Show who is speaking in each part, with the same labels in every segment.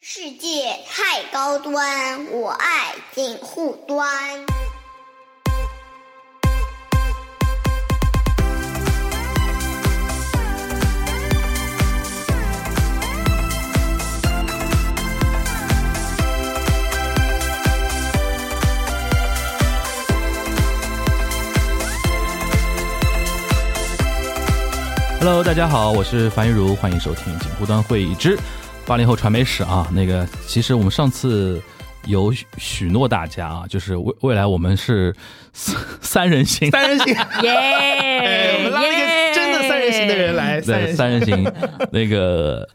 Speaker 1: 世界太高端，我爱锦护端。
Speaker 2: Hello，大家好，我是樊玉茹，欢迎收听《锦湖端会议之八零后传媒史》啊。那个，其实我们上次有许许诺大家啊，就是未未来我们是三三人行，
Speaker 3: 三人行，
Speaker 4: 耶！
Speaker 3: 哎，我们拉了一个真的三人行的人来，三
Speaker 2: 对
Speaker 3: 人
Speaker 2: 三
Speaker 3: 行，
Speaker 2: 人行，那个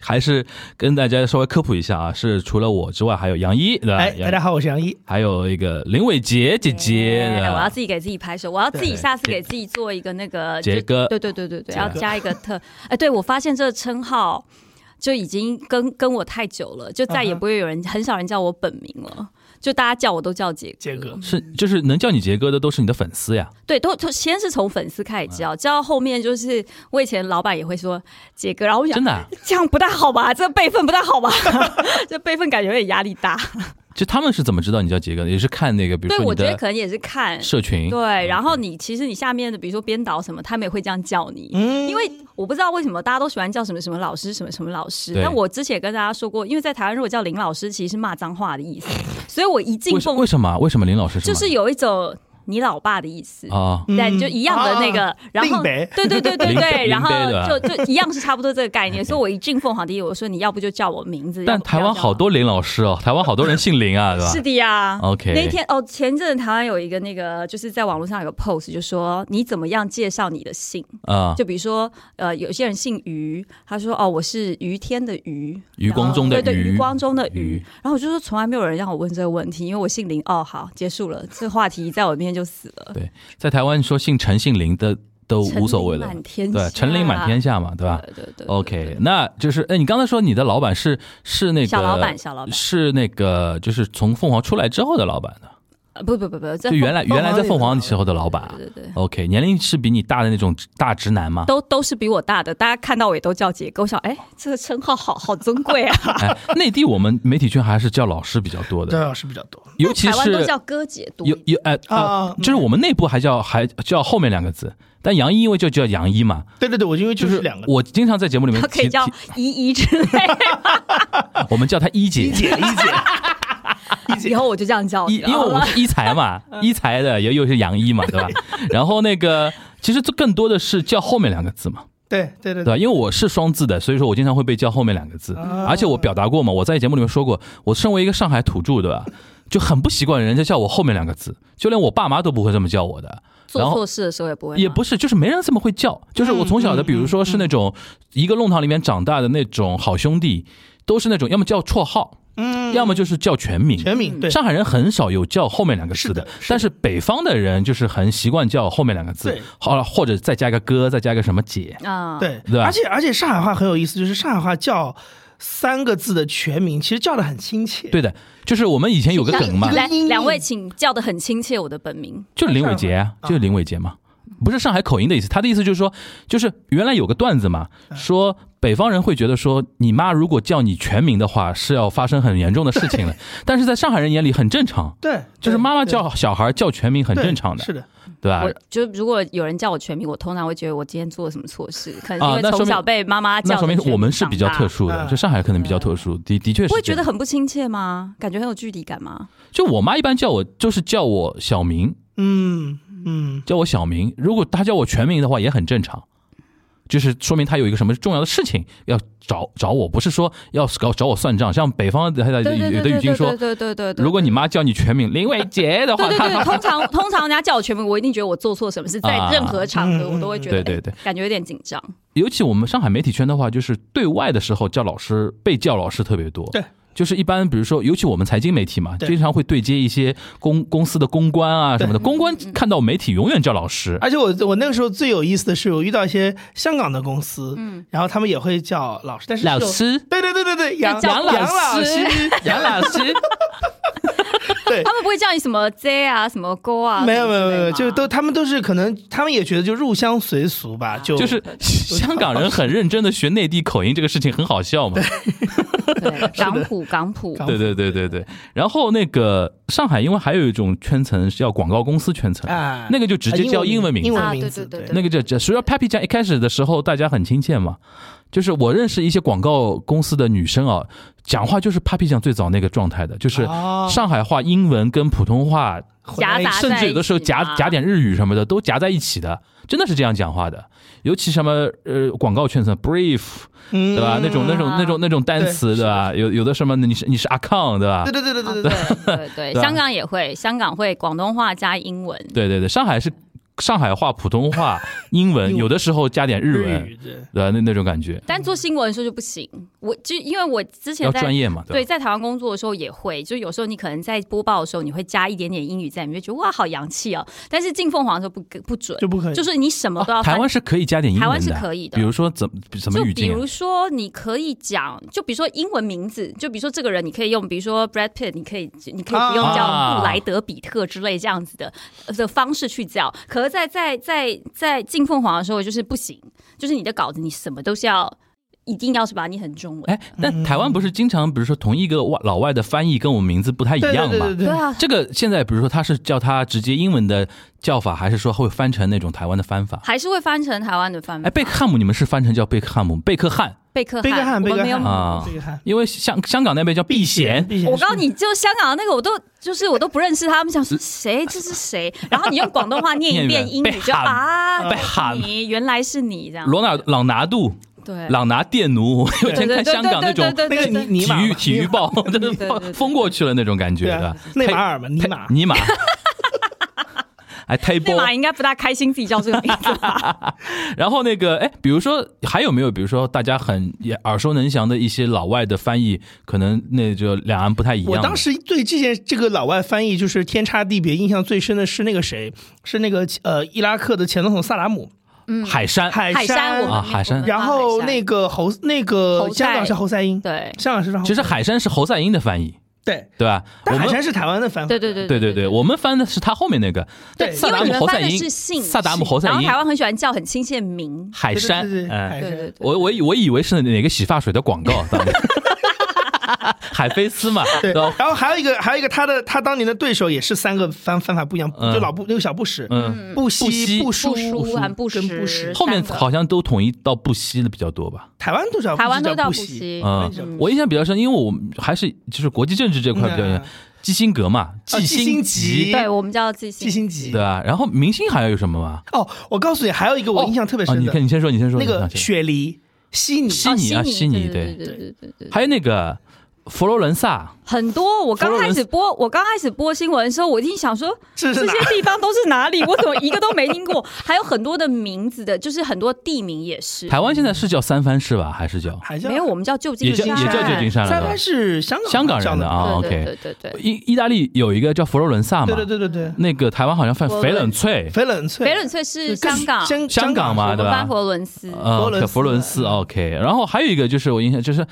Speaker 2: 还是跟大家稍微科普一下啊，是除了我之外，还有杨一对吧？
Speaker 3: 哎，
Speaker 2: 杨
Speaker 3: 大家好，我是杨一，
Speaker 2: 还有一个林伟杰姐姐，
Speaker 4: 哎
Speaker 2: 对吧
Speaker 4: 我要自己给自己拍手，我要自己
Speaker 2: 对
Speaker 4: 下次给自己做一个那个
Speaker 2: 杰
Speaker 4: 就
Speaker 2: 哥
Speaker 4: 对对对对对，
Speaker 2: 杰哥
Speaker 4: 要加一个特。哎，对我发现这个称号就已经跟跟我太久了，就再也
Speaker 3: 嗯哼
Speaker 4: 不会有人很少人叫我本名了。就大家叫我都叫杰哥，
Speaker 3: 杰哥，
Speaker 2: 是就是能叫你杰哥的都是你的粉丝呀，
Speaker 4: 对，都都先是从粉丝开始
Speaker 2: 啊
Speaker 4: 叫，叫到后面就是我以前老板也会说杰哥，然后我想
Speaker 2: 真的啊、
Speaker 4: 这样不大好吧，这辈分不大好吧， 这辈分感觉有点压力大。
Speaker 2: 就他们是怎么知道你叫杰哥的？也是看那个，比如
Speaker 4: 对，
Speaker 2: 说
Speaker 4: 我
Speaker 2: 你
Speaker 4: 觉得
Speaker 2: 的
Speaker 4: 可能也是看
Speaker 2: 社群，
Speaker 4: 对，然后你其实你下面的，比如说编导什么，他们也会这样叫你，
Speaker 2: 嗯
Speaker 4: 因为我不知道为什么大家都喜欢叫什么什么老师，什么什么老师。
Speaker 2: 对
Speaker 4: 但我之前也跟大家说过，因为在台湾如果叫林老师，其实是骂脏话的意思，所以我一进
Speaker 2: 为什
Speaker 4: 凤
Speaker 2: 为什么啊？为什么林老师
Speaker 4: 就
Speaker 2: 骂
Speaker 4: 是嗯有一种你老爸的意思。
Speaker 2: 啊？
Speaker 4: 对，就一样的那个，然
Speaker 3: 令
Speaker 4: 后
Speaker 3: 北
Speaker 4: 对对对对
Speaker 2: 林北
Speaker 4: 对，然后
Speaker 2: 林北啊对
Speaker 4: 就就一样是差不多这个 概念，所以我一进凤凰第一，我说你要不就叫我名字，要
Speaker 2: 但
Speaker 4: 不
Speaker 2: 台湾好。多林老师哦，台湾好多人姓林 啊，对吧？
Speaker 4: 是的呀
Speaker 2: OK
Speaker 4: 那一天哦，前阵子台湾有一个那个，就是在网络上有个 post，就说你怎么样介绍你的姓？
Speaker 2: 啊，
Speaker 4: 就比如说，呃，有些人姓于，他说哦，我是于天的于，
Speaker 2: 余光中的
Speaker 4: 然后对对，
Speaker 2: 余
Speaker 4: 余光中的余
Speaker 2: 余。
Speaker 4: 然后我就说，从来没有人让我问这个问题，因为我姓林。哦，好，结束了，这话题在我面前就死了。
Speaker 2: 对，在台湾说姓陈、姓林的都
Speaker 4: 陈林
Speaker 2: 无所谓了，
Speaker 4: 满天下
Speaker 2: 对，陈林满天下嘛，对吧
Speaker 4: 对对对对
Speaker 2: ？OK，那就是，哎，你刚才说你的老板是是那个
Speaker 4: 小老板小老板
Speaker 2: 是那个就是从凤凰出来之后的老板的，
Speaker 4: 呃不不不不，这
Speaker 2: 就原来
Speaker 3: 凤凰
Speaker 2: 原来在凤凰时候的老板啊。
Speaker 4: 对对对。
Speaker 2: OK，年龄是比你大的那种大直男吗？
Speaker 4: 都都是比我大的，大家看到我也都叫杰哥。我想，哎，这个称号好好尊贵啊！
Speaker 2: 哎，内地我们媒体圈还是叫老师比较多
Speaker 3: 张
Speaker 2: 的，
Speaker 3: 老师比较多，
Speaker 2: 尤 其
Speaker 4: 台湾都
Speaker 2: 是
Speaker 4: 叫哥姐多一
Speaker 2: 有
Speaker 4: 点。
Speaker 2: 有哎
Speaker 3: 啊
Speaker 2: 啊，就是我们内部还叫还叫后面两个字，但杨一因为就叫杨一嘛，
Speaker 3: 对对对，我因为就
Speaker 2: 就是是
Speaker 3: 两个
Speaker 2: 我经常在节目里面
Speaker 4: 他可以
Speaker 2: 提
Speaker 4: 叫
Speaker 2: 提
Speaker 4: 依依之类的，
Speaker 2: 我们叫他一姐
Speaker 3: 一，姐一姐，
Speaker 4: 以后我就这样叫。
Speaker 2: 一因为我们是一才 嘛，
Speaker 4: 嗯
Speaker 2: 一才的也又是杨一嘛，对吧？ 然后那个其实这更多的是叫后面两个字嘛，
Speaker 3: 对对对
Speaker 2: 对吧？因为我是双字的，所以说我经常会被叫后面两个字，而且我表达过嘛，我在节目里面说过，我身为一个上海土著，对吧？就很不习惯人家叫我后面两个字，就连我爸妈都不会这么叫我的。
Speaker 4: 做
Speaker 2: 然后
Speaker 4: 错事的时候也不会骂，
Speaker 2: 也不是，就是没人这么会叫。就是我从小的，比如说是那种一个弄堂里面长大的那种好兄弟，都是那种要么叫绰号，嗯，要么就是叫全名。
Speaker 3: 全名对
Speaker 2: 上海人很少有叫后面两个字
Speaker 3: 是的是的
Speaker 2: 但是北方的人就是很习惯叫后面两个字
Speaker 3: 对，
Speaker 2: 好了，或者再加个哥，再加个什么姐，
Speaker 4: 啊，
Speaker 3: 对
Speaker 2: 对吧
Speaker 3: 而且而且上海话很有意思，就是上海话叫三个字的全名，其实叫的很亲切，
Speaker 2: 对的，就是我们以前有个梗嘛，
Speaker 4: 来，两位请叫的很亲切，我的本名
Speaker 2: 就是林伟杰啊，就是林伟杰嘛，不是上海口音的意思。他的意思就是说，就是原来有个段子嘛，
Speaker 3: 嗯
Speaker 2: 说北方人会觉得说，你妈如果叫你全名的话，是要发生很严重的事情 的。但是在上海人眼里很正常，
Speaker 3: 对，
Speaker 2: 就是妈妈
Speaker 3: 对
Speaker 2: 叫小孩叫全名很
Speaker 3: 对
Speaker 2: 正常的，
Speaker 3: 是的，
Speaker 2: 对吧
Speaker 4: 我？就如果有人叫我全名，我通常会觉得我今天做了什么错事，可能
Speaker 2: 啊
Speaker 4: 是因
Speaker 2: 那说
Speaker 4: 为从
Speaker 2: 明
Speaker 4: 小被妈妈
Speaker 2: 那
Speaker 4: 叫着
Speaker 2: 说
Speaker 4: 全名
Speaker 2: 明
Speaker 4: 长大。
Speaker 2: 我们是比较特殊的，
Speaker 3: 嗯
Speaker 2: 就上海可能比较特殊，的的确是这样。
Speaker 4: 不会觉得很不亲切吗？感觉很有距离感吗？
Speaker 2: 就我妈一般叫我就是叫我小名，
Speaker 3: 嗯嗯，
Speaker 2: 叫我小名。如果她叫我全名的话，也很正常，就是说明她有一个什么重要的事情要找找我，不是说要搞找我算账。像北方的有
Speaker 4: 对对对
Speaker 2: 的
Speaker 4: 对
Speaker 2: 语境
Speaker 4: 对
Speaker 2: 说
Speaker 4: 对，对对对对。
Speaker 2: 如果你妈叫你全名林伟杰的话，
Speaker 4: 对对
Speaker 2: 她
Speaker 4: 对，通常通常人家叫我全名，我一定觉得我做错什么事，在
Speaker 2: 啊
Speaker 4: 任何场合
Speaker 3: 嗯
Speaker 4: 我都会觉得，
Speaker 2: 对对
Speaker 4: 哎
Speaker 2: 对，
Speaker 4: 感觉有点紧张。
Speaker 2: 尤其我们上海媒体圈的话，就是对外的时候叫老师被叫老师特别多。
Speaker 3: 对。
Speaker 2: 就是一般，比如说，尤其我们财经媒体嘛，
Speaker 3: 对
Speaker 2: 经常会对接一些公公司的公关啊什么的。公关看到媒体永远叫老师，
Speaker 3: 而且我我那个时候最有意思的是，我遇到一些香港的公司，嗯，然后他们也会叫老师，但是是有
Speaker 2: 老师
Speaker 3: 对对对对对，杨
Speaker 4: 叫
Speaker 3: 杨
Speaker 4: 老
Speaker 3: 老
Speaker 2: 师
Speaker 3: 师，
Speaker 2: 杨老师，
Speaker 3: 对
Speaker 4: 他们不会叫你什么 Z 啊，什么 Go 啊，
Speaker 3: 没有没有没
Speaker 4: 什么之类
Speaker 3: 有，就
Speaker 4: 的吗
Speaker 3: 都他们都是可能他们也觉得就入乡随俗吧，就
Speaker 2: 就是 香港人很认真的学内地口音，这个事情很好笑嘛。
Speaker 4: 对港普港普，
Speaker 3: 港
Speaker 2: 对对对对对。然后那个上海，因为还有一种圈层是要广告公司圈层，
Speaker 3: 啊，
Speaker 2: 那个就直接叫英文名字
Speaker 3: 英文
Speaker 4: 啊
Speaker 3: 名
Speaker 4: 对
Speaker 3: 字，
Speaker 4: 对对
Speaker 2: 那个叫叫，所以说 Papi 酱一开始的时候大家很亲切嘛，就是我认识一些广告公司的女生啊，讲话就是 Papi 酱最早那个状态的，就是
Speaker 3: 哦
Speaker 2: 上海话、英文跟普通话，
Speaker 3: 混
Speaker 4: 夹
Speaker 3: 在一
Speaker 4: 杂
Speaker 3: 起
Speaker 2: 哎甚至有的时候
Speaker 4: 在一
Speaker 2: 夹
Speaker 4: 起啊
Speaker 2: 夹点日语什么的都夹在一起的，真的是这样讲话的。尤其什么呃广告圈层 brief
Speaker 3: 嗯
Speaker 2: 对吧？那种那种那种那种单
Speaker 3: 对
Speaker 2: 词对吧？有有的什么你是你是 account 对吧
Speaker 3: 对？对对对对对对，
Speaker 4: 对对对，
Speaker 2: 对啊
Speaker 4: 香港也会，香港会广东话加英文，
Speaker 2: 对对对，上海是上海话、普通话、英文，有的时候加点日文
Speaker 3: 日，语对
Speaker 2: 对吧？那那种感觉。
Speaker 4: 但做新闻的时候就不行。我就因为我之前
Speaker 2: 要
Speaker 4: 在
Speaker 2: 专业嘛，
Speaker 4: 对，
Speaker 2: 吧？
Speaker 4: 在台湾工作的时候也会，就有时候你可能在播报的时候，你会加一点点英语在里面，就觉得哇，好洋气哦。但是进凤凰的时候不不准，
Speaker 3: 就不可以，
Speaker 4: 就是你什么都要
Speaker 2: 啊
Speaker 4: 翻、
Speaker 2: 台湾是可以加点英文的，
Speaker 4: 台湾是可以的
Speaker 2: 比如说怎什么
Speaker 4: 就
Speaker 2: 语
Speaker 4: 比
Speaker 2: 境啊
Speaker 4: 如说，你可以讲，就比如说英文名字，就比如说这个人，你可以用，比如说 Brad Pitt，你可以，你可以不用
Speaker 2: 啊
Speaker 4: 叫布莱德比特之类这样子的呃的方式去叫。可是在，在在在进凤凰的时候，就是不行，就是你的稿子，你什么都是要，一定要是把你很中文。
Speaker 2: 哎，但台湾不是经常，比如说同一个外老外的翻译跟我们名字不太一
Speaker 3: 对
Speaker 2: 样
Speaker 3: 对
Speaker 2: 嘛
Speaker 3: 对？对
Speaker 4: 对
Speaker 3: 对，
Speaker 4: 啊，
Speaker 2: 这个现在比如说他是叫他直接英文的叫法，还是说会翻成那种台湾的翻法？
Speaker 4: 还是会翻成台湾的翻
Speaker 2: 哎，贝克汉姆你们是翻成叫贝克汉姆、贝克汉，
Speaker 4: 贝克
Speaker 3: 贝克汉
Speaker 4: 汉，
Speaker 3: 贝
Speaker 4: 我
Speaker 3: 克
Speaker 4: 们没有
Speaker 3: 汉
Speaker 2: 啊哦
Speaker 3: 这个看
Speaker 2: 因为香香港那边叫避嫌，
Speaker 3: 避嫌
Speaker 4: 我告诉你，就香港的那个，我都就是我都不认识他们，想说谁这是谁， 然后你用广东话念 一遍英
Speaker 2: 嗯念一遍
Speaker 4: 语，就
Speaker 2: 被喊
Speaker 4: 啊，
Speaker 2: 被喊
Speaker 4: 你原来是你这样，
Speaker 2: 罗纳朗拿度、
Speaker 4: 对，
Speaker 2: 朗拿电奴，我有一
Speaker 4: 对
Speaker 2: 天
Speaker 4: 对
Speaker 2: 看
Speaker 4: 对
Speaker 2: 香港那种
Speaker 4: 对
Speaker 3: 那个
Speaker 4: 对
Speaker 3: 你
Speaker 4: 对对
Speaker 3: 尼
Speaker 2: 体
Speaker 3: 玛
Speaker 2: 育
Speaker 3: 嘛
Speaker 2: 体育报，真的
Speaker 4: 对对对
Speaker 2: 疯过去了那种感觉
Speaker 3: 对
Speaker 2: 的
Speaker 3: 啊。，内马尔嘛，尼玛
Speaker 2: 尼玛，哎，推
Speaker 4: 对
Speaker 2: 波。
Speaker 4: 吧？应该不大开心自己叫这个名字吧？
Speaker 2: 然后那个，哎，比如说还有没有，比如说大家很也耳熟能详的一些老外的翻译，可能那就两岸不太一样
Speaker 3: 我
Speaker 2: 的。
Speaker 3: 当时对这件这个老外翻译就是天差地别，印象最深的是那个谁，是那个呃伊拉克的前总统萨达姆，
Speaker 2: 海山，
Speaker 3: 呃海
Speaker 4: 海山，我们
Speaker 2: 啊海山
Speaker 3: 然后那
Speaker 4: 个
Speaker 3: 个侯那个
Speaker 4: 侯赛
Speaker 3: 香港是侯赛因，
Speaker 4: 对
Speaker 3: 香港是侯赛因
Speaker 2: 其实海山是侯赛因的翻译，
Speaker 3: 对，
Speaker 2: 对吧？我
Speaker 3: 但海
Speaker 2: 们
Speaker 3: 山是台湾的翻法
Speaker 4: 对对对
Speaker 2: 对对
Speaker 4: 对
Speaker 2: 对，我们翻的是他后面那个，
Speaker 3: 对
Speaker 2: 萨
Speaker 4: 因
Speaker 2: 达
Speaker 4: 为你
Speaker 2: 姆
Speaker 4: 们
Speaker 2: 侯赛
Speaker 4: 翻的
Speaker 2: 因，
Speaker 4: 是姓，
Speaker 2: 萨达姆侯赛
Speaker 4: 然后
Speaker 2: 因，
Speaker 4: 台湾很喜欢叫很亲切名，
Speaker 2: 海
Speaker 3: 对对
Speaker 2: 山，
Speaker 3: 对对
Speaker 2: 嗯，
Speaker 3: 海
Speaker 4: 对对
Speaker 3: 山，
Speaker 4: 对，
Speaker 2: 我我以我以为是哪个洗发水的广告，当 年海飞丝嘛，对
Speaker 3: 对
Speaker 2: 吧？
Speaker 3: 然后还有一个还有一个他的他当年的对手也是三个翻翻法不一样，
Speaker 2: 嗯
Speaker 3: 就老布那个小布什，
Speaker 2: 嗯，
Speaker 3: 布
Speaker 2: 布希
Speaker 3: 希、布舒
Speaker 4: 布舒和布什
Speaker 3: 跟布什，
Speaker 2: 后面
Speaker 4: 三个
Speaker 2: 好像都统一到布希的比较多吧？
Speaker 3: 台湾都叫
Speaker 4: 台湾
Speaker 3: 就
Speaker 4: 都
Speaker 3: 叫
Speaker 4: 叫
Speaker 3: 布
Speaker 4: 布
Speaker 3: 希，
Speaker 4: 希，
Speaker 2: 嗯
Speaker 3: 嗯，
Speaker 2: 我印象比较深，因为我们还是就是国际政治这块比较
Speaker 3: 嗯啊
Speaker 2: 深，基辛格嘛，
Speaker 3: 基
Speaker 2: 辛
Speaker 3: 辛
Speaker 2: 吉，
Speaker 3: 吉
Speaker 4: 对我们叫自
Speaker 3: 基
Speaker 4: 己
Speaker 3: 辛吉
Speaker 2: 对。啊。然后明星还有什么吗？
Speaker 3: 哦，我告诉你，还有一
Speaker 4: 哦
Speaker 3: 个我印象特别
Speaker 2: 啊，
Speaker 3: 深
Speaker 2: 你
Speaker 3: 的，
Speaker 2: 看，你先说，你先说。
Speaker 3: 那个
Speaker 2: 你先说
Speaker 3: 雪梨、悉尼，
Speaker 2: 悉尼啊，
Speaker 4: 哦
Speaker 2: 悉尼
Speaker 4: 对
Speaker 2: 对，
Speaker 4: 对对对对。
Speaker 2: 还有那个佛罗伦萨，
Speaker 4: 很多。我
Speaker 2: 佛
Speaker 4: 刚
Speaker 2: 罗伦
Speaker 4: 开
Speaker 2: 斯
Speaker 4: 始播，我刚开始播新闻的时候，我一定想说
Speaker 3: 这是
Speaker 4: 这
Speaker 3: 哪
Speaker 4: 些地方都是 哪里，我怎么一个都没听过？还有很多的名字的，就是很多地名也是。
Speaker 2: 台湾现在是叫三藩市吧，还是叫
Speaker 3: 还叫
Speaker 4: 没有，我们叫旧金
Speaker 2: 也叫
Speaker 4: 山，
Speaker 2: 也叫旧金山了？
Speaker 3: 三
Speaker 2: 对吧
Speaker 3: 藩是香港
Speaker 2: 香港人
Speaker 3: 叫
Speaker 2: 的
Speaker 3: 的
Speaker 2: 啊
Speaker 4: 对对
Speaker 2: ，OK。
Speaker 4: 对对对。
Speaker 2: 意意大利有一个叫佛罗伦萨嘛
Speaker 3: 对，对对对对，
Speaker 2: 那个台湾好像犯
Speaker 4: 佛罗
Speaker 2: 翡
Speaker 4: 伦
Speaker 2: 冷翠，
Speaker 3: 翡冷翠，
Speaker 4: 翡冷翠是香港，
Speaker 3: 香
Speaker 2: 香港嘛
Speaker 4: 我
Speaker 2: 对
Speaker 4: 们
Speaker 2: 吧
Speaker 4: 班佛罗伦嗯斯。
Speaker 3: 佛罗伦
Speaker 2: 呃，
Speaker 3: 斯
Speaker 2: 佛罗伦斯 OK。然后还有一个就是我印象就是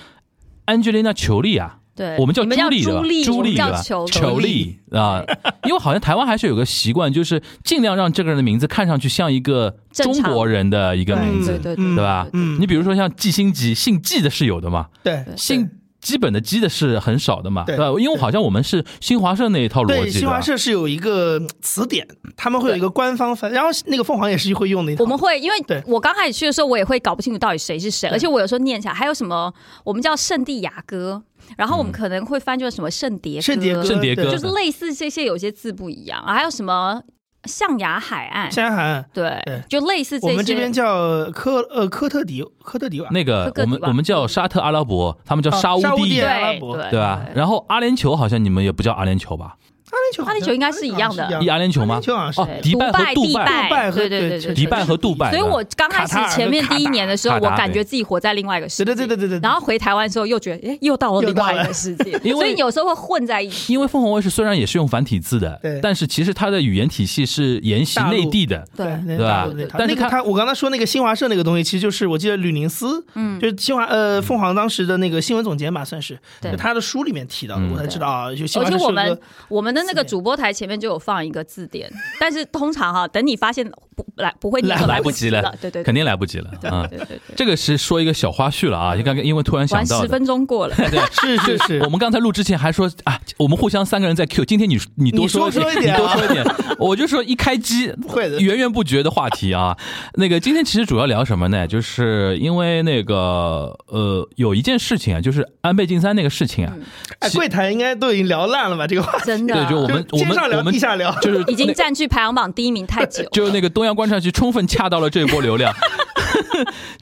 Speaker 2: 安吉丽娜·裘丽啊，
Speaker 4: 对，
Speaker 2: 我们叫
Speaker 4: 你们叫
Speaker 2: 朱莉对
Speaker 4: 朱
Speaker 2: 吧？朱
Speaker 4: 我
Speaker 2: 莉对
Speaker 4: 们叫
Speaker 2: 吧？
Speaker 4: 裘
Speaker 2: 裘丽啊，因为好像台湾还是有个习惯，就是尽量让这个人的名字看上去像一个
Speaker 4: 正
Speaker 2: 中
Speaker 4: 常
Speaker 2: 国人的一个名
Speaker 4: 对
Speaker 2: 字，
Speaker 4: 对
Speaker 3: 嗯
Speaker 4: 对
Speaker 2: 对吧？
Speaker 3: 嗯
Speaker 2: 你比如说像季星吉，姓季的是有的嘛，
Speaker 3: 对
Speaker 2: 姓基本的基的是很少的嘛，
Speaker 3: 对
Speaker 2: 吧？因为好像我们是新华社那一套逻
Speaker 3: 对，
Speaker 2: 辑，
Speaker 3: 新华
Speaker 2: 吧
Speaker 3: 社是有一个词典，他们会有一个官方翻，然后那个凤凰也是会用的一套。
Speaker 4: 我们会，因
Speaker 3: 对
Speaker 4: 为我刚开始去的时候，我也会搞不清楚到底谁是谁，而且我有时候念起来还有什么，我们叫圣地亚哥，然后我们可能会翻就是什么圣迭
Speaker 3: 圣迭哥
Speaker 2: 嗯圣迭哥
Speaker 3: 对
Speaker 4: 就是类似这些，有些字不一样，还有什么象牙海岸，
Speaker 3: 香涵，
Speaker 4: 对
Speaker 3: 对，
Speaker 4: 就类似
Speaker 3: 我
Speaker 4: 些。
Speaker 3: 们这边叫科呃科特迪科特迪瓦，
Speaker 2: 那个
Speaker 4: 科克
Speaker 2: 我们
Speaker 4: 迪瓦
Speaker 2: 我们叫沙特阿拉伯，他们叫
Speaker 3: 哦
Speaker 2: 沙乌
Speaker 3: 沙乌
Speaker 2: 地
Speaker 3: 地
Speaker 4: 对
Speaker 3: 阿拉伯
Speaker 4: 对
Speaker 2: 对啊吧？然后阿联酋好像你们也不叫阿联酋吧？
Speaker 3: 阿联酋好像，
Speaker 4: 阿联酋应该是一样的
Speaker 3: 阿联酋好像
Speaker 2: 一阿联酋吗
Speaker 3: 阿联酋好像是
Speaker 2: 哦
Speaker 4: 对，
Speaker 2: 迪拜和
Speaker 4: 拜、
Speaker 2: 杜
Speaker 4: 迪
Speaker 2: 拜
Speaker 3: 拜和
Speaker 4: 对对
Speaker 3: 对
Speaker 4: 对对，
Speaker 2: 迪拜和杜拜，
Speaker 4: 所以我刚开
Speaker 3: 卡塔尔
Speaker 4: 始前面第一年的时候，
Speaker 2: 卡塔
Speaker 4: 我
Speaker 2: 尔
Speaker 4: 感觉自己活在另外一个世界，
Speaker 3: 对对对对对对
Speaker 4: 然后回台湾之后又觉得，哎，又到了另外一个世界，
Speaker 2: 因为
Speaker 4: 所以有时候会混在一起。
Speaker 2: 因为凤凰卫视虽然也是用繁体字的，
Speaker 3: 对
Speaker 2: 但是其实它的语言体系是沿袭内地的，
Speaker 3: 对
Speaker 4: 对
Speaker 3: 那
Speaker 2: 对吧
Speaker 3: 大陆那套
Speaker 2: 但是
Speaker 3: 那
Speaker 2: 他
Speaker 3: 个他，我刚才说那个新华社那个东西，其实就是我记得吕宁思，嗯，就是新华呃凤凰当时的那个新闻总监吧，算是，
Speaker 4: 对
Speaker 2: 嗯
Speaker 3: 就他的书里面提到的，我才知道啊，就新
Speaker 4: 而
Speaker 3: 华社
Speaker 4: 且
Speaker 3: 是
Speaker 4: 我
Speaker 3: 有个
Speaker 4: 们我们的那个主播台前面就有放一个字典，但是通常哈，等你发现不 来不会念就
Speaker 2: 来
Speaker 4: 不
Speaker 2: 不及
Speaker 4: 了
Speaker 2: 了，
Speaker 4: 对对，对
Speaker 2: 肯定来不及了啊！
Speaker 4: 对对对，
Speaker 2: 这个是说一个小花絮了啊，就刚刚因为突然想
Speaker 4: 玩
Speaker 2: 到
Speaker 4: 十
Speaker 2: 的。
Speaker 4: 分钟过了，
Speaker 2: 对，
Speaker 3: 是是是
Speaker 2: 我，们刚才录之前还说啊，我们互相三个人在 Q，今天你你多说
Speaker 3: 你多说一点
Speaker 2: 你多
Speaker 3: 啊
Speaker 2: 说一点。我就说一开机
Speaker 3: 会的
Speaker 2: 源源不绝的话题啊。那个今天其实主要聊什么呢？就是因为那个呃，有一件事情啊，就是安倍晋三那个事情啊，
Speaker 4: 嗯
Speaker 3: 哎，柜台应该都已经聊烂了吧？这个话题，
Speaker 4: 真的，
Speaker 2: 对，就我们我
Speaker 3: 就天上
Speaker 2: 们
Speaker 3: 聊
Speaker 2: 我们
Speaker 3: 地下聊，
Speaker 2: 就是
Speaker 4: 已经
Speaker 2: 那
Speaker 4: 占据排行榜第一名太久了，
Speaker 2: 就是那个东阳观察局充分恰到了这一波流量。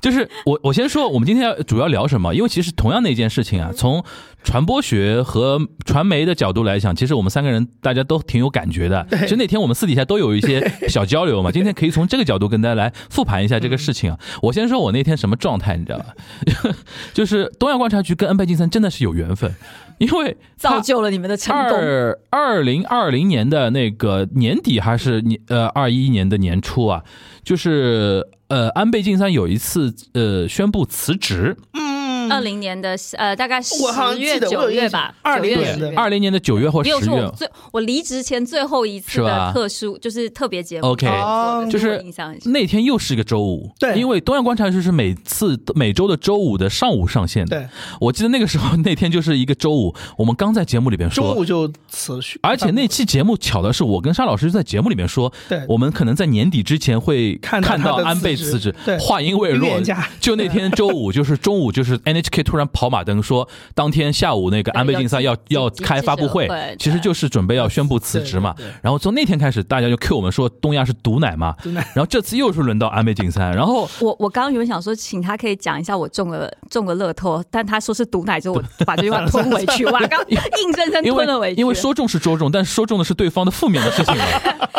Speaker 2: 就是我，我先说，我们今天要主要聊什么？因为其实同样的一件事情啊，从传播学和传媒的角度来讲，其实我们三个人大家都挺有感觉的。其实那天我们私底下都有一些小交流嘛，今天可以从这个角度跟大家来复盘一下这个事情啊。我先说我那天什么状态，你知道吧？ 就是东亚观察局跟安倍晋三真的是有缘分，因为他
Speaker 4: 造就了你们的成功。
Speaker 2: 二二零二零年的那个年底还是年呃二一年的年初啊，就是呃安倍晋三有一次呃宣布辞职，
Speaker 4: 二零年的呃，大概十
Speaker 3: 我好像记
Speaker 4: 月
Speaker 3: 得我有
Speaker 4: 九
Speaker 3: 印象
Speaker 4: 月吧，
Speaker 3: 20
Speaker 4: 九月
Speaker 3: 年
Speaker 4: 九
Speaker 3: 的
Speaker 4: 月
Speaker 2: 二零年的九月或
Speaker 4: 也有
Speaker 2: 十
Speaker 4: 说
Speaker 2: 月
Speaker 4: 我，最我离职前最后一次
Speaker 2: 是吧
Speaker 4: 的特殊就是特别节目
Speaker 2: OK
Speaker 4: 我
Speaker 2: 就是
Speaker 4: 我印象很深。
Speaker 2: 那天又是一个周五，
Speaker 3: 对
Speaker 2: 因为东亚观察局是每次每周的周五的上午上线的。
Speaker 3: 对，
Speaker 2: 我记得那个时候那天就是一个周五，我们刚在节目里边说，
Speaker 3: 中午就辞去，
Speaker 2: 而且那期节目巧的是，我跟沙老师就在节目里面说，
Speaker 3: 对
Speaker 2: 我们可能在年底之前会
Speaker 3: 看到
Speaker 2: 看到
Speaker 3: 他的
Speaker 2: 安倍
Speaker 3: 辞
Speaker 2: 辞
Speaker 3: 职
Speaker 2: 职
Speaker 3: 对，
Speaker 2: 话音未落
Speaker 3: 预言家，
Speaker 2: 就那天周五，就是中午，就是 NHK 突然跑马灯说，当天下午那个安倍晋三要
Speaker 4: 有
Speaker 2: 要
Speaker 4: 记
Speaker 2: 开发布会
Speaker 4: 记者会，
Speaker 2: 其实就是准备要宣布辞职嘛。然后从那天开始，大家就 Q 我们说东亚是毒奶嘛，
Speaker 3: 毒奶
Speaker 2: 然后这次又是轮到安倍晋三，然后
Speaker 4: 我我刚刚原本想说，请他可以讲一下我中了中了乐透，但他说是毒奶之后，我把这句话吞回 去，哇，刚硬生生
Speaker 2: 因
Speaker 4: 吞了回
Speaker 2: 为
Speaker 4: 去。
Speaker 2: 因为说中是说中，但是说中的是对方的负面的事 情嘛。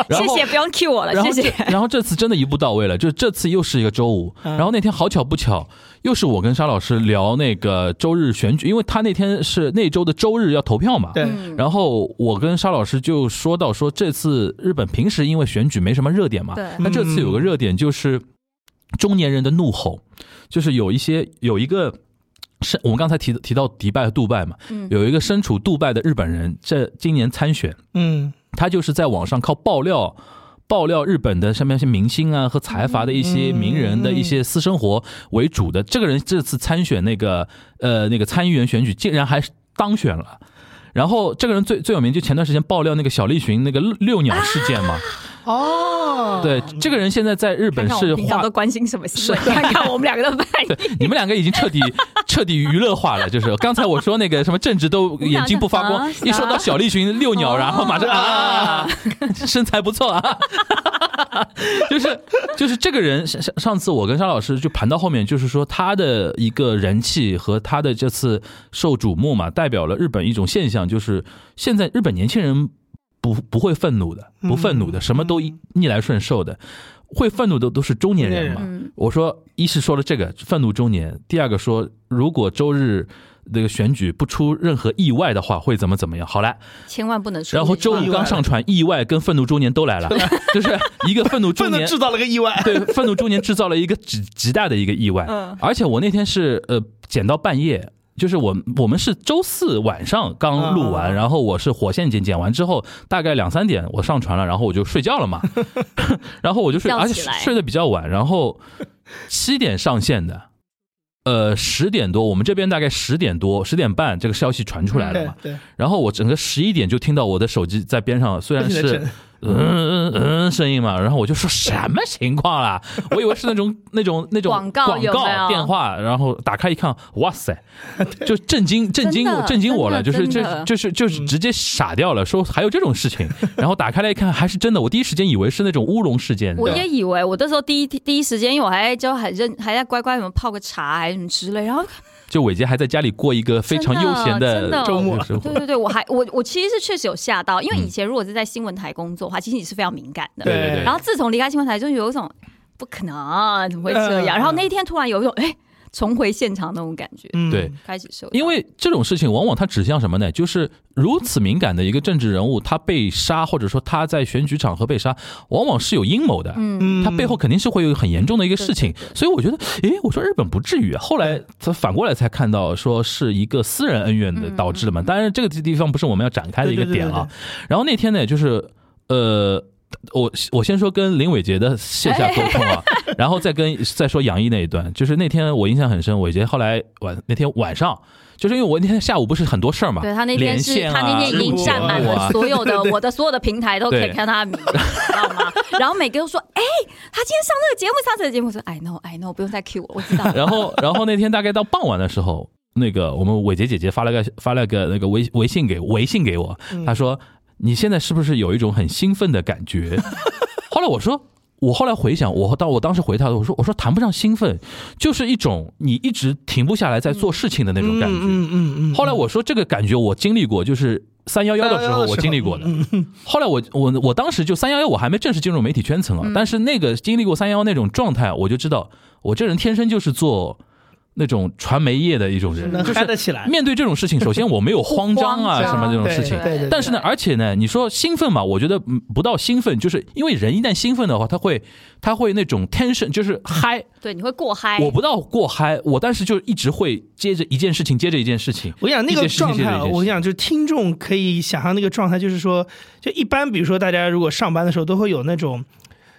Speaker 2: 然
Speaker 4: 谢
Speaker 2: 后
Speaker 4: 谢，不用 cue 我了，
Speaker 2: 然后
Speaker 4: 谢
Speaker 2: 这
Speaker 4: 谢。
Speaker 2: 然后这次真的一步到位了，就是这次又是一个周五，
Speaker 4: 嗯
Speaker 2: 然后那天好巧不巧，又是我跟沙老师聊那个周日选举，因为他那天是那周的周日要投票嘛。
Speaker 3: 对，
Speaker 4: 嗯
Speaker 2: 然后我跟沙老师就说到说，这次日本平时因为选举没什么热点嘛，
Speaker 4: 对
Speaker 2: 那这次有个热点就是中年人的怒吼，就是有一些有一个。身我们刚才提提到迪拜和杜拜嘛，
Speaker 4: 嗯
Speaker 2: 有一个身处杜拜的日本人，这今年参选，
Speaker 3: 嗯，
Speaker 2: 他就是在网上靠爆料。爆料日本的上面一些明星啊和财阀的一些名人的一些私生活为主的，这个人这次参选那个呃那个参议员选举，竟然还是当选了。然后这个人最最有名，就前段时间爆料那个小栗旬那个遛遛鸟事件嘛。
Speaker 3: 哦，
Speaker 2: 对，这个人现在在日
Speaker 4: 啊看
Speaker 2: 本
Speaker 4: 看我
Speaker 2: 是
Speaker 4: 们平常
Speaker 2: 话
Speaker 4: 都关心什么新闻，看看我们两个的反应。
Speaker 2: 你们两个已经彻底彻底娱乐化了，就是刚才我说那个什么政治都眼睛不发光
Speaker 4: 啊，
Speaker 2: 一说到小栗旬遛鸟，
Speaker 4: 哦
Speaker 2: 然后马上啊，身材不错啊， 就是就是这个人，上上上次我跟沙老师就盘到后面，就是说他的一个人气和他的这次受瞩目嘛，代表了日本一种现象，就是现在日本年轻人不不会愤怒的，不愤怒的，什么都一逆来顺受的。会愤怒的都是中年人嘛，
Speaker 4: 嗯，
Speaker 2: 我说，一是说了这个愤怒中年，第二个说，如果周日那个选举不出任何意外的话，会怎么怎么样？好了，
Speaker 4: 千万不能说。
Speaker 2: 然后周五刚上传，意外跟愤怒中年都 来了，就是一个愤怒
Speaker 3: 不
Speaker 2: 中
Speaker 3: 能
Speaker 2: 年
Speaker 3: 制。造了个意外，
Speaker 2: 对，愤怒中年制造了一个极极大的一个意外，
Speaker 4: 嗯
Speaker 2: 而且我那天是呃剪到半夜，就是我我们是周四晚上刚录完，
Speaker 3: 啊
Speaker 2: 然后我是火线剪剪完之后，大概两三点我上传了，然后我就睡觉 了嘛，然后我就睡，
Speaker 4: 吊
Speaker 2: 而且
Speaker 4: 起来
Speaker 2: 睡得比较晚，然后七点上线的。呃，十点多，我们这边大概十点多、十点半，这个消息传出来了
Speaker 3: 对
Speaker 2: 嘛。
Speaker 3: 对，
Speaker 2: 然后我整个十一点就听到我的手机在边上，虽然
Speaker 3: 不
Speaker 2: 是
Speaker 3: 停地震
Speaker 2: 嗯嗯嗯声音嘛，然后我就说什么情况 啦？我以为是那种那种那种
Speaker 4: 广告
Speaker 2: 广
Speaker 4: 有没有
Speaker 2: 告电话，然后打开一看，哇塞，就震惊震惊
Speaker 4: 真的
Speaker 2: 震惊我了，就
Speaker 4: 真的
Speaker 2: 是
Speaker 4: 真
Speaker 2: 这
Speaker 4: 的嗯
Speaker 2: 就是就是直接傻掉了，说还有这种事情。然后打开来一看，还是真的，我第一时间以为是那种乌龙事件。
Speaker 4: 我
Speaker 2: 对吧
Speaker 4: 也以为，我那时候第一第一时间，因为我还就很认，还在乖乖什么泡个茶还是什么之类，然后
Speaker 2: 就伟杰还在家里过一个非常悠闲
Speaker 4: 真的
Speaker 2: 周末
Speaker 3: 真的
Speaker 2: 生活
Speaker 4: 对。对对，我还我我其实是确实有吓到，因为以前如果是在新闻台工作的话，其实你是非常敏感的。
Speaker 2: 嗯对对对
Speaker 4: 然后自从离开新闻台，就有一种不可能，怎么会这样？
Speaker 3: 嗯
Speaker 4: 然后那一天突然有一种哎。重回现场那种感觉，
Speaker 3: 嗯，
Speaker 2: 对，
Speaker 4: 开始受到，
Speaker 2: 因为这种事情往往它指向什么呢？就是如此敏感的一个政治人物，他被杀，或者说他在选举场合被杀，往往是有阴谋的。
Speaker 4: 嗯，
Speaker 3: 嗯，
Speaker 2: 他背后肯定是会有很严重的一个事情
Speaker 4: 对对，
Speaker 2: 所以我觉得，诶，我说日本不至于。啊后来才反过来才看到，说是一个私人恩怨的
Speaker 4: 嗯
Speaker 2: 导致的嘛。当然，这个地方不是我们要展开的一个点啊。然后那天呢，就是呃，我我先说跟林伟杰的线下沟通啊，
Speaker 4: 哎
Speaker 2: 然后再跟再说杨毅那一段。就是那天我印象很深，伟杰后来晚那天晚上，就是因为我那天下午不是很多事儿嘛，
Speaker 4: 对他那天
Speaker 2: 连
Speaker 4: 是
Speaker 2: 线啊
Speaker 4: 他那天已经占满
Speaker 2: 直播
Speaker 4: 了
Speaker 2: 啊
Speaker 4: 所有的我的所有的平 台都可以
Speaker 2: 对
Speaker 4: 看他的名字，知道吗？然后每个都说，哎，他今天上这个节目，上这个节目，我说 I know I know，不用再 cue 我，我知道了。
Speaker 2: 然后，然后那天大概到傍晚的时候，那个我们伟杰姐姐发了个发了个那个微微信给微信给我，
Speaker 3: 嗯
Speaker 2: 她说：“你现在是不是有一种很兴奋的感觉？” 后来我说。我后来回想，我到我当时回她，我说我说谈不上兴奋，就是一种你一直停不下来在做事情的那种感觉。
Speaker 3: 嗯嗯嗯，
Speaker 2: 后来我说这个感觉我经历过，就是三幺幺的时候嗯
Speaker 3: 311
Speaker 2: 我经历过的。后来我我我当时就三幺幺我还没正式进入媒体圈层啊，但是那个经历过三幺幺那种状态，我就知道我这人天生就是做那种传媒业的一种人，
Speaker 3: 能
Speaker 2: 就
Speaker 3: 嗨
Speaker 2: 是
Speaker 3: 得起来，
Speaker 2: 面对这种事情，首先我没有慌张啊
Speaker 4: 不慌张
Speaker 2: 什么这种事情
Speaker 3: 对。对对，
Speaker 2: 但是呢，而且呢，你说兴奋嘛，我觉得嗯不到兴奋，就是因为人一旦兴奋的话，他会他会那种 tension，就是 嗨。
Speaker 4: 对，你会过嗨，
Speaker 2: 我不到过嗨，我但是就一直会接着一件事情接着一件事情。
Speaker 3: 我想那
Speaker 2: 一
Speaker 3: 个
Speaker 2: 件事情
Speaker 3: 状
Speaker 2: 接着
Speaker 3: 态
Speaker 2: 一
Speaker 3: 啊，
Speaker 2: 件事
Speaker 3: 我想就是听众可以想象那个状态，就是说，就一般比如说大家如果上班的时候都会有那种。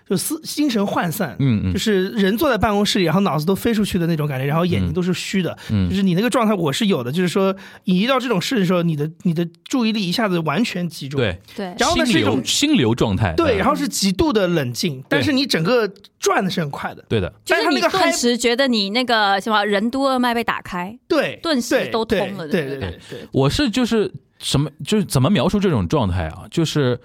Speaker 3: 就思精神涣散，
Speaker 2: 嗯嗯
Speaker 3: 就是人坐在办公室里，然后脑子都飞出去的那种感觉，然后眼睛都是虚的，
Speaker 2: 嗯
Speaker 3: 就是你那个状态我是有的，就是说你一到这种事的时候，你的你的注意力一下子完全集中，，
Speaker 2: 对，
Speaker 4: 对，
Speaker 3: 然后呢
Speaker 2: 心
Speaker 3: 是一种
Speaker 2: 流心流状态。嗯
Speaker 3: 对，然后是极度的冷静，但是你整个转的是很快的，
Speaker 2: 对的，
Speaker 4: 就
Speaker 3: 但
Speaker 4: 是
Speaker 3: 他那
Speaker 4: 你
Speaker 3: 个嗨
Speaker 4: 顿时觉得你那个什么任督二脉被打开，
Speaker 3: 对，
Speaker 4: 顿时
Speaker 3: 对
Speaker 4: 都通
Speaker 3: 对
Speaker 4: 了
Speaker 3: 对
Speaker 4: 对
Speaker 3: 对
Speaker 4: 不
Speaker 3: 对对，
Speaker 2: 我是就是什么就是怎么描述这种状态啊？就是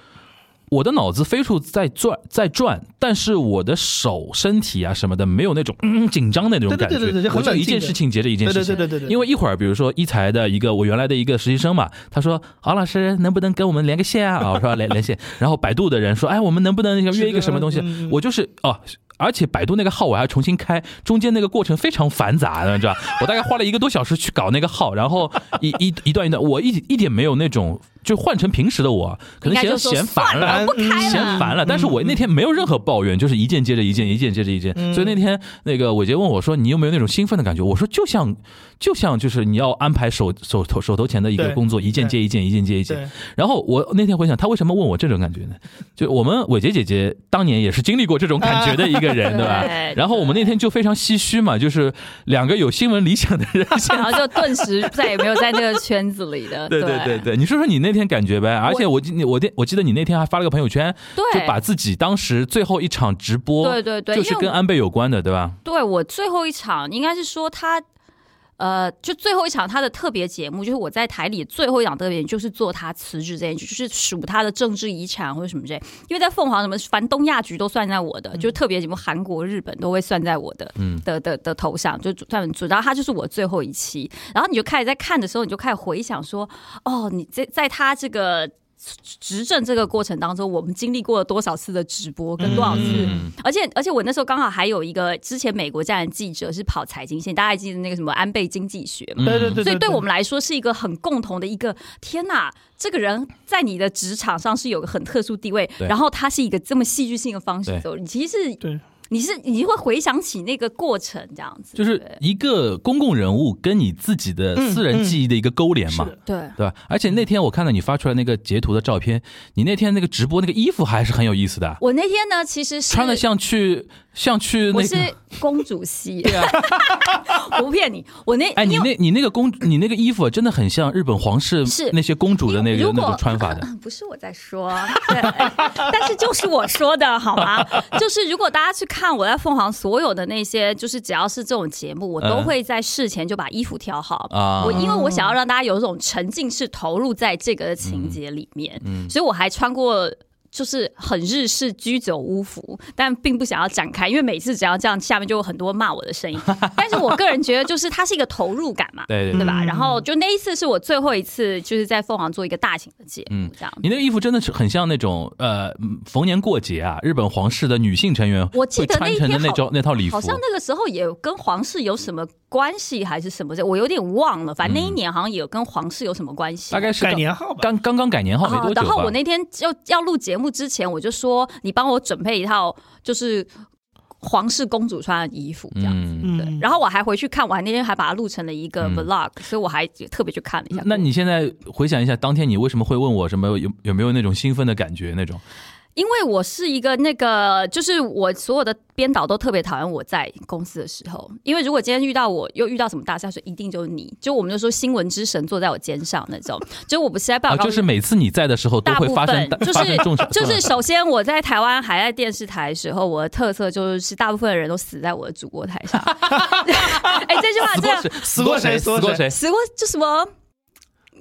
Speaker 2: 我的脑子飞处在转在转，但是我的手、身体啊什么的没有那种嗯紧张的那种感觉，
Speaker 3: 对对对对对就很
Speaker 2: 我就一
Speaker 3: 冷静
Speaker 2: 件
Speaker 3: 的
Speaker 2: 事情接着一件
Speaker 3: 对
Speaker 2: 事情。
Speaker 3: 对对对对对，
Speaker 2: 因为一会儿，比如说一财的一个我原来的一个实习生嘛，他说：“郝老师，能不能跟我们连个线啊？”啊我说：“连 连线。”然后百度的人说：“哎，我们能不能约一个什么东西
Speaker 3: 是的嗯嗯？”
Speaker 2: 我就是哦。而且百度那个号我还要重新开，中间那个过程非常繁杂的，你知道吧？我大概花了一个多小时去搞那个号，然后 一一一段一段，我一一点没有那种，就换成平时的我，可能
Speaker 4: 应该
Speaker 2: 嫌
Speaker 4: 就说
Speaker 2: 嫌烦
Speaker 4: 算
Speaker 2: 了嗯
Speaker 4: 我，不开
Speaker 2: 嫌
Speaker 4: 了。
Speaker 2: 烦了，但是我那天没有任何抱怨，就是一件接着一件，一件接着一件。所以那天那个伟杰问我说：“你有没有那种兴奋的感觉？”我说：“就像，就像就是你要安排手手头手头前的一个
Speaker 3: 对
Speaker 2: 工作，一件接一件，一件接一件。
Speaker 3: 对，
Speaker 2: 然后我那天回想，他为什么问我这种感觉呢？就我们伟杰姐姐当年也是经历过这种感觉的一个人，
Speaker 4: 啊
Speaker 2: 对吧
Speaker 4: 对？
Speaker 2: 然后我们那天就非常唏嘘嘛，就是两个有新闻理想的人，现
Speaker 4: 然后就顿时再也没有在那个圈子里的，
Speaker 2: 对对
Speaker 4: 对
Speaker 2: 对对，你说说你那天感觉呗。而且我记你我记我记得你那天还发了个朋友圈，
Speaker 4: 对
Speaker 2: 就把自己当时最后一场直播，
Speaker 4: 对对对
Speaker 2: 就是
Speaker 4: 因为
Speaker 2: 跟
Speaker 4: 我
Speaker 2: 安倍有关的，对吧？
Speaker 4: 对我最后一场应该是说他，呃，就最后一场他的特别节目，就是我在台里最后一场特别节目，就是做他辞职这件事，就是数他的政治遗产或者什么之类。因为在凤凰什么，凡东亚局都算在我的，就是特别节目，韩国、日本都会算在我的，
Speaker 2: 嗯
Speaker 4: 的的的头上，就算主。然后他就是我最后一期，然后你就开始在看的时候，你就开始回想说，哦，你在在他这个。执政这个过程当中，我们经历过了多少次的直播，跟多少次
Speaker 2: 嗯，
Speaker 4: 而且而且我那时候刚好还有一个之前美国站的记者是跑财经线，大家还记得那个什么安倍经济学嘛？
Speaker 3: 对对对，
Speaker 4: 所以对我们来说是一个很共同的一个，天哪，这个人在你的职场上是有个很特殊地位，
Speaker 2: 对
Speaker 4: 然后他是一个这么戏剧性的方式
Speaker 2: 对
Speaker 4: 走，你其实是
Speaker 3: 对
Speaker 4: 你是你会回想起那个过程这样子，
Speaker 2: 就是
Speaker 4: 对
Speaker 2: 一个公共人物跟你自己的私人记忆的一个勾连嘛
Speaker 3: 嗯嗯是，
Speaker 4: 对
Speaker 2: 对吧？而且那天我看到你发出来那个截图的照片，你那天那个直播那个衣服还是很有意思的，
Speaker 4: 我那天呢，其实是
Speaker 2: 穿的像去像去
Speaker 4: 我
Speaker 2: 那
Speaker 4: 是
Speaker 2: 个。啊
Speaker 4: 公主 系， 我不骗你，我那
Speaker 2: 哎，你
Speaker 4: 因为
Speaker 2: 那你那个公，你那个衣服真的很像日本皇室
Speaker 4: 是
Speaker 2: 那些公主的那
Speaker 4: 因为
Speaker 2: 个
Speaker 4: 如
Speaker 2: 那
Speaker 4: 果
Speaker 2: 种穿 法的。
Speaker 4: 不是我在说，对，但是就是我说的好吗？ 就是如果大家去看我在凤凰所有的那些，就是只要是这种节目，我都
Speaker 2: 嗯
Speaker 4: 会在事前就把衣服挑好。
Speaker 2: 啊
Speaker 4: 我因为我想
Speaker 2: 嗯
Speaker 4: 要让大家有一种沉浸式投入在这个情节里面，所以我还穿过。就是很日式居酒屋服，但并不想要展开，因为每次只要这样，下面就有很多骂我的声音。 但是我个人觉得，就是它是一个投入感嘛，
Speaker 2: 对对对。
Speaker 4: 吧？然后就那一次是我最后一次，就是在凤凰做一个大型的节目，这样。
Speaker 2: 你那个衣服真的是很像那种呃，逢年过节啊，日本皇室的女性成员
Speaker 4: 我记
Speaker 2: 会
Speaker 4: 得
Speaker 2: 穿
Speaker 4: 一
Speaker 2: 成的
Speaker 4: 天
Speaker 2: 那
Speaker 4: 好
Speaker 2: 种那套礼服
Speaker 4: 好，像那个时候也跟皇室有什么关系，还是什么的，我有点忘了。反正那一年好像也有跟皇室有什么关系。
Speaker 2: 嗯大概是
Speaker 3: 改
Speaker 2: 刚
Speaker 3: 年号吧。
Speaker 2: 刚刚刚改年后没
Speaker 4: 啊
Speaker 2: 多久吧。
Speaker 4: 然后我那天就要录节目之前，我就说你帮我准备一套就是皇室公主穿的衣服这样。
Speaker 2: 嗯，
Speaker 3: 嗯
Speaker 4: 对，然后我还回去看，我还那天还把它录成了一个
Speaker 2: 嗯
Speaker 4: vlog，、所以我还特别去看了一下。
Speaker 2: 那你现在回想一下，当天你为什么会问我什么有有没有那种兴奋的感觉那种？
Speaker 4: 因为我是一个那个，就是我所有的编导都特别讨厌我在公司的时候，因为如果今天遇到我又遇到什么大事，他说一定就是你，就我们就说新闻之神坐在我肩上那种，就我不实在办
Speaker 2: 啊，
Speaker 4: 法告
Speaker 2: 就
Speaker 4: 诉
Speaker 2: 是每次你在的时候都
Speaker 4: 大
Speaker 2: 会
Speaker 4: 部
Speaker 2: 发生
Speaker 4: 分
Speaker 2: 大
Speaker 4: 就是
Speaker 2: 发生重伤，
Speaker 4: 就是首先我在台湾还在电视台的时候，我的特色就是大部分人都死在我的主播台上。 哎、这句话
Speaker 2: 死
Speaker 4: 真
Speaker 2: 过
Speaker 4: 的
Speaker 2: 谁？死过谁？
Speaker 3: 死
Speaker 2: 死
Speaker 3: 过谁
Speaker 2: 过谁？
Speaker 4: 死过就什么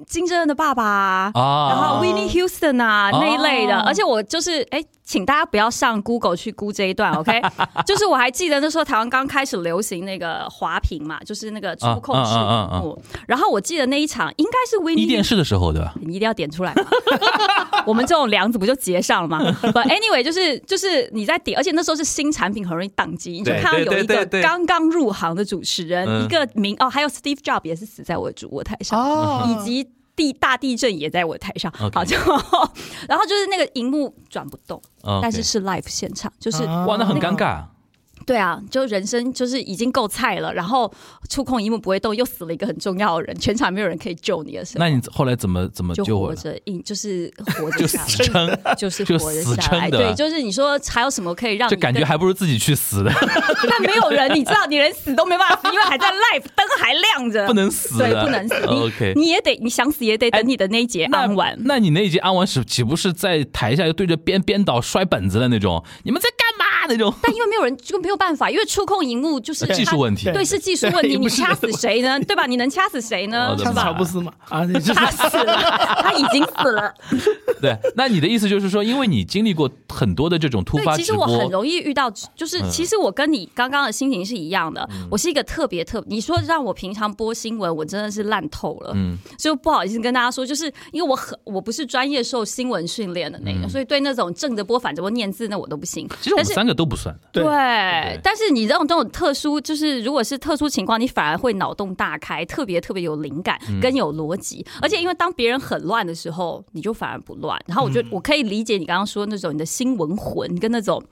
Speaker 4: 金正恩的爸爸啊
Speaker 2: 啊，
Speaker 4: 然后 w i n n i e Houston 啊
Speaker 2: 哦
Speaker 4: 那一类的，而且我就是哎，请大家不要上 Google 去估这一段，OK？就 是我还记得那时候台湾刚开始流行那个滑屏嘛，就是那个触控式
Speaker 2: 啊啊啊啊
Speaker 4: 屏幕，然后我记得那一场应该是 w i n n
Speaker 2: 一
Speaker 4: i e
Speaker 2: 电视的时候对吧？
Speaker 4: 你一定要点出来嘛， 我们这种梁子不就结上 了吗？But anyway，就是就是你在点，而且那时候是新产品，很容易宕机。你就
Speaker 2: 对
Speaker 4: 看到
Speaker 2: 对
Speaker 4: 有一
Speaker 2: 对
Speaker 4: 个
Speaker 2: 对对
Speaker 4: 刚刚入行的主持人，
Speaker 2: 嗯
Speaker 4: 一个名哦，还有 Steve Jobs 也是死在我的主播台上，
Speaker 3: 哦
Speaker 4: 以及地大地震也在我台上。
Speaker 2: 嗯 OK
Speaker 4: 好，就然后就是那个荧幕转不动，
Speaker 2: 嗯，
Speaker 4: 但是是 live 现场，就是
Speaker 3: 啊
Speaker 2: 哇，那很尴。尬。
Speaker 4: 对啊，就人生就是已经够菜了，然后触控荧幕不会动，又死了一个很重要的人，全场没有人可以救你的时候。
Speaker 2: 那你后来怎么怎么
Speaker 4: 就
Speaker 2: 救
Speaker 4: 活
Speaker 2: 我？
Speaker 4: 着，硬就是活
Speaker 2: 就
Speaker 4: 着
Speaker 2: 死
Speaker 4: 下来。
Speaker 2: 撑，
Speaker 4: 就是
Speaker 2: 就
Speaker 4: 活着
Speaker 2: 死
Speaker 4: 下
Speaker 2: 撑
Speaker 4: 来。
Speaker 2: 的
Speaker 4: 对，就是你说还有什么可以让
Speaker 2: 这
Speaker 4: 你
Speaker 2: 感觉
Speaker 4: 更
Speaker 2: 还不如自己去死的，
Speaker 4: 但没有人，你知道，你连死都没办法死，因为还在 live 灯还亮着，
Speaker 2: 不能死
Speaker 4: 呃对，
Speaker 2: 的，
Speaker 4: 不能死。你
Speaker 2: OK，
Speaker 4: 你也得，你想死也得
Speaker 2: 哎
Speaker 4: 等你的那一节
Speaker 2: 那
Speaker 4: 安完。
Speaker 2: 那你那一集安完是岂不是在台下又对着编编导摔本子的那种？你们在干嘛那 种？
Speaker 4: 但因为没有人就没有办法，因为触控荧幕就是
Speaker 2: 呃技术问题
Speaker 4: 它对，是技术问
Speaker 3: 对
Speaker 4: 题。
Speaker 3: 不
Speaker 4: 你
Speaker 3: 是
Speaker 4: 掐死谁呢？对吧？ 你能掐死谁呢
Speaker 2: 我？的
Speaker 3: 掐
Speaker 4: 是
Speaker 3: 死
Speaker 2: 妈
Speaker 4: 吧？
Speaker 3: 乔布斯嘛？ 啊，你就是
Speaker 4: 他死了，他已经 死了。
Speaker 2: 对，那你的意思就是说，因为你经历过很多的这种突
Speaker 4: 对，
Speaker 2: 发
Speaker 4: 哎其
Speaker 2: 直
Speaker 4: 实我很
Speaker 2: 播，
Speaker 4: 容易遇到，就是
Speaker 2: 嗯
Speaker 4: 其实我跟你刚刚的心情是一样的。我是一个特别特，你说让我平常播新闻，我真的是烂透了。
Speaker 2: 嗯，
Speaker 4: 就不好意思跟大家说，就是因为我很我不是专业受新闻训练的那种，所以对那种正着播、反着播、念字那我都不行。
Speaker 2: 其实我们
Speaker 4: 但是
Speaker 2: 三个都不算的，
Speaker 3: 对
Speaker 2: 对
Speaker 4: 但是你这种这种特殊，就是如果是特殊情况，你反而会脑洞大开，特别特别有灵感
Speaker 2: 嗯
Speaker 4: 跟有逻辑，而且因为当别人很乱的时候，你就反而不乱。然后
Speaker 2: 嗯
Speaker 4: 我觉得我可以理解你刚刚说那种你的新闻魂跟那种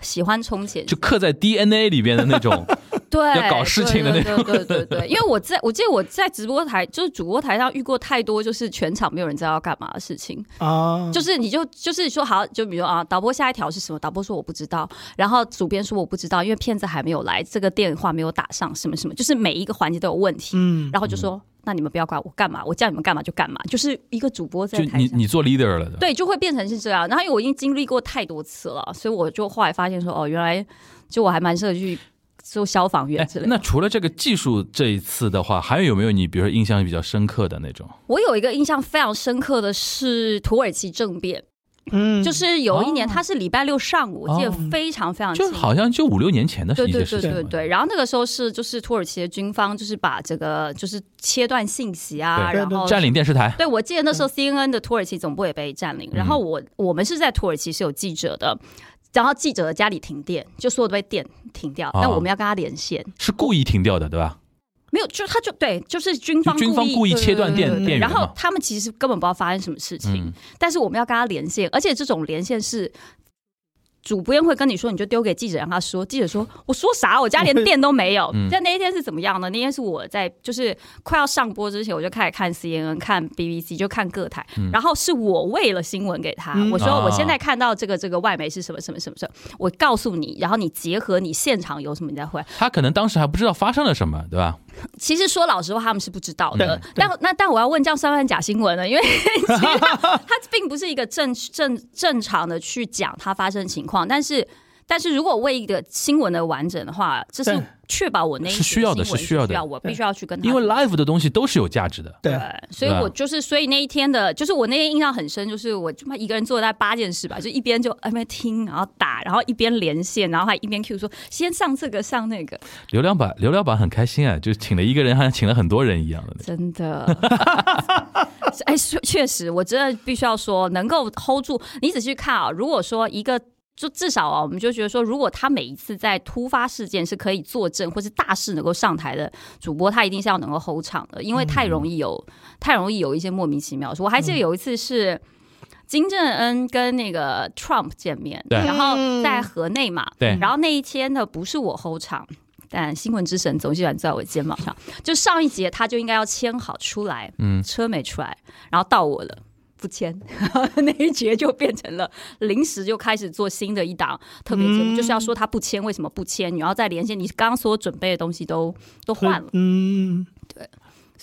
Speaker 4: 喜欢充钱
Speaker 2: 就刻在 DNA 里边的那种。
Speaker 4: 对，
Speaker 2: 要搞事情的那
Speaker 4: 种。对对对 对对，因为我在我记得我在直播台，就是主播台上遇过太多，就是全场没有人知道要干嘛的事情。
Speaker 3: 啊，
Speaker 4: 就是你就就是说好，就比如啊，导播下一条是什么？导播说我不知道，然后主编说我不知道，因为骗子还没有来，这个电话没有打上，什么什么，就是每一个环节都有问题。
Speaker 3: 嗯，
Speaker 4: 然后就说，那你们不要管我干嘛，我叫你们干嘛就干嘛，就是一个主 播在
Speaker 2: 就
Speaker 4: 台
Speaker 2: 你
Speaker 4: 上。
Speaker 2: 你做 leader 了的，
Speaker 4: 对，就会变成是这样。然后因为我已经经历过太多次了，所以我就后来发现说，哦，原来就我还蛮适合去做消防员
Speaker 2: 哎
Speaker 4: 之类，的。
Speaker 2: 那除了这个技术这一次的话，还有没有你比如说印象比较深刻的那种？
Speaker 4: 我有一个印象非常深刻的是土耳其政变，
Speaker 3: 嗯，
Speaker 4: 就是有一年
Speaker 2: 哦
Speaker 4: 它是礼拜六上午，我记得
Speaker 2: 哦
Speaker 4: 非常非常清
Speaker 2: 就
Speaker 4: 楚。
Speaker 2: 好像就五六年前的
Speaker 4: 对
Speaker 2: 一
Speaker 4: 对
Speaker 2: 些事
Speaker 4: 对
Speaker 2: 情嘛。
Speaker 4: 对对，然后那个时候是就是土耳其的军方就是把这个就是切断信息啊，
Speaker 2: 对嗯
Speaker 4: 然后
Speaker 2: 占领电视台，
Speaker 4: 对，我记得那时候 CNN 的土耳其总部也被占领，然后
Speaker 2: 嗯
Speaker 4: 我我们是在土耳其是有记者的，然后记者的家里停电，就所有都被电停掉，
Speaker 2: 啊
Speaker 4: 但我们要跟他连线，
Speaker 2: 是故意停掉的，对吧？
Speaker 4: 没有，就他就对，就是军方
Speaker 2: 就军方故意
Speaker 4: 对
Speaker 2: 切断电
Speaker 4: 对对对
Speaker 2: 电源
Speaker 4: 然后
Speaker 2: 嘛
Speaker 4: 他们其实根本不知道发生什么事情，
Speaker 2: 嗯
Speaker 4: 但是我们要跟他连线，而且这种连线是。主编会跟你说，你就丢给记者让他说。记者说：“我说啥？我家连电都没有。
Speaker 2: 嗯
Speaker 4: 但那一天是怎么样呢？那天是我在就是快要上播之前，我就开始看 CNN、看 BBC，就看各台。然后是我喂了新闻给他，
Speaker 3: 嗯
Speaker 4: 我说
Speaker 2: 嗯啊
Speaker 4: 我现在看到这个这个外媒是什么什么什么什么，我告诉你，然后你结合你现场有什么，你再回来。
Speaker 2: 他可能当时还不知道发生了什么，对吧？
Speaker 4: 其实说老实话，他们是不知道的
Speaker 2: 嗯。
Speaker 4: 但那但我要问，这样算不算假新闻呢？因为 其实它它并不是一个正正正常的去讲它发生的情况，但是但是如果为一个新闻的完整的话，这是
Speaker 3: 对
Speaker 4: 确保我那一
Speaker 2: 是需要的
Speaker 4: 则新闻
Speaker 2: 是需要的
Speaker 4: 需要我必须要去跟他，
Speaker 2: 因为 live 的东西都是有价值的。
Speaker 3: 对
Speaker 4: 对，所以
Speaker 2: 对啊
Speaker 4: 我就是，所以那一天的，就是我那天印象很深，就是我他妈一个人做了大概八件事吧，就一边就哎边听，然后打，然后一边连线，然后还一边 Q 说先上这个上那个，
Speaker 2: 流量版流量版很开心啊，就请了一个人，好像请了很多人一样的。
Speaker 4: 真的， 哎，确确实，我真的必须要说，能够 hold 住。你仔细看啊，如果说一个。就至少啊，我们就觉得说，如果他每一次在突发事件是可以作证，或是大事能够上台的主播，他一定是要能够 hold 场的，因为太容
Speaker 2: 嗯
Speaker 4: 易有、太容易有一些莫名其妙的事。我还记得有一次是金正恩跟那个 Trump 见面，
Speaker 2: 对
Speaker 4: 然后在河内嘛，
Speaker 2: 对
Speaker 4: 然后那一天呢，不是我 hold 场，但新闻之神总喜欢坐在我肩膀上。就上一节他就应该要签好出来，
Speaker 2: 嗯
Speaker 4: 车没出来，然后到我了。不签， 那一节就变成了临时就开始做新的一档特别节目，就是要说他不签，为什么不签，然后再连线你刚刚所准备的东西都都换了。
Speaker 3: 嗯，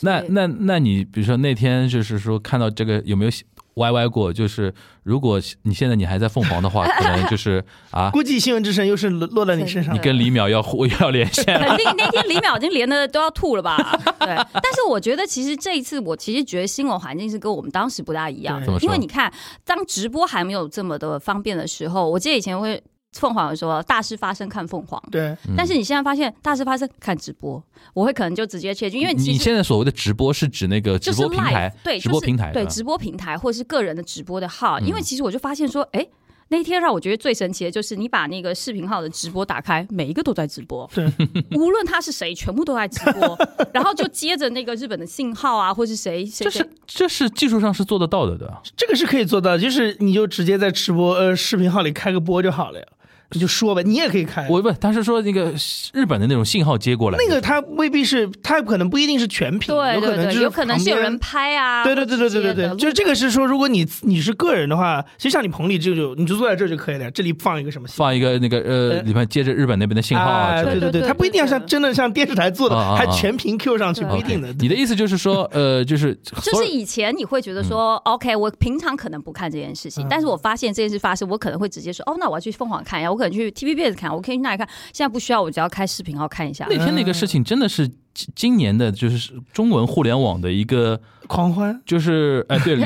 Speaker 2: 那
Speaker 4: 所以
Speaker 2: 那那你比如说那天就是说看到这个有没有歪歪过？就是如果你现在你还在凤凰的话，可能 就是啊，
Speaker 3: 估计新闻之神又是落落在你身上
Speaker 2: 你
Speaker 3: 了。
Speaker 2: 跟李淼要互 要连线了。
Speaker 4: 肯定呃那天李淼已经连的都要 吐了吧？对，但是我觉得其实这一次，我其实觉得新闻环境是跟我们当时不大一样
Speaker 3: 对
Speaker 2: 怎么
Speaker 4: 的，
Speaker 2: 说
Speaker 4: 因为你看，当直播还没有这么的方便的时候，我记得以前会凤凰有说大事发生看凤凰，
Speaker 3: 对，
Speaker 2: 嗯
Speaker 4: 但是你现在发现大事发生看直播，我会可能就直接切进去，因为
Speaker 2: 你
Speaker 4: 其
Speaker 2: 你
Speaker 4: 实。
Speaker 2: 现在所谓的直播是指那个
Speaker 4: 就
Speaker 2: 直
Speaker 4: 是
Speaker 2: 播平
Speaker 4: live
Speaker 2: 台，
Speaker 4: 对，
Speaker 2: 直播
Speaker 4: 就是
Speaker 2: 平台
Speaker 4: 对
Speaker 2: 嗯
Speaker 4: 直播平台或者是个人的直播的号，因为
Speaker 2: 嗯
Speaker 4: 其实我就发现说，哎。那天让我觉得最神奇的就是，你把那个视频号的直播打开，每一个都在直播，
Speaker 3: 对，
Speaker 4: 无论他是谁，全部都在直 播。然后就接着那个日本的信号啊，或是谁谁
Speaker 2: 这
Speaker 4: 谁
Speaker 2: 是，这是技术上是做得到的，对吧？
Speaker 3: 这个是可以做到，就是你就直接在直播呃视频号里开个播就好了呀，你就说呗，你也可以开。
Speaker 2: 我不，他是说那个日本的那种信号接过来，
Speaker 3: 那个它未必是，它可能不一定是全屏，
Speaker 4: 对
Speaker 3: 可
Speaker 4: 对
Speaker 3: 能就
Speaker 4: 对，有可能是有
Speaker 3: 旁边
Speaker 4: 人。拍啊，
Speaker 3: 对对对对对对
Speaker 4: 或者是接
Speaker 3: 对，
Speaker 4: 的
Speaker 3: 就是这个是说，如果你你是个人的话，其实像你棚里就有，你就坐在这儿就可以了，这里放一个什么信号
Speaker 2: 放一个那个呃
Speaker 3: 呃
Speaker 2: 里面接着日本那边的信号啊
Speaker 3: 哎
Speaker 2: 之类
Speaker 3: 对
Speaker 2: 的。
Speaker 4: 对
Speaker 3: 对，
Speaker 4: 对
Speaker 3: 它不一定要像
Speaker 4: 对
Speaker 3: 真的像电视台做的，
Speaker 2: 啊啊啊
Speaker 3: 还全屏 Q 上去，
Speaker 4: 对
Speaker 3: 不一
Speaker 2: 啊 OK，
Speaker 3: 定的。
Speaker 2: 你的意思就是 说，呃，就是
Speaker 4: 就
Speaker 2: 所
Speaker 4: 是
Speaker 2: 有
Speaker 4: 以前你会觉得说、o
Speaker 2: 嗯
Speaker 4: k 我平常可能不看这件事
Speaker 3: 嗯
Speaker 4: 情，但是我发现这件事发生，我可能会直接说，哦，那我要去凤凰看一下，我可能去 TVBS 看，我可以去那里看。现在不需要，我只要开视频号看一下。
Speaker 2: 那天那个事情真的是今今年的，就是中文互联网的一个，
Speaker 3: 狂欢，
Speaker 2: 就是哎，对 流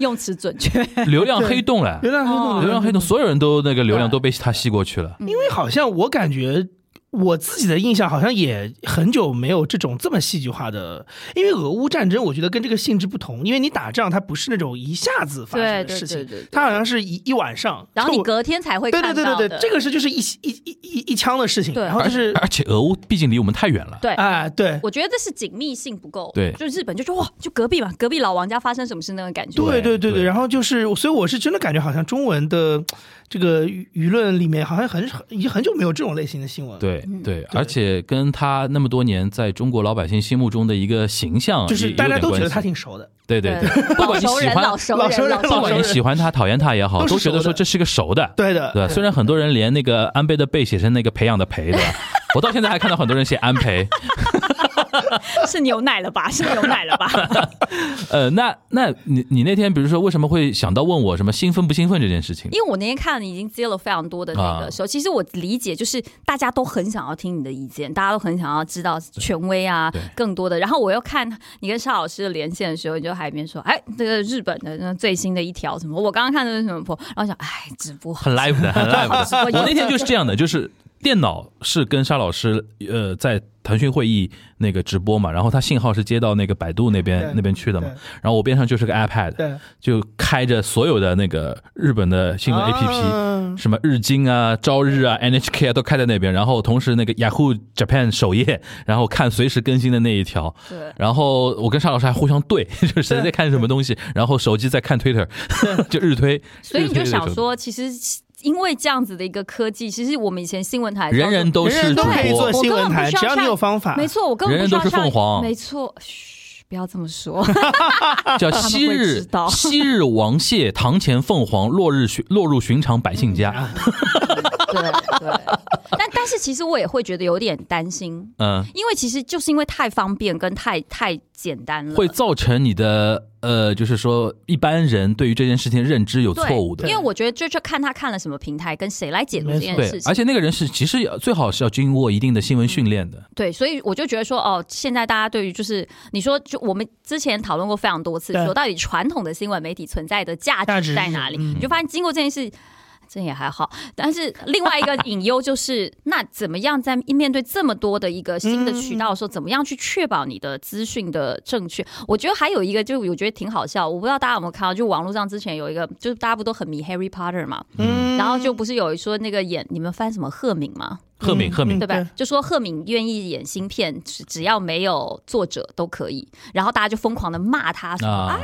Speaker 4: 用词准确，
Speaker 2: 流量黑洞了
Speaker 3: 流，量黑
Speaker 4: 哦
Speaker 3: 洞，
Speaker 2: 流量黑洞，所有人都那个流量
Speaker 4: 对
Speaker 2: 都被他吸过去了。
Speaker 3: 因为好像我感觉我自己的印象好像也很久没有这种这么戏剧化的，因为俄乌战争我觉得跟这个性质不同，因为你打仗它不是那种一下子发
Speaker 4: 对
Speaker 3: 生的
Speaker 4: 对
Speaker 3: 事
Speaker 4: 对
Speaker 3: 情，
Speaker 4: 对对。
Speaker 3: 它好像是一一晚上，
Speaker 4: 然后
Speaker 3: 就
Speaker 4: 你
Speaker 3: 我
Speaker 4: 隔天才会
Speaker 3: 对
Speaker 4: 看
Speaker 3: 对
Speaker 4: 到
Speaker 3: 对对对，这
Speaker 4: 个
Speaker 3: 个是就是一一一一一枪的事情，
Speaker 4: 对
Speaker 3: 然后就是
Speaker 2: 而且俄乌毕竟离我们太远了，
Speaker 4: 对。
Speaker 3: 哎对
Speaker 4: 我觉得这是紧密性不够，
Speaker 2: 对
Speaker 4: 就日本就说哇，就隔壁嘛，隔壁老王家发生什么事那种感觉，
Speaker 3: 对对对
Speaker 2: 对
Speaker 3: 对，然后就是，所以我是真的感觉好像中文的这个舆舆论里面好像很已经很久没有这种类型的新闻了，
Speaker 2: 对对，而且跟他那么多年在中国老百姓心目中的一个形象，啊
Speaker 3: 就是大家都觉得他，挺熟的，
Speaker 2: 对对对， 不
Speaker 4: 老
Speaker 2: 管你
Speaker 4: 熟
Speaker 2: 喜
Speaker 4: 人，
Speaker 2: 欢
Speaker 4: 老熟人，
Speaker 3: 老熟人
Speaker 2: 不
Speaker 4: 熟
Speaker 2: 管你
Speaker 4: 人，
Speaker 2: 喜欢他、讨厌他也好，
Speaker 3: 都是
Speaker 2: 都觉得
Speaker 3: 熟
Speaker 2: 说
Speaker 3: 的
Speaker 2: 这是个熟的。
Speaker 3: 对的，
Speaker 2: 对，虽然很多人连那个安倍的倍写成那个培养的培， 对吧？我到现在还看到很多人写安培。
Speaker 4: 是牛奶 了吧？是牛奶了吧？
Speaker 2: 呃，那那你你那天比如说为什么会想到问我什么兴奋不兴奋这件事情？
Speaker 4: 因为我那天看了已经接了非常多的那
Speaker 2: 啊
Speaker 4: 个时候，其实我理解就是大家都很想要听你的意见，大家都很想要知道权威啊
Speaker 2: 对，
Speaker 4: 更多的。然后我又看你跟邵老师的连线的时候，你就海边说，哎，这个日本的那最新的一条什么，我刚刚看的是什么破，然后想，哎，直播
Speaker 2: 很 live 的， 很 live 的。
Speaker 4: 我
Speaker 2: 我那天就是这样的，就是电脑是跟沙老师呃在腾讯会议那个直播嘛，然后他信号是接到那个百度那边
Speaker 3: 对
Speaker 2: 那边去的嘛，然后我边上就是个 iPad，
Speaker 3: 对，
Speaker 2: 就开着所有的那个日本的新闻 APP。
Speaker 3: 嗯
Speaker 2: 什么日经啊、朝日啊、NHK 啊都开在那边，然后同时那个 Yahoo Japan 首页，然后看随时更新的那一条，
Speaker 4: 对。
Speaker 2: 然后我跟沙老师还互相对， 就是谁在看什么东西，然后手机在看 Twitter，就 日推。
Speaker 4: 所以你
Speaker 2: 日推
Speaker 4: 就
Speaker 2: 的
Speaker 4: 想
Speaker 2: 时候，
Speaker 4: 说，其实因为这样子的一个科技，其实我们以前新闻台
Speaker 2: 人人都
Speaker 3: 人
Speaker 2: 是
Speaker 3: 人
Speaker 2: 主
Speaker 3: 都可以
Speaker 2: 播
Speaker 3: 做，新闻台，
Speaker 4: 我根本不需要
Speaker 3: 只要你
Speaker 4: 上
Speaker 3: 有方法，
Speaker 4: 没错，我根本
Speaker 2: 人
Speaker 4: 不
Speaker 2: 人
Speaker 4: 需要
Speaker 2: 都是
Speaker 4: 上
Speaker 2: 凤凰
Speaker 4: 没错，嘘，不要这么说。
Speaker 2: 叫
Speaker 4: 们
Speaker 2: 昔
Speaker 4: 会
Speaker 2: 日
Speaker 4: 知道
Speaker 2: 昔日王谢 堂前凤凰，落日寻落入寻常百姓家。
Speaker 4: 对对，但但是其实我也会觉得有点担心，
Speaker 2: 嗯，
Speaker 4: 因为其实就是因为太方便跟太太简单了，
Speaker 2: 会造成你的呃，就是说一般人对于这件事情的认知有
Speaker 4: 对
Speaker 2: 错误的
Speaker 4: 因。为我觉得就就看他看了什么平台，跟谁来解读这件
Speaker 2: 对
Speaker 4: 事，情
Speaker 2: 而。且那个人是其实也最好是要经过一定的新闻训练的，
Speaker 4: 对，所以我就觉得说，哦，现在大家对于就是你说，就我们之前讨论过非常多次，
Speaker 3: 对
Speaker 4: 说到底传统的新闻媒体存在的价
Speaker 3: 价值
Speaker 4: 值
Speaker 3: 是
Speaker 4: 在哪里？
Speaker 3: 嗯
Speaker 4: 你就发现经过这件事。这也还好，但是另外一个隐忧就是，那怎么样在面对这么多的一个新的渠道的时候，怎么样去确保你的资讯的正确？我觉得还有一个，就我觉得挺好笑，我不知道大家有没有看到，就网络上之前有一个，就是大家不都很迷 Harry Potter 嘛，
Speaker 3: 嗯
Speaker 4: 然后就不是有一说那个演你们翻什么赫敏吗？
Speaker 2: 赫敏
Speaker 3: 嗯
Speaker 2: 赫敏
Speaker 3: 嗯
Speaker 4: 对吧？就说赫敏愿意演新片，只只要没有作者都可以，然后大家就疯狂的骂他说啊
Speaker 2: 啊，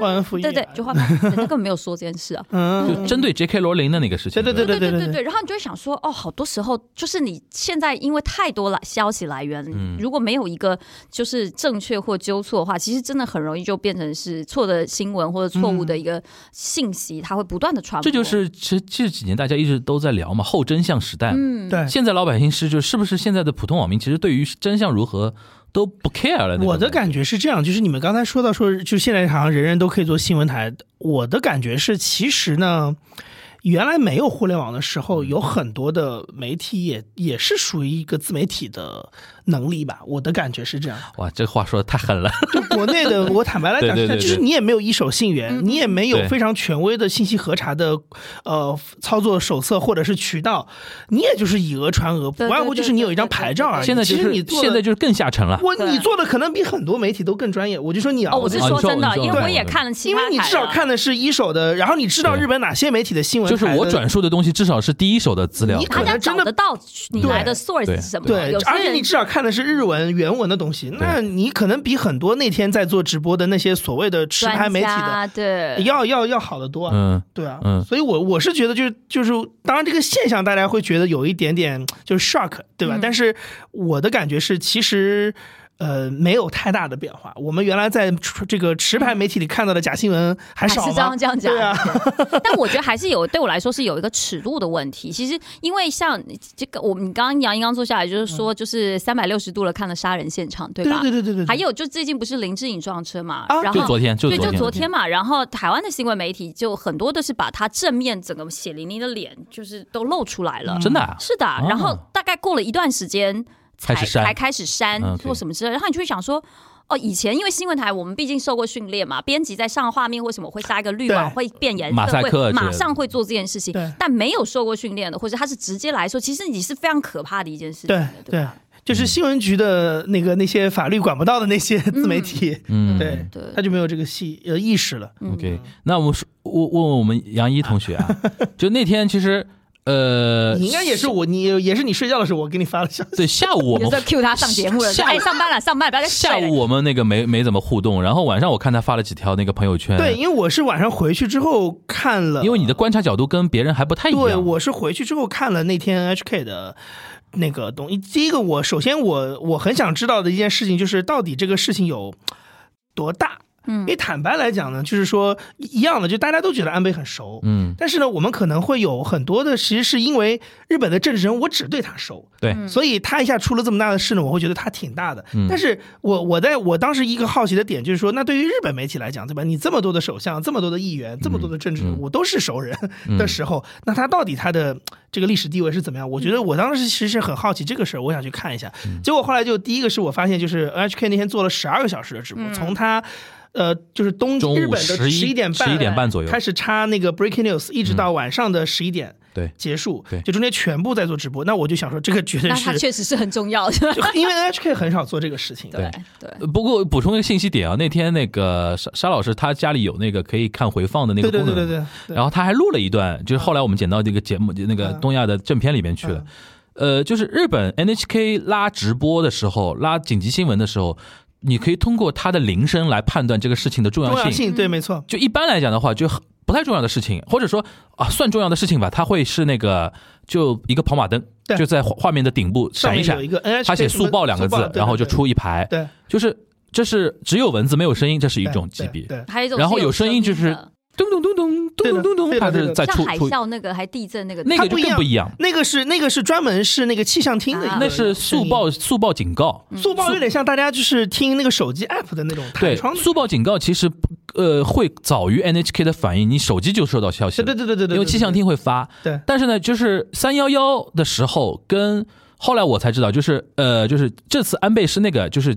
Speaker 3: 忘恩负义，啊
Speaker 4: 对对，就换人家根本没有说这件事啊。
Speaker 3: 嗯，
Speaker 2: 就针对 J.K. 罗琳的那个事情。
Speaker 3: 对
Speaker 2: 吧
Speaker 4: 对
Speaker 3: 对
Speaker 4: 对
Speaker 3: 对
Speaker 4: 对，然后你就会想说，哦，好多时候就是你现在因为太多了消息来源，
Speaker 3: 嗯
Speaker 4: 如果没有一个就是正确或纠错的话，其实真的很容易就变成是错的新闻或者错误的一个信息，它会不断的传播。
Speaker 2: 这就是其实这几年大家一直都在聊嘛，后真相时代嘛。
Speaker 4: 嗯，
Speaker 3: 对。
Speaker 2: 现在老百姓是就是不是现在的普通网民，其实对于真相如何都不 care 了。那种
Speaker 3: 我的感觉是这样，就是你们刚才说到说，就现在好像人人都可以做新闻台。我的感觉是，其实呢，原来没有互联网的时候，有很多的媒体也也是属于一个自媒体的能力吧。我的感觉是这样。
Speaker 2: 哇，这话说的太 狠了。
Speaker 3: 就国内的，我坦白来讲
Speaker 2: 对对
Speaker 3: 是这样，
Speaker 2: 对
Speaker 3: 就是
Speaker 2: 对
Speaker 3: 你也没有一手信
Speaker 4: 嗯
Speaker 3: 源，你也没有
Speaker 2: 对
Speaker 3: 非常权威的信息核查的呃操作手册或者是渠道，你也就是以讹传讹，不
Speaker 4: 对对
Speaker 3: 外乎就是你有一张牌照而已。
Speaker 2: 现在就
Speaker 3: 啊其实
Speaker 2: 是
Speaker 3: 你做的
Speaker 2: 现在就是更下沉了。
Speaker 3: 我
Speaker 4: 对
Speaker 3: 你做的可能比很多媒体都更专业。我就说你啊，
Speaker 4: 哦，我是
Speaker 2: 啊你
Speaker 4: 说
Speaker 2: 说
Speaker 4: 真的，
Speaker 2: 你说
Speaker 4: 因为我
Speaker 2: 对
Speaker 4: 也
Speaker 2: 对
Speaker 4: 看了其
Speaker 3: 因
Speaker 4: 他
Speaker 3: 为你
Speaker 4: 台啊
Speaker 3: 至少
Speaker 4: 了
Speaker 3: 看的是一手的，然后你知道
Speaker 2: 对
Speaker 3: 日本哪些媒体的新闻
Speaker 2: 就
Speaker 3: 台
Speaker 2: 是
Speaker 3: 的，
Speaker 2: 我转述的东西，至少是第一手的资料
Speaker 3: 你。
Speaker 4: 大
Speaker 3: 可
Speaker 4: 家
Speaker 3: 能真的
Speaker 4: 找得到你
Speaker 2: 对
Speaker 4: 来的
Speaker 2: 对
Speaker 4: source 是什么？
Speaker 3: 对
Speaker 4: 有，
Speaker 3: 而
Speaker 4: 些
Speaker 3: 且
Speaker 4: 人
Speaker 3: 你至少看的是日文原文的东西，那你可能比很多那天在做直播的那些所谓的持牌
Speaker 4: 专
Speaker 3: 媒体的
Speaker 4: 家对，
Speaker 3: 要要要好得多啊。
Speaker 2: 嗯，
Speaker 3: 对啊，
Speaker 2: 嗯
Speaker 3: 所以我我是觉得就是就是，当然这个现象大家会觉得有一点点就是 shock，对吧？
Speaker 4: 嗯
Speaker 3: 但是我的感觉是，其实呃没有太大的变化。我们原来在这个持牌媒体里看到的假新闻还少
Speaker 4: 是这
Speaker 3: 吗
Speaker 4: 样？这样讲，
Speaker 3: 对啊
Speaker 4: 对 但我觉得还是有对我来说是有一个尺度的问题。其实，因为像这个，我们刚刚杨英刚坐下来就是说，就是三百六十度的看了杀人现场，对
Speaker 3: 嗯对
Speaker 4: 吧？
Speaker 3: 对对对对，
Speaker 4: 还有，就最近不是林志颖撞车嘛，
Speaker 3: 啊
Speaker 4: 然
Speaker 2: 就
Speaker 4: 后
Speaker 2: 昨天，就
Speaker 4: 对，
Speaker 2: 昨
Speaker 4: 就
Speaker 2: 天，
Speaker 4: 昨天嘛，然后台湾的新闻媒体就很多的是把他正面整个血淋淋的脸就是都露出来了，
Speaker 2: 真的啊，
Speaker 4: 是的，然后大概过了一段时间才
Speaker 2: 开始删
Speaker 4: 才开始删
Speaker 2: 嗯，OK
Speaker 4: 做什么之类的，然后你就会想说。哦，以前因为新闻台，我们毕竟受过训练嘛，编辑在上画面或什么会杀一个绿网，
Speaker 3: 对
Speaker 4: 会变颜
Speaker 2: 马
Speaker 4: 色，
Speaker 2: 赛克
Speaker 4: 会
Speaker 2: 之类的
Speaker 4: 马上会做这件事情
Speaker 3: 对。
Speaker 4: 但没有受过训练的，或者他是直接来说，其实你是非常可怕的一件事情
Speaker 3: 对
Speaker 4: 的，对
Speaker 3: 对
Speaker 4: 吧？，
Speaker 3: 就是新闻局的那个那些法律管不到的那些自媒体，
Speaker 2: 嗯，
Speaker 3: 对
Speaker 4: 对
Speaker 3: 他就没有这个系呃意识了。
Speaker 2: OK，那我说，我问问我们杨一同学 啊，就那天其实，呃，
Speaker 3: 你应该也是我，你也是你睡觉的时候我给你发的消息。
Speaker 2: 对下午我们
Speaker 4: 有时候 Q 他上节目了，说
Speaker 2: 下
Speaker 4: 哎，上班了，上班了，不要再睡
Speaker 2: 下
Speaker 4: 了
Speaker 2: 午我们那个没没怎么互动，然后晚上我看他发了几条那个朋友圈，
Speaker 3: 对，因为我是晚上回去之后看了，
Speaker 2: 哎因为你的观察角度跟别人还不太一样，
Speaker 3: 对，我是回去之后看了那天 HK 的那个东西。第一个我，首先我我很想知道的一件事情就是，到底这个事情有多大？
Speaker 4: 嗯
Speaker 3: 因为坦白来讲呢，就是说一样的，就大家都觉得安倍很熟，
Speaker 2: 嗯，
Speaker 3: 但是呢，我们可能会有很多的，其实是因为日本的政治人，我只对他熟，
Speaker 2: 对，
Speaker 3: 所以他一下出了这么大的事呢，我会觉得他挺大的。
Speaker 2: 嗯
Speaker 3: 但是我我在我当时一个好奇的点就是说，那对于日本媒体来讲，对吧？你这么多的首相，这么多的
Speaker 2: 嗯
Speaker 3: 议员，这么多的政治人物、都是熟人的时候，那他到底他的这个历史地位是怎么样？我觉得
Speaker 2: 嗯
Speaker 3: 我当时其实是很好奇这个事儿，我想去看一下。结果后来就第一个是我发现，就是 NHK 那天做了十二个小时的直播，从他。呃，就是东
Speaker 2: 嗯中午
Speaker 3: 日本的
Speaker 2: 11
Speaker 3: 一点半，
Speaker 2: 11点半左右嗯
Speaker 3: 开始插那个 breaking news，一直到晚上的十一点
Speaker 2: 对
Speaker 3: 结束，
Speaker 2: 对
Speaker 3: 就中间全部在做直播。那我就想说，这个绝对
Speaker 4: 那
Speaker 3: 是
Speaker 4: 他确实是很重要的，
Speaker 3: 就因为 NHK 很少做这个事情，
Speaker 4: 对对。
Speaker 2: 呃不过补充一个信息点啊，那天那个沙沙老师他家里有那个可以看回放的那个
Speaker 3: 对对
Speaker 2: 功能，
Speaker 3: 对对对对，
Speaker 2: 然后他还录了一段，就是后来我们剪到这个节目那个
Speaker 3: 嗯
Speaker 2: 东亚的正片里面去了。呃，就是日本 NHK 拉直播的时候，拉紧急新闻的时候，你可以通过它的铃声来判断这个事情的重
Speaker 3: 重
Speaker 2: 要
Speaker 3: 要
Speaker 2: 性。
Speaker 3: 性对，没错，
Speaker 2: 就一般来讲的话，就很不太重要的事情，或者说啊，算重要的事情吧，它会是那个就一个跑马灯
Speaker 3: 对，
Speaker 2: 就在画画面的顶部
Speaker 3: 上
Speaker 2: 闪一
Speaker 3: 面
Speaker 2: 闪
Speaker 3: 有，一个 NHK，
Speaker 2: 他写“
Speaker 3: 什么
Speaker 2: 速报”两个字
Speaker 3: 速报，对
Speaker 2: 然后就
Speaker 3: 对
Speaker 2: 出一排，
Speaker 3: 对
Speaker 2: 就是这是只有文字没有声音，这是一种级别。
Speaker 3: 对，对
Speaker 4: 还有一种
Speaker 2: 然后
Speaker 4: 是有
Speaker 2: 有声音就是
Speaker 4: 的
Speaker 2: 咚咚咚咚
Speaker 3: 对
Speaker 2: 咚
Speaker 3: 的
Speaker 2: 咚咚
Speaker 3: 对
Speaker 2: 咚，
Speaker 3: 的
Speaker 2: 它
Speaker 3: 对
Speaker 2: 是
Speaker 3: 的
Speaker 2: 在
Speaker 4: 像
Speaker 2: 出
Speaker 4: 海
Speaker 2: 出
Speaker 4: 啸那个还地震那个，
Speaker 2: 那
Speaker 3: 它
Speaker 2: 个就
Speaker 3: 不一
Speaker 2: 更
Speaker 3: 样
Speaker 2: 不一样，
Speaker 3: 那个是那个是专门是那个气象厅的一个，
Speaker 4: 啊
Speaker 2: 那是速报速报警告。
Speaker 3: 速报有点像大家就是听那个手机 app 的那种弹
Speaker 2: 对，
Speaker 3: 窗的，
Speaker 2: 速报警告其实呃会早于 NHK 的反应，你手机就收到消息
Speaker 3: 对
Speaker 2: 了。
Speaker 3: 对对对对对，
Speaker 2: 因为气象厅会发。
Speaker 3: 对
Speaker 2: 但是呢，就是三幺幺的时候，跟后来我才知道，就是呃，就是这次安倍是那个就是。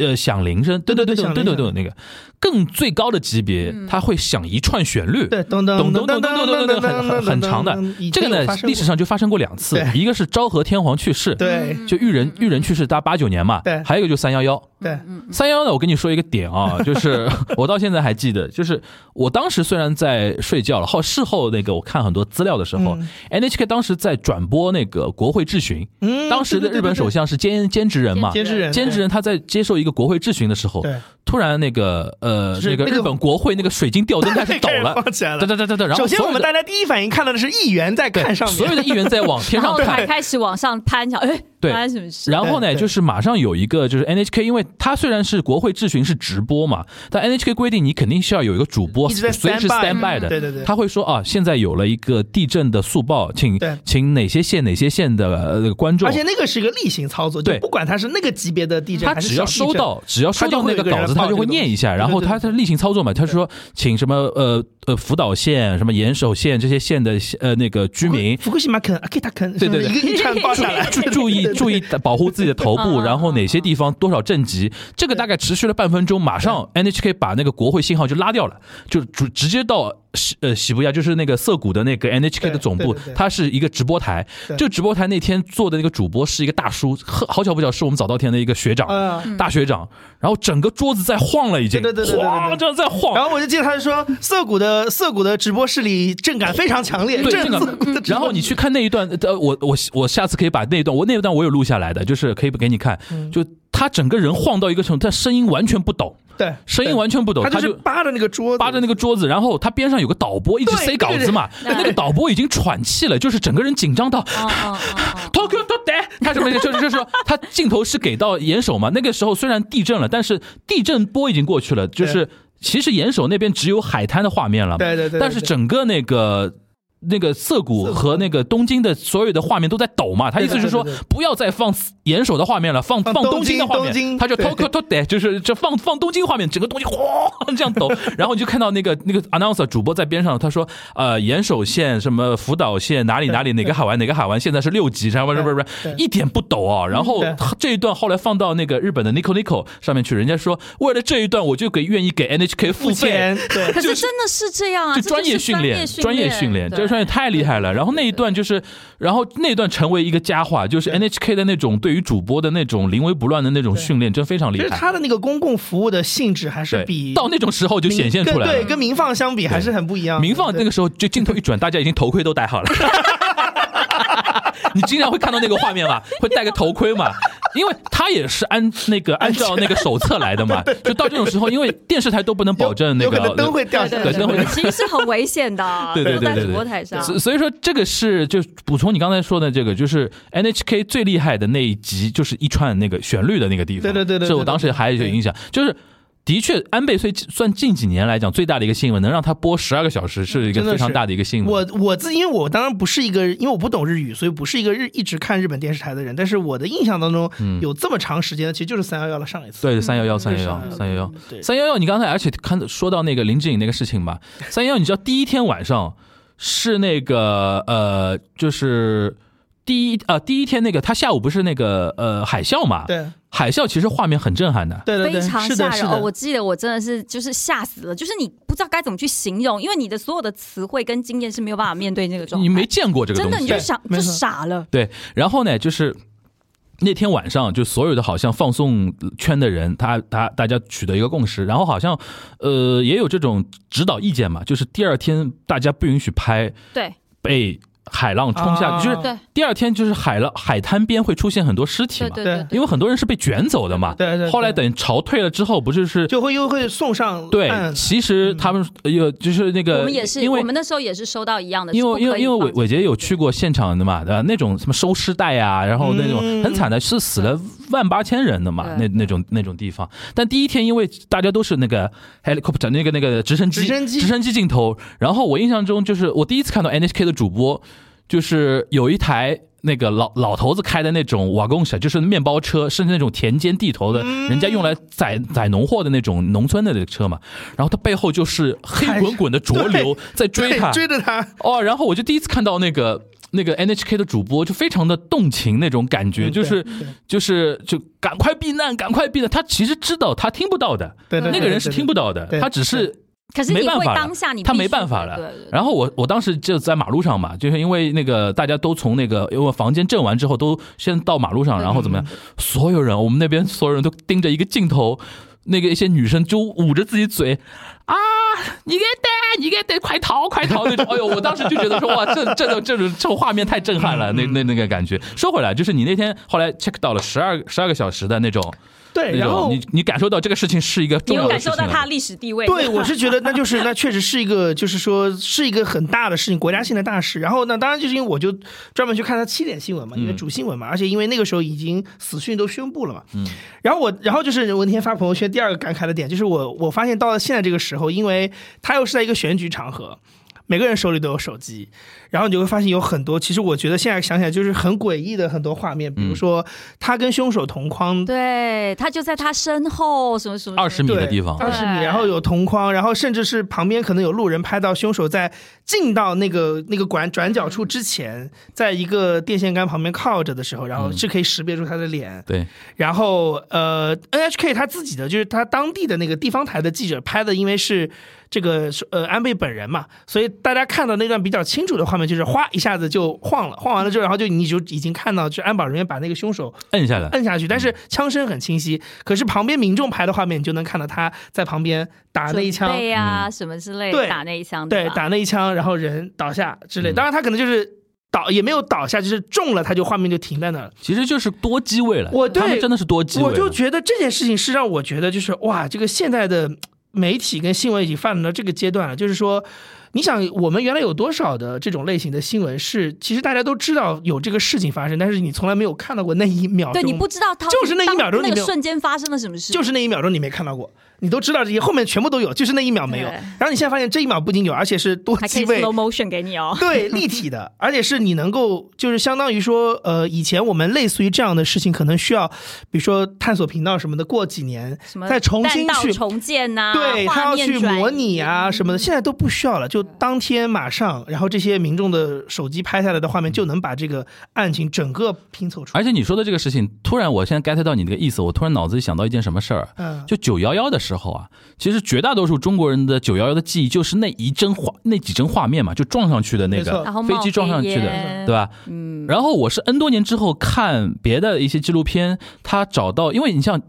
Speaker 2: 呃，响铃声，对对对对对对对，那个更最高的级别，它会响一串旋律，
Speaker 3: 对咚咚
Speaker 2: 咚咚咚咚咚咚咚，很很很长的。这个呢，历史上就发生过两次，一个是昭和天皇去世，
Speaker 3: 对
Speaker 2: 就裕仁裕仁去世，大概八九年嘛，还有一个就三幺幺，
Speaker 3: 对
Speaker 2: 三幺呢，我跟你说一个点 啊，就是我到现在还记得，就是我当时虽然在睡觉了，后事后那个我看很多资料的时候、n h k 当时在转播那个国会质询，
Speaker 3: 嗯
Speaker 2: 当时的日本首相是兼兼职人嘛，
Speaker 3: 监制人
Speaker 2: 兼职人他在接受一个国会质询的时候，
Speaker 3: 对
Speaker 2: 突然那个呃
Speaker 3: 就是
Speaker 2: 那个
Speaker 3: 那个
Speaker 2: 日本国会那个水晶吊灯开始抖 了，
Speaker 3: 放起来
Speaker 2: 对对
Speaker 3: 了。
Speaker 2: 对对对，然后
Speaker 3: 首先，
Speaker 2: 所有
Speaker 3: 我们
Speaker 2: 的
Speaker 3: 大家第一反应看到的是议员在看
Speaker 2: 对
Speaker 3: 上面，
Speaker 2: 所 有的议员在往天
Speaker 4: 然
Speaker 2: 上
Speaker 4: 后
Speaker 2: 看
Speaker 4: 才，开始往上攀，想哎，
Speaker 2: 对
Speaker 4: 发生什么事？
Speaker 2: 然后呢，
Speaker 3: 对对
Speaker 2: 就是马上有一个就是 NHK，因为它虽然是国会质询是直播嘛，但 NHK 规定你肯定是要有一个主播
Speaker 3: 一直在
Speaker 2: 随时
Speaker 3: stand
Speaker 2: stand
Speaker 3: by
Speaker 2: by 的。
Speaker 3: 对对对
Speaker 2: 他会说啊，现在有了一个地震的速报，请
Speaker 3: 对
Speaker 2: 请哪些县哪些县的呃观众
Speaker 3: 而，且那个是一个例行操作，就
Speaker 2: 对
Speaker 3: 不管它是那个级别的地震
Speaker 2: 他
Speaker 3: 还是
Speaker 2: 只
Speaker 3: 小
Speaker 2: 要
Speaker 3: 地
Speaker 2: 收
Speaker 3: 震，
Speaker 2: 到只要收
Speaker 3: 他就
Speaker 2: 到
Speaker 3: 会
Speaker 2: 那个
Speaker 3: 有个人
Speaker 2: 稿子，
Speaker 3: 报
Speaker 2: 他就
Speaker 3: 这
Speaker 2: 会
Speaker 3: 个
Speaker 2: 念
Speaker 3: 东
Speaker 2: 一下，
Speaker 3: 西
Speaker 2: 然后
Speaker 3: 对对
Speaker 2: 他
Speaker 3: 对
Speaker 2: 他例行操作嘛，他说请什么呃呃福岛县什么岩手县这些县的呃那个居民
Speaker 3: 福克西马肯、阿基塔肯，
Speaker 2: 对对对
Speaker 3: 一个一串报下来，
Speaker 2: 注注意注意保护自己的头部，
Speaker 4: 嗯
Speaker 2: 然后哪些地方多少震级，这个大概持续了半分钟，马上 NHK 把那个国会信号就拉掉了，就直直接到喜呃喜布亚，就是那个涩谷的那个 NHK
Speaker 3: 对
Speaker 2: 的总部
Speaker 3: 对对对，
Speaker 2: 它是一个直播台
Speaker 3: 对，
Speaker 2: 这个直播台那天做的那个主播是一个大叔，呵好巧不巧是我们早稻田的一个学长，
Speaker 3: 嗯
Speaker 2: 大学长，然后整个桌子在晃了已经，
Speaker 3: 对对对对对对
Speaker 2: 哗这样在晃，
Speaker 3: 然后我就记得他就说，涩谷的涩谷的直播室里震感非常强烈，
Speaker 2: 对
Speaker 3: 震
Speaker 2: 这个嗯
Speaker 3: 涩谷的直播室
Speaker 2: 然后你去看那一段，呃，我我我下次可以把那一段，我那一段我有录下来的，就是可以给你看。就他整个人晃到一个程度，他声音完全不抖，
Speaker 3: 对
Speaker 2: 声音完全不抖，
Speaker 3: 他
Speaker 2: 他
Speaker 3: 就是
Speaker 2: 就
Speaker 3: 扒着那个桌子，
Speaker 2: 扒着那个桌子，然后他边上有个导播一直
Speaker 3: 对
Speaker 2: 塞稿子嘛，
Speaker 4: 对对
Speaker 2: 那个导播已经喘气了，就是整个人紧张到。
Speaker 4: 嗯嗯
Speaker 3: 哦
Speaker 4: 嗯
Speaker 2: 脱哥脱得，他什么意思？就是就是说，他镜头是给到岩手嘛。那个时候虽然地震了，但是地震波已经过去了，就是其实岩手那边只有海滩的画面了嘛。
Speaker 3: 对对对对
Speaker 2: 但是整个那个。那个涩谷
Speaker 3: 涩谷
Speaker 2: 和那个东京的所有的画面都在抖嘛，他意思就是说
Speaker 3: 对对对
Speaker 2: 不要再放岩手的画面了，放
Speaker 3: 放
Speaker 2: 放东
Speaker 3: 东京
Speaker 2: 的画
Speaker 3: 东京
Speaker 2: 面，他就
Speaker 3: 对
Speaker 2: Tokyo t o d a 就是这放放东京画面，整个东京哗这样抖，然后你就看到那个那个 announcer 主播在边上，他说呃岩手县什么福岛县哪里哪里哪个海湾哪个海湾现在是六级，然后不是不是不
Speaker 3: 对
Speaker 2: 是一点不抖啊，然后
Speaker 3: 嗯对
Speaker 2: 这一段后来放到那个日本的 Nico Nico 上面去，人家说为了这一段我就给愿意给 NHK 付
Speaker 3: 付
Speaker 2: 费
Speaker 3: 钱，，对
Speaker 4: 可是真的是这样啊，
Speaker 2: 就
Speaker 4: 这
Speaker 2: 专
Speaker 4: 是
Speaker 2: 业训练，专
Speaker 4: 专
Speaker 2: 业
Speaker 4: 业
Speaker 2: 训练，这
Speaker 4: 对
Speaker 2: 个专业太厉害了。然后那一段就是，然后那段成为一个佳话，就是 NHK 的那种对于主播的那种临危不乱的那种训练，真非常厉
Speaker 3: 就是
Speaker 2: 害。
Speaker 3: 他的那个公共服务的性质还是
Speaker 2: 对，
Speaker 3: 比
Speaker 2: 到那种时候就显现出来
Speaker 3: 对，
Speaker 2: 了。
Speaker 3: 跟民放相比还是很不一样的。
Speaker 2: 民放那
Speaker 3: 对
Speaker 2: 个时候就镜头一转，大家已经头盔都戴好了。 你经常会看到那个画面嘛，会戴个头盔嘛，因为他也是按那个按照那个手册来的 嘛。就到这种时候，因为电视台都不能保证那
Speaker 3: 有
Speaker 2: 个
Speaker 3: 可能灯会掉下来，
Speaker 2: 对灯会，
Speaker 4: 其实是很危险的 啊
Speaker 2: 对对对
Speaker 4: 坐在
Speaker 2: 对
Speaker 4: 主播
Speaker 2: 对，
Speaker 4: 台上。
Speaker 2: 所所以说这个是就补充你刚才说的这个，就是 NHK 最厉害的那一集，就是一串那个旋律的那个地方。
Speaker 3: 对对对对
Speaker 2: 这
Speaker 3: 对
Speaker 2: 我当时还有影响，就是。的确，安倍虽算近几年来讲最大的一个新闻，能让他播十二个小时，是一个
Speaker 3: 真的
Speaker 2: 非常
Speaker 3: 是
Speaker 2: 大的一个新闻。
Speaker 3: 我我自因为我当然不是一个，因为我不懂日语，所以不是一个日一直看日本电视台的人。但是我的印象当中，有这么长时间的，其实就是三幺幺了上一
Speaker 2: 嗯
Speaker 3: 次。
Speaker 2: 对，三幺幺，三幺
Speaker 3: 311
Speaker 2: 幺，三幺幺
Speaker 3: 对，
Speaker 2: 三幺幺。你刚才而且看说到那个林志颖那个事情吧，三幺幺，你知道第一天晚上是那个呃，就是第一呃第一天那个他下午不是那个呃海啸嘛？
Speaker 3: 对，
Speaker 2: 海啸其实画面很震撼的。
Speaker 3: 对对
Speaker 4: 非
Speaker 3: 对，
Speaker 4: 常
Speaker 3: 是
Speaker 4: 吓
Speaker 3: 的，是
Speaker 4: 人哦！
Speaker 3: 的
Speaker 4: 我，记得我真的是就是吓死了，就是你不知道该怎么去形容，因为你的所有的词汇跟经验是没有办法面对那个状态。
Speaker 2: 你没见过这个
Speaker 4: 真
Speaker 2: 东
Speaker 4: 的
Speaker 2: 西
Speaker 4: 你，就
Speaker 3: 对
Speaker 4: 想
Speaker 3: 没
Speaker 4: 就
Speaker 3: 错
Speaker 4: 傻了。
Speaker 2: 对。然后呢，就是那天晚上，就所有的好像放送圈的人，他他大家取得一个共识，然后好像呃也有这种指导意见嘛，就是第二天大家不允许拍
Speaker 4: 对
Speaker 2: 被海浪冲下，
Speaker 3: 啊
Speaker 2: 去，就
Speaker 4: 哦对
Speaker 2: 是第二天就是海浪海滩边会出现很多尸体
Speaker 4: 对
Speaker 2: 嘛，
Speaker 4: 对
Speaker 3: 对
Speaker 4: 对对，
Speaker 2: 因为很多人是被卷走的嘛。
Speaker 3: 对对对
Speaker 2: 后来等潮退了之后，不就是
Speaker 3: 就会又会送上嗯
Speaker 2: 对？
Speaker 3: 岸
Speaker 2: 其实他们有就是那个，
Speaker 4: 嗯我们也是，
Speaker 2: 因为
Speaker 4: 我们那时候也是收到一样的，
Speaker 2: 因为
Speaker 4: 是
Speaker 2: 因
Speaker 4: 不可
Speaker 2: 为
Speaker 4: 以
Speaker 2: 因为
Speaker 4: 放
Speaker 2: 伟伟杰有去过现场的嘛，对吧？那种什么收尸袋啊，然后那种
Speaker 3: 嗯
Speaker 2: 很惨的，是死了万八千人的嘛，那
Speaker 4: 对
Speaker 2: 那种那种地方。但第一天因为大家都是那个 helicopter 那个那个直升机
Speaker 3: 直升机
Speaker 2: 直升机镜头，然后我印象中就是我第一次看到 NHK 的主播，就是有一台。那个老老头子开的那种瓦工车，就是面包车，是那种田间地头的，
Speaker 3: 嗯
Speaker 2: 人家用来载载农货的那种农村的那个车嘛。然后他背后就是黑滚 滚的浊流在追他，
Speaker 3: 对追着他，
Speaker 2: 哦，然后我就第一次看到那个那个 NHK 的主播，就非常的动情那种感觉，
Speaker 3: 嗯
Speaker 2: 就是
Speaker 3: 对对
Speaker 2: 就是就赶快避难，赶快避难。他其实知道他听不到的，
Speaker 3: 对对对
Speaker 2: 那个人是
Speaker 3: 对对
Speaker 2: 听不到的
Speaker 3: 对，
Speaker 2: 他只是
Speaker 4: 可是
Speaker 2: 没
Speaker 4: 你
Speaker 2: 办
Speaker 4: 会
Speaker 2: 法了
Speaker 4: 当下你
Speaker 2: 他
Speaker 4: 必
Speaker 2: 没
Speaker 4: 须
Speaker 2: 办法了。
Speaker 4: 对对对
Speaker 2: 然后我我当时就在马路上嘛，就是因为那个大家都从那个因为房间震完之后，都先到马路上，然后怎么样？所有人，我们那边所有人都盯着一个镜头。那个一些女生就捂着自己嘴，啊，你给得，你给得，快逃，快逃那种。哎呦，我当时就觉得说，哇，这这种这种这种画面太震撼了，那
Speaker 4: 嗯
Speaker 2: 那那个感觉。说回来，就是你那天后来 check 到了十二十二个小时的那种，
Speaker 3: 对，
Speaker 2: 那
Speaker 3: 然后
Speaker 2: 种你你感受到这个事情是一个
Speaker 4: 哎你
Speaker 2: 重要
Speaker 4: 有
Speaker 2: 的
Speaker 4: 感
Speaker 2: 事情
Speaker 4: 受
Speaker 2: 了。
Speaker 4: 到他的历史地位？
Speaker 3: 对，我是觉得那就是那确实是一个，就是说是一个很大的事情，国家性的大事。然后呢，当然就是因为我就专门去看他七点新闻嘛，因为主新闻嘛，而且因为那个时候已经死讯都宣布了嘛。嗯。然后我，然后就是我那天发朋友圈，第二个感慨的点就是我我发现到了现在这个时候，因为他又是在一个选举场合。每个人手里都有手机，然后你就会发现有很多，其实我觉得现在想起来就是很诡异的很多画面，比如说他跟凶手同框，
Speaker 4: 对他就在他身后，什么什么
Speaker 2: 二十米
Speaker 3: 对，
Speaker 2: 的地方，
Speaker 3: 二十米，
Speaker 4: 对
Speaker 3: 然后有同框，然后甚至是旁边可能有路人拍到凶手在进到那个那个管转角处之前，在一个电线杆旁边靠着的时候，然后是可以识别出他的脸。
Speaker 2: 对，
Speaker 3: 然后呃，NHK 他自己的就是他当地的那个地方台的记者拍的，因为是这个呃安倍本人嘛，所以大家看到那段比较清楚的画面，就是哗一下子就晃了，晃完了之后，然后就你就已经看到，就安保人员把那个凶手
Speaker 2: 摁下来，
Speaker 3: 摁下去，但
Speaker 4: 嗯
Speaker 3: 是枪声很清晰。可是旁边民众拍的画面，你就能看到他在旁边打那一枪，嗯
Speaker 4: 对呀，啊什么之类
Speaker 3: 对
Speaker 4: 的，打那一枪，
Speaker 3: 对，
Speaker 4: 吧
Speaker 3: 打那一枪，然后人倒下
Speaker 2: 嗯
Speaker 3: 之类。当然，他可能就是倒，也没有倒下，就是中了，他就画面就停在那儿了。
Speaker 2: 其实就是多机位了。
Speaker 3: 我对
Speaker 2: 他们真的是多机位
Speaker 3: 我
Speaker 2: 了，
Speaker 3: 就觉得这件事情是让我觉得就是哇，这个现在的嗯媒体跟新闻已经发展到这个阶段了，就是说。你想，我们原来有多少的这种类型的新闻是，其实大家都知道有这个事情发生，但是你从来没有看到过那一秒钟。
Speaker 4: 对你不知道他
Speaker 3: 就是那一秒钟
Speaker 4: 当那
Speaker 3: 你没
Speaker 4: 个
Speaker 3: 有
Speaker 4: 瞬间发生了什么事，
Speaker 3: 就是那一秒钟你没看到过，你都知道这些，后面全部都有，就是那一秒没有。
Speaker 4: 对
Speaker 3: 然后你现在发现这一秒不仅有，而且是多
Speaker 4: 还可
Speaker 3: 机
Speaker 4: 以
Speaker 3: 位
Speaker 4: slow，motion 给你哦。
Speaker 3: 对，立体的，而且是你能够就是相当于说，呃，以前我们类似于这样的事情，可能需要，比如说探索频道什么的，过几年
Speaker 4: 什么
Speaker 3: 再重新
Speaker 4: 弹道
Speaker 3: 去。
Speaker 4: 重建呐、
Speaker 3: 对他
Speaker 4: 啊画
Speaker 3: 要
Speaker 4: 面
Speaker 3: 去
Speaker 4: 转移嗯
Speaker 3: 模拟啊什么的，现在都不需要了，就当天马上，然后这些民众的手机拍下来的画面就能把这个案情整个拼凑出来。
Speaker 2: 而且你说的这个事情，突然我现在 get 到你这个意思，我突然脑子里想到一件什么事儿。
Speaker 3: 嗯，
Speaker 2: 就九幺幺的时候啊，其实绝大多数中国人的九幺幺的记忆就是那一帧画、那几帧画面嘛，就撞上去的那
Speaker 3: 没错
Speaker 2: 个
Speaker 4: 然后
Speaker 2: 飞
Speaker 4: 冒
Speaker 2: 机撞上去的
Speaker 4: 黑烟，
Speaker 2: 对吧？
Speaker 4: 嗯，
Speaker 2: 然后我是 N 多年之后看别的一些纪录片，他找到，因为你像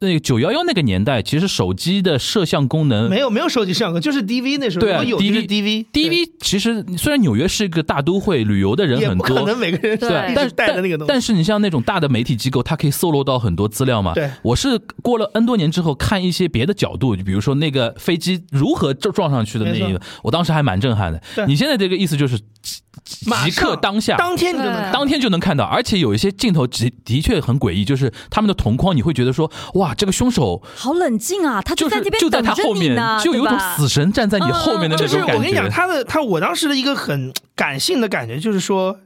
Speaker 2: 那个九幺幺那个年代，其实手机的摄像功能
Speaker 3: 没有没有手机摄像头，就是 DV 那时候，
Speaker 2: 对啊
Speaker 3: 如果有就是
Speaker 2: DV
Speaker 3: DV
Speaker 2: DV 其实虽然纽约是一个大都会，旅游的人
Speaker 3: 也
Speaker 2: 很
Speaker 3: 不可
Speaker 2: 多，
Speaker 3: 能每个人
Speaker 4: 对
Speaker 2: 对，
Speaker 3: 一
Speaker 2: 但
Speaker 3: 直
Speaker 2: 是
Speaker 3: 带着那个东
Speaker 2: 但但
Speaker 3: 西。
Speaker 2: 是你像那种大的媒体机构，它可以搜罗到很多资料嘛。
Speaker 3: 对
Speaker 2: 我是过了 N 多年之后看一些别的角度，就比如说那个飞机如何撞撞上去的那
Speaker 3: 没错
Speaker 2: 一个，我当时还蛮震撼的。
Speaker 3: 对
Speaker 2: 你现在这个意思就是即
Speaker 3: 马
Speaker 2: 即刻
Speaker 3: 上
Speaker 2: 当下。
Speaker 3: 当天你就能看到
Speaker 2: 啊当天就能看到，而且有一些镜头的的确很 诡异，就是他们的同框，你会觉得说，哇，这个凶手
Speaker 4: 好冷静啊，他
Speaker 2: 就
Speaker 4: 在
Speaker 2: 是
Speaker 4: 那边
Speaker 2: 就在
Speaker 4: 等
Speaker 2: 他
Speaker 4: 着
Speaker 2: 后
Speaker 4: 你
Speaker 2: 面
Speaker 4: 呢，，
Speaker 2: 就有一
Speaker 4: 对
Speaker 2: 种
Speaker 4: 吧
Speaker 2: 死神站在你后面的
Speaker 4: 嗯嗯嗯
Speaker 2: 那
Speaker 3: 就是
Speaker 2: 种
Speaker 3: 我
Speaker 2: 感
Speaker 3: 跟你讲，
Speaker 2: 觉。
Speaker 3: 他的他我当时的一个很感性的感觉就是说，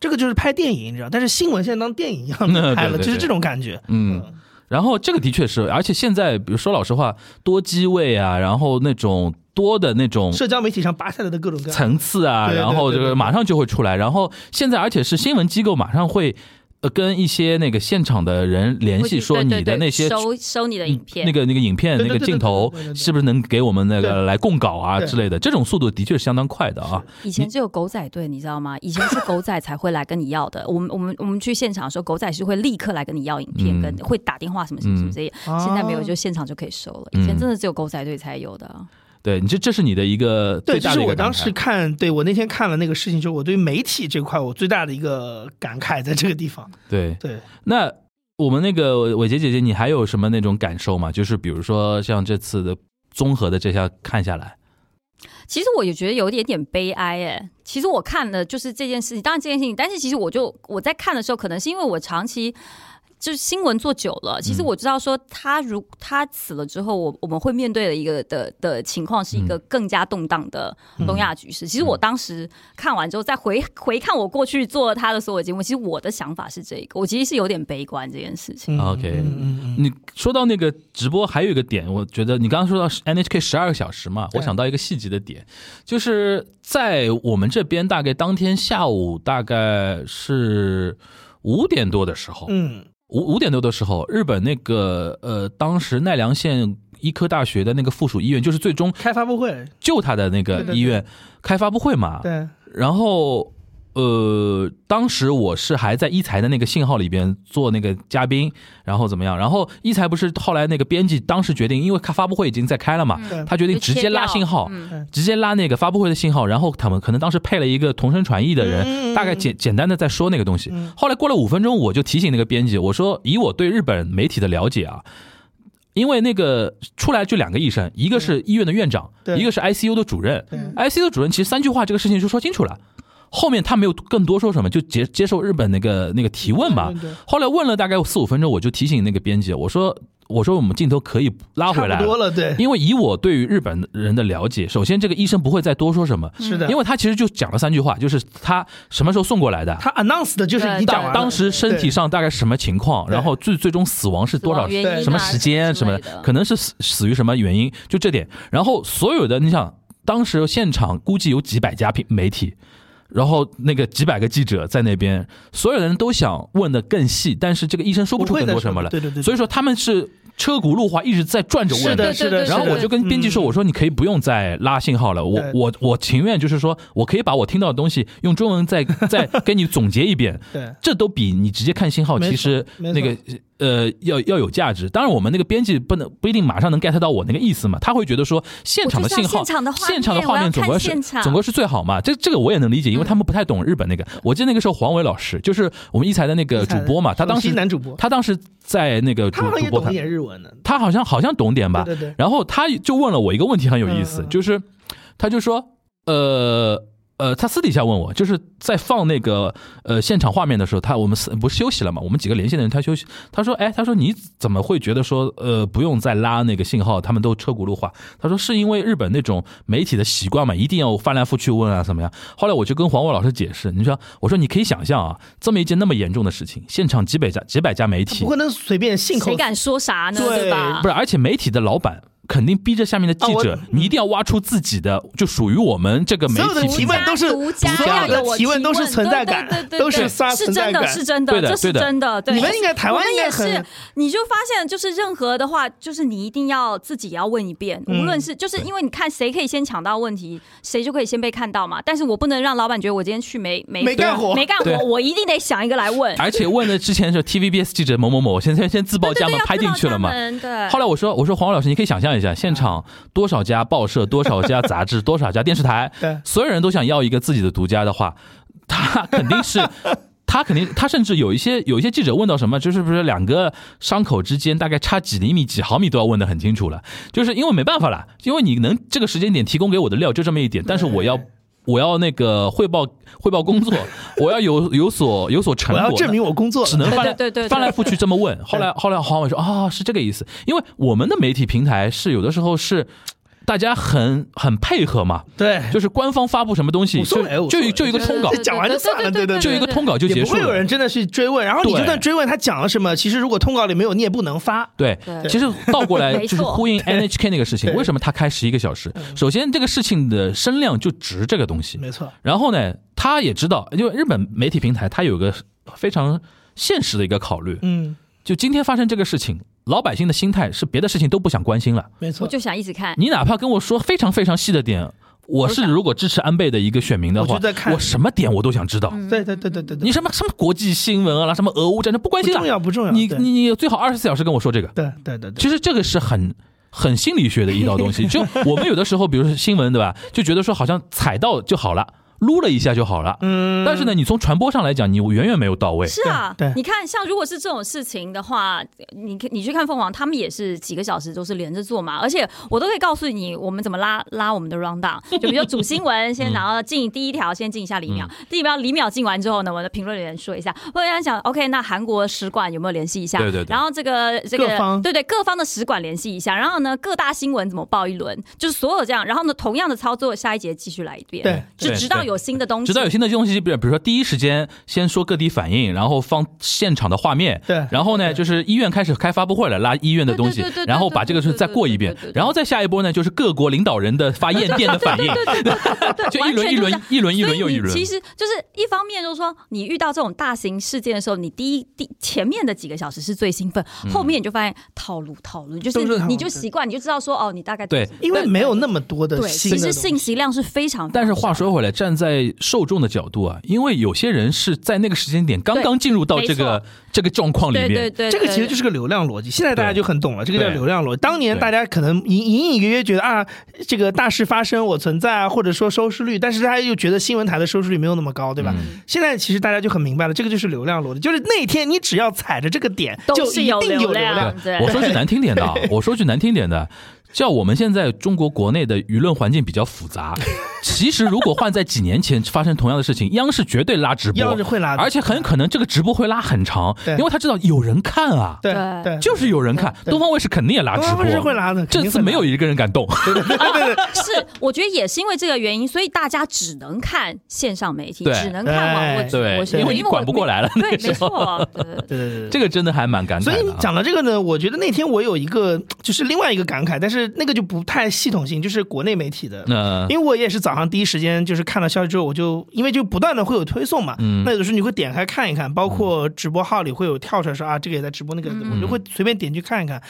Speaker 3: 这个就是拍电影，你知道，但是新闻现在当电影一样
Speaker 2: 嗯
Speaker 3: 拍了，
Speaker 2: 对对
Speaker 3: 就
Speaker 2: 对
Speaker 3: 是这种感觉。
Speaker 2: 嗯，然后这个的确是，而且现在，比如说老实话，多机位啊，然后那种多的那种
Speaker 3: 社交媒体上拔下来的各种各样的，
Speaker 2: 层次啊，
Speaker 3: 对对
Speaker 2: 然后这
Speaker 3: 对
Speaker 2: 个
Speaker 3: 对
Speaker 2: 马上就会出来，然后现在而且是新闻机构马上会呃跟一些那个现场的人联
Speaker 4: 会
Speaker 2: 系，
Speaker 4: 去
Speaker 2: 说
Speaker 4: 对对
Speaker 2: 你的
Speaker 4: 对
Speaker 2: 那些嗯
Speaker 4: 收收你的影片，
Speaker 2: 那个那个影片
Speaker 3: 对
Speaker 2: 那
Speaker 3: 对
Speaker 2: 个
Speaker 3: 对
Speaker 2: 镜头
Speaker 3: 对对对对对
Speaker 2: 是不是能给我们那个
Speaker 3: 对
Speaker 2: 来供稿啊
Speaker 3: 对
Speaker 2: 之类的，这种速度的确是相当快的啊。
Speaker 4: 以前只有狗仔队，你知道吗？以前是狗仔才会来跟你要的。我们我们我们去现场的时候，狗仔是会立刻来跟你要影片，
Speaker 2: 嗯
Speaker 4: 跟会打电话什么什么什么这些。
Speaker 3: 嗯
Speaker 4: 现在没有，就现场就可以收了。以前真的只有狗仔队才有的啊。
Speaker 2: 对你这这是你的一个最
Speaker 3: 对，这
Speaker 2: 大
Speaker 3: 是
Speaker 2: 的一
Speaker 3: 我
Speaker 2: 个
Speaker 3: 当
Speaker 2: 感
Speaker 3: 时
Speaker 2: 慨。
Speaker 3: 看，对我那天看了那个事情之后，我对媒体这块我最大的一个感慨在这个地方。
Speaker 2: 对，
Speaker 3: 对，
Speaker 2: 那我们那个伟杰姐姐，你还有什么那种感受吗？就是比如说像这次的综合的这下看下来，
Speaker 4: 其实我也觉得有一点点悲哀哎。其实我看了就是这件事情，当然这件事情，但是其实我就我在看的时候，可能是因为我长期。就是新闻做久
Speaker 2: 嗯
Speaker 4: 了，其实我知道说他如他死了之后，我我们会面对的一个的的情况是一
Speaker 2: 嗯
Speaker 4: 个更加动荡的东亚局势。其实我当时看完之后，再回回看我过去做他的所有节目，其实我的想法是这个，我其实是有点悲观这件事情。
Speaker 3: 嗯
Speaker 2: OK
Speaker 3: 嗯嗯嗯
Speaker 2: 你说到那个直播，还有一个点，我觉得你刚刚说到 NHK 十二个小时嘛，
Speaker 3: 对
Speaker 2: 我想到一个细节的点，就是在我们这边大概当天下午大概是五点多的时候，
Speaker 3: 嗯
Speaker 2: 五五点多的时候，日本那个呃，当时奈良县医科大学的那个附属医院，就是最终
Speaker 3: 开发布会，
Speaker 2: 救他的那个
Speaker 3: 对对
Speaker 2: 医院开发布会嘛，
Speaker 3: 对，
Speaker 2: 然后，呃，当时我是还在一财的那个信号里边做那个嘉宾，然后怎么样？然后一财不是后来那个编辑当时决定，因为开发布会已经在开了嘛，
Speaker 3: 嗯
Speaker 2: 他决定直接拉信号，
Speaker 4: 嗯
Speaker 2: 直接拉那个发布会的信号。然后他们可能当时配了一个同声传译的人，
Speaker 3: 嗯
Speaker 2: 大概简简单的在说那个东西。
Speaker 3: 嗯
Speaker 2: 后来过了五分钟，我就提醒那个编辑，我说以我对日本媒体的了解啊。因为那个出来就两个医生，一个是医院的院长，
Speaker 3: 对
Speaker 2: 一个是 ICU 的主任。
Speaker 3: 对
Speaker 2: ICU 主任其实三句话这个事情就说清楚了，后面他没有更多说什么，就接接受日本那个那个提问嘛
Speaker 3: 对对对。
Speaker 2: 后来问了大概四五分钟，我就提醒那个编辑，我说我说我们镜头可以拉回
Speaker 3: 差
Speaker 2: 来
Speaker 3: 不多
Speaker 2: 了，
Speaker 3: 了， 对，
Speaker 2: 因为以我对于日本人的了解，首先这个医生不会再多说什么，
Speaker 3: 是的，
Speaker 2: 因
Speaker 3: 为
Speaker 2: 为他其实就讲了三句话，就是他什么时候送过来的。
Speaker 3: 他 announce 的就是你
Speaker 4: 对
Speaker 3: 讲完
Speaker 4: 对
Speaker 2: 当
Speaker 3: 了
Speaker 2: 当时身体上大概什么情况，
Speaker 3: 对
Speaker 2: 然后最最终死亡是多少
Speaker 4: 死亡原因啊
Speaker 2: 什么时间什么
Speaker 4: 之类
Speaker 2: 的，
Speaker 4: 的
Speaker 2: 可能是死死于什么原因，就这点。然后所有的，你想，当时现场估计有几百家媒媒体，然后那个几百个记者在那边，所有人都想问的更细，但是这个医生说不出更多什么了，
Speaker 3: 不会再说对对对对
Speaker 2: 所以说他们是车轱辘话一直在转着
Speaker 3: 是
Speaker 2: 问
Speaker 3: 的，
Speaker 4: 对
Speaker 3: 是的，
Speaker 4: 对对
Speaker 2: 然后我就跟编辑说：“
Speaker 3: 嗯
Speaker 2: 我说你可以不用再拉信号了，我
Speaker 3: 对
Speaker 2: 我我情愿就是说我可以把我听到的东西用中文再 再给你总结一遍，
Speaker 3: 对
Speaker 2: 这都比你直接看信号
Speaker 3: 没错
Speaker 2: 其实
Speaker 3: 没
Speaker 2: 那
Speaker 3: 错
Speaker 2: 个呃要要有价值。当然，我们那个编辑不能不一定马上能 get 到我那个意思嘛，他会觉得说现场的信号、
Speaker 4: 我就是要现场的画面
Speaker 2: 现场的画
Speaker 4: 我要看
Speaker 2: 总归是
Speaker 4: 现场
Speaker 2: 总归是最好嘛。这这个我也能理解，
Speaker 3: 嗯
Speaker 2: 因为他们不太懂日本那个。我记得那个时候黄伟老师就是我们一财的那呃个主播嘛，他当
Speaker 3: 首
Speaker 2: 时
Speaker 3: 席男主播，
Speaker 2: 他当时在那个主
Speaker 3: 他好像
Speaker 2: 主
Speaker 3: 也
Speaker 2: 播
Speaker 3: 懂
Speaker 2: 台
Speaker 3: 一。点日文呢，
Speaker 2: 他好像好像懂点吧，
Speaker 3: 对对对
Speaker 2: 然后他就问了我一个问题，很有意思，
Speaker 3: 嗯嗯嗯
Speaker 2: 就是他就说，呃呃，他私底下问我，就是在放那个呃现场画面的时候，他我们四不是休息了嘛，我们几个连线的人他休息，他说，哎，他说你怎么会觉得说呃不用再拉那个信号，他们都车轱辘话？他说是因为日本那种媒体的习惯嘛，一定要翻来覆去问啊怎么样？后来我就跟黄伟老师解释，你说我说你可以想象啊，这么一件那么严重的事情，现场几百家几百家媒体
Speaker 3: 不，可能随便信口
Speaker 4: 谁敢说啥呢？
Speaker 3: 对
Speaker 4: 对吧？
Speaker 2: 不是，而且媒体的老板肯定逼着下面的记者
Speaker 3: 啊我，
Speaker 2: 你一定要挖出自己的，就属于我们这个媒
Speaker 3: 所有的
Speaker 2: 体
Speaker 3: 提问都是
Speaker 4: 独家
Speaker 2: 独家
Speaker 4: 要有我
Speaker 3: 提问都是存在感
Speaker 4: 对对对对对
Speaker 3: 都是刷
Speaker 4: 是
Speaker 3: 存在
Speaker 4: 真的，
Speaker 3: 感
Speaker 4: 是真的，
Speaker 2: 对的
Speaker 4: 这是
Speaker 2: 对的
Speaker 4: 真的。对，
Speaker 3: 你们应该台湾
Speaker 4: 我们
Speaker 3: 应该
Speaker 4: 也
Speaker 3: 很
Speaker 4: 是，你就发现就是任何的话，就是你一定要自己要问一遍，
Speaker 3: 嗯
Speaker 4: 无论是就是因为你看谁可以先抢到问题，谁就可以先被看到嘛。但是我不能让老板觉得我今天去没没
Speaker 3: 没干活
Speaker 4: 没干
Speaker 2: 对
Speaker 4: 活，我一定得想一个来问。
Speaker 2: 而且问了之前是 TVBS 记者某某某，先先先自报
Speaker 4: 对
Speaker 2: 家
Speaker 4: 对对，
Speaker 2: 门
Speaker 4: 要
Speaker 2: 拍进去了嘛
Speaker 4: 知道。他们对，
Speaker 2: 后来我说我说黄伟老师，你可以想象一下，现场多少家报社、多少家杂志、多少家电视台
Speaker 3: 对，
Speaker 2: 所有人都想要一个自己的独家的话，他肯定是。他肯定，他甚至有一些有一些记者问到什么，就是不是两个伤口之间大概差几厘米、几毫米都要问得很清楚了，就是因为没办法了，因为你能这个时间点提供给我的料就这么一点，但是我要我要那个汇报汇报工作，我要有有所有所成
Speaker 3: 我
Speaker 2: 果，
Speaker 3: 要证明我工作 了，
Speaker 2: 只能翻来
Speaker 4: 对对对对对
Speaker 2: 翻来覆去这么问。后来后来黄伟说啊、是这个意思，因为我们的媒体平台是有的时候是大家很很配合嘛，
Speaker 3: 对，
Speaker 2: 就是官方发布什么东西
Speaker 3: 无所
Speaker 2: 就
Speaker 3: 谓无所
Speaker 2: 就
Speaker 3: 谓
Speaker 2: 就一个
Speaker 4: 对对
Speaker 2: 通稿
Speaker 4: 对，对
Speaker 3: 讲完就算了对对对
Speaker 2: 就一个通稿就
Speaker 3: 也
Speaker 2: 结
Speaker 3: 不
Speaker 2: 束
Speaker 3: 会有
Speaker 2: 了。
Speaker 3: 人真的去追问，然后你
Speaker 2: 对
Speaker 3: 就算追问他讲了什么，其实如果通稿里没有，你也不能发。
Speaker 2: 对，
Speaker 4: 对
Speaker 2: 其实倒过来
Speaker 4: 没
Speaker 2: 就
Speaker 4: 错嗯
Speaker 2: 是呼应 NHK 那个事情，
Speaker 3: 对
Speaker 2: 为什么它开十一个小时？首先，这个事情的声量就值这个东西。
Speaker 3: 没错，
Speaker 2: 然后呢，他也知道，因为日本媒体平台它有个非常现实的一个考虑，
Speaker 3: 嗯，
Speaker 2: 就今天发生这个事情，老百姓的心态是别的事情都不想关心了。
Speaker 3: 没
Speaker 4: 我
Speaker 3: 错。
Speaker 4: 就想一直看。
Speaker 2: 你哪怕跟我说非常非常细的点，我是如果支持安倍的一个选民的
Speaker 3: 我
Speaker 2: 话
Speaker 3: 就在，看嗯
Speaker 2: 我什么点我都想知道。
Speaker 3: 对对对对对对，
Speaker 2: 你什么什么国际新闻啊啦，什么俄乌战争不关心
Speaker 3: 不重要
Speaker 2: 了，
Speaker 3: 不重要
Speaker 2: 你
Speaker 3: 对
Speaker 2: 你你最好二十四小时跟我说这个。
Speaker 3: 对对对对，
Speaker 2: 其实这个是很很 心理学的一道东西。就我们有的时候，比如说新闻，对吧？就觉得说好像踩到就好了。撸了一下就好了。
Speaker 3: 嗯，
Speaker 2: 但是呢，你从传播上来讲，你远远没有到位。
Speaker 4: 是啊
Speaker 3: 对对，
Speaker 4: 你看，像如果是这种事情的话，你你去看凤凰，他们也是几个小时都是连着做嘛，而且我都可以告诉你，我们怎么拉拉我们的 round down，就比如说主新闻先然后进第一条，先进一下李
Speaker 2: 嗯
Speaker 4: 淼，第一条李淼进完之后呢，我的评论里面说一下，我跟他讲，OK，那韩国使馆有没有联系一下？
Speaker 2: 对对对
Speaker 4: 然后这个这个
Speaker 3: 各方
Speaker 4: 对对各方的使馆联系一下，然后呢各大新闻怎么报一轮，就是所有这样，然后呢同样的操作，下一节继续来一遍，
Speaker 3: 对
Speaker 4: 就
Speaker 2: 对
Speaker 4: 直到
Speaker 2: 对
Speaker 4: 有新的东西，
Speaker 2: 直到有新的东西，比如比如说第一时间先说各地反应，然后放现场的画面，
Speaker 3: 对
Speaker 2: 然后呢就是医院开始开发布会了，拉医院的东西
Speaker 4: 对对对对，对
Speaker 2: 然后把这个事再过一遍
Speaker 4: 对对对对，对
Speaker 2: 然后再下一波呢就是各国领导人的发唁电的反应， 就一
Speaker 4: 完全
Speaker 2: 轮一轮
Speaker 4: 就是这样
Speaker 2: 一轮一
Speaker 4: 所
Speaker 2: 轮
Speaker 4: 以
Speaker 2: 又一
Speaker 4: 你
Speaker 2: 轮。
Speaker 4: 其实就是一方面就是说，你遇到这种大型事件的时候，你第一第前面的几个小时是最兴奋，
Speaker 2: 嗯
Speaker 4: 后面你就发现套路套路，就
Speaker 3: 都是
Speaker 4: 是
Speaker 3: 套路
Speaker 4: 你就习惯，你就知道说哦，你大概
Speaker 2: 对
Speaker 4: 懂什么
Speaker 3: 因为没有那么多的
Speaker 4: 对，
Speaker 3: 新
Speaker 4: 其
Speaker 3: 的
Speaker 4: 实
Speaker 3: 东西
Speaker 4: 信息量是非常。
Speaker 2: 但是话说回来，站在受众的角度啊，因为有些人是在那个时间点刚刚进入到这个这个状况里
Speaker 4: 对对
Speaker 2: 面，
Speaker 4: 对，
Speaker 3: 这个其实就是是个流量逻辑，现在大家就很懂了，这个叫
Speaker 2: 对
Speaker 3: 流量逻辑。当年
Speaker 2: 对
Speaker 3: 大家可能隐隐隐约约觉得啊，这个大事发生我存在啊，或者说收视率，但是大家又觉得新闻台的收视率没有那么高，对吧？
Speaker 2: 嗯
Speaker 3: 现在其实大家就很明白了，这个就是流量逻辑，就是那天你只要踩着这个点，就
Speaker 4: 都
Speaker 3: 一定
Speaker 4: 是有
Speaker 3: 流
Speaker 4: 流量
Speaker 3: 量。
Speaker 4: 对
Speaker 2: 我说句难听点的 啊，我说句难听点的，叫我们现在中国国内的舆论环境比较复 杂。其实如果换在几年前发生同样的事情，央视绝对拉直播，
Speaker 3: 央视会拉的
Speaker 2: 而且很可能这个直播会拉很长，
Speaker 3: 对
Speaker 2: 因为他知道有人看啊，
Speaker 3: 对
Speaker 4: 对
Speaker 3: 对，
Speaker 2: 就是有人看。东方卫视肯定也拉直
Speaker 3: 东
Speaker 2: 播，
Speaker 3: 方卫视会拉的
Speaker 2: 这
Speaker 3: 肯定会拉
Speaker 2: 次没有一个人敢 动。
Speaker 4: 是，我觉得也是因为这个原因，所以大家只能看线上媒体，
Speaker 2: 对
Speaker 4: 只能看网
Speaker 3: 哎
Speaker 4: 络直
Speaker 2: 对
Speaker 4: 播新闻，
Speaker 2: 因为你
Speaker 4: 我
Speaker 2: 管不过来了
Speaker 4: 对，
Speaker 2: 那个时
Speaker 4: 没
Speaker 2: 候
Speaker 4: 错， 对对
Speaker 3: 对
Speaker 4: 对
Speaker 3: 对对对。
Speaker 2: 这个真的还蛮感慨
Speaker 3: 所以
Speaker 2: 的
Speaker 3: 你
Speaker 2: 啊。
Speaker 3: 讲到这个呢，我觉得那天我有一个就是另外一个感慨，但是那个就不太系统性，就是国内媒体的。
Speaker 2: 那
Speaker 3: 因为我也是早上第一时间就是看到消息之后，我就因为就不断的会有推送嘛，
Speaker 2: 嗯
Speaker 3: 那有的时候你会点开看一看，包括直播号里会有跳出来说啊这个也在直播，那个也在直
Speaker 2: 嗯
Speaker 3: 播我就会随便点去看一看，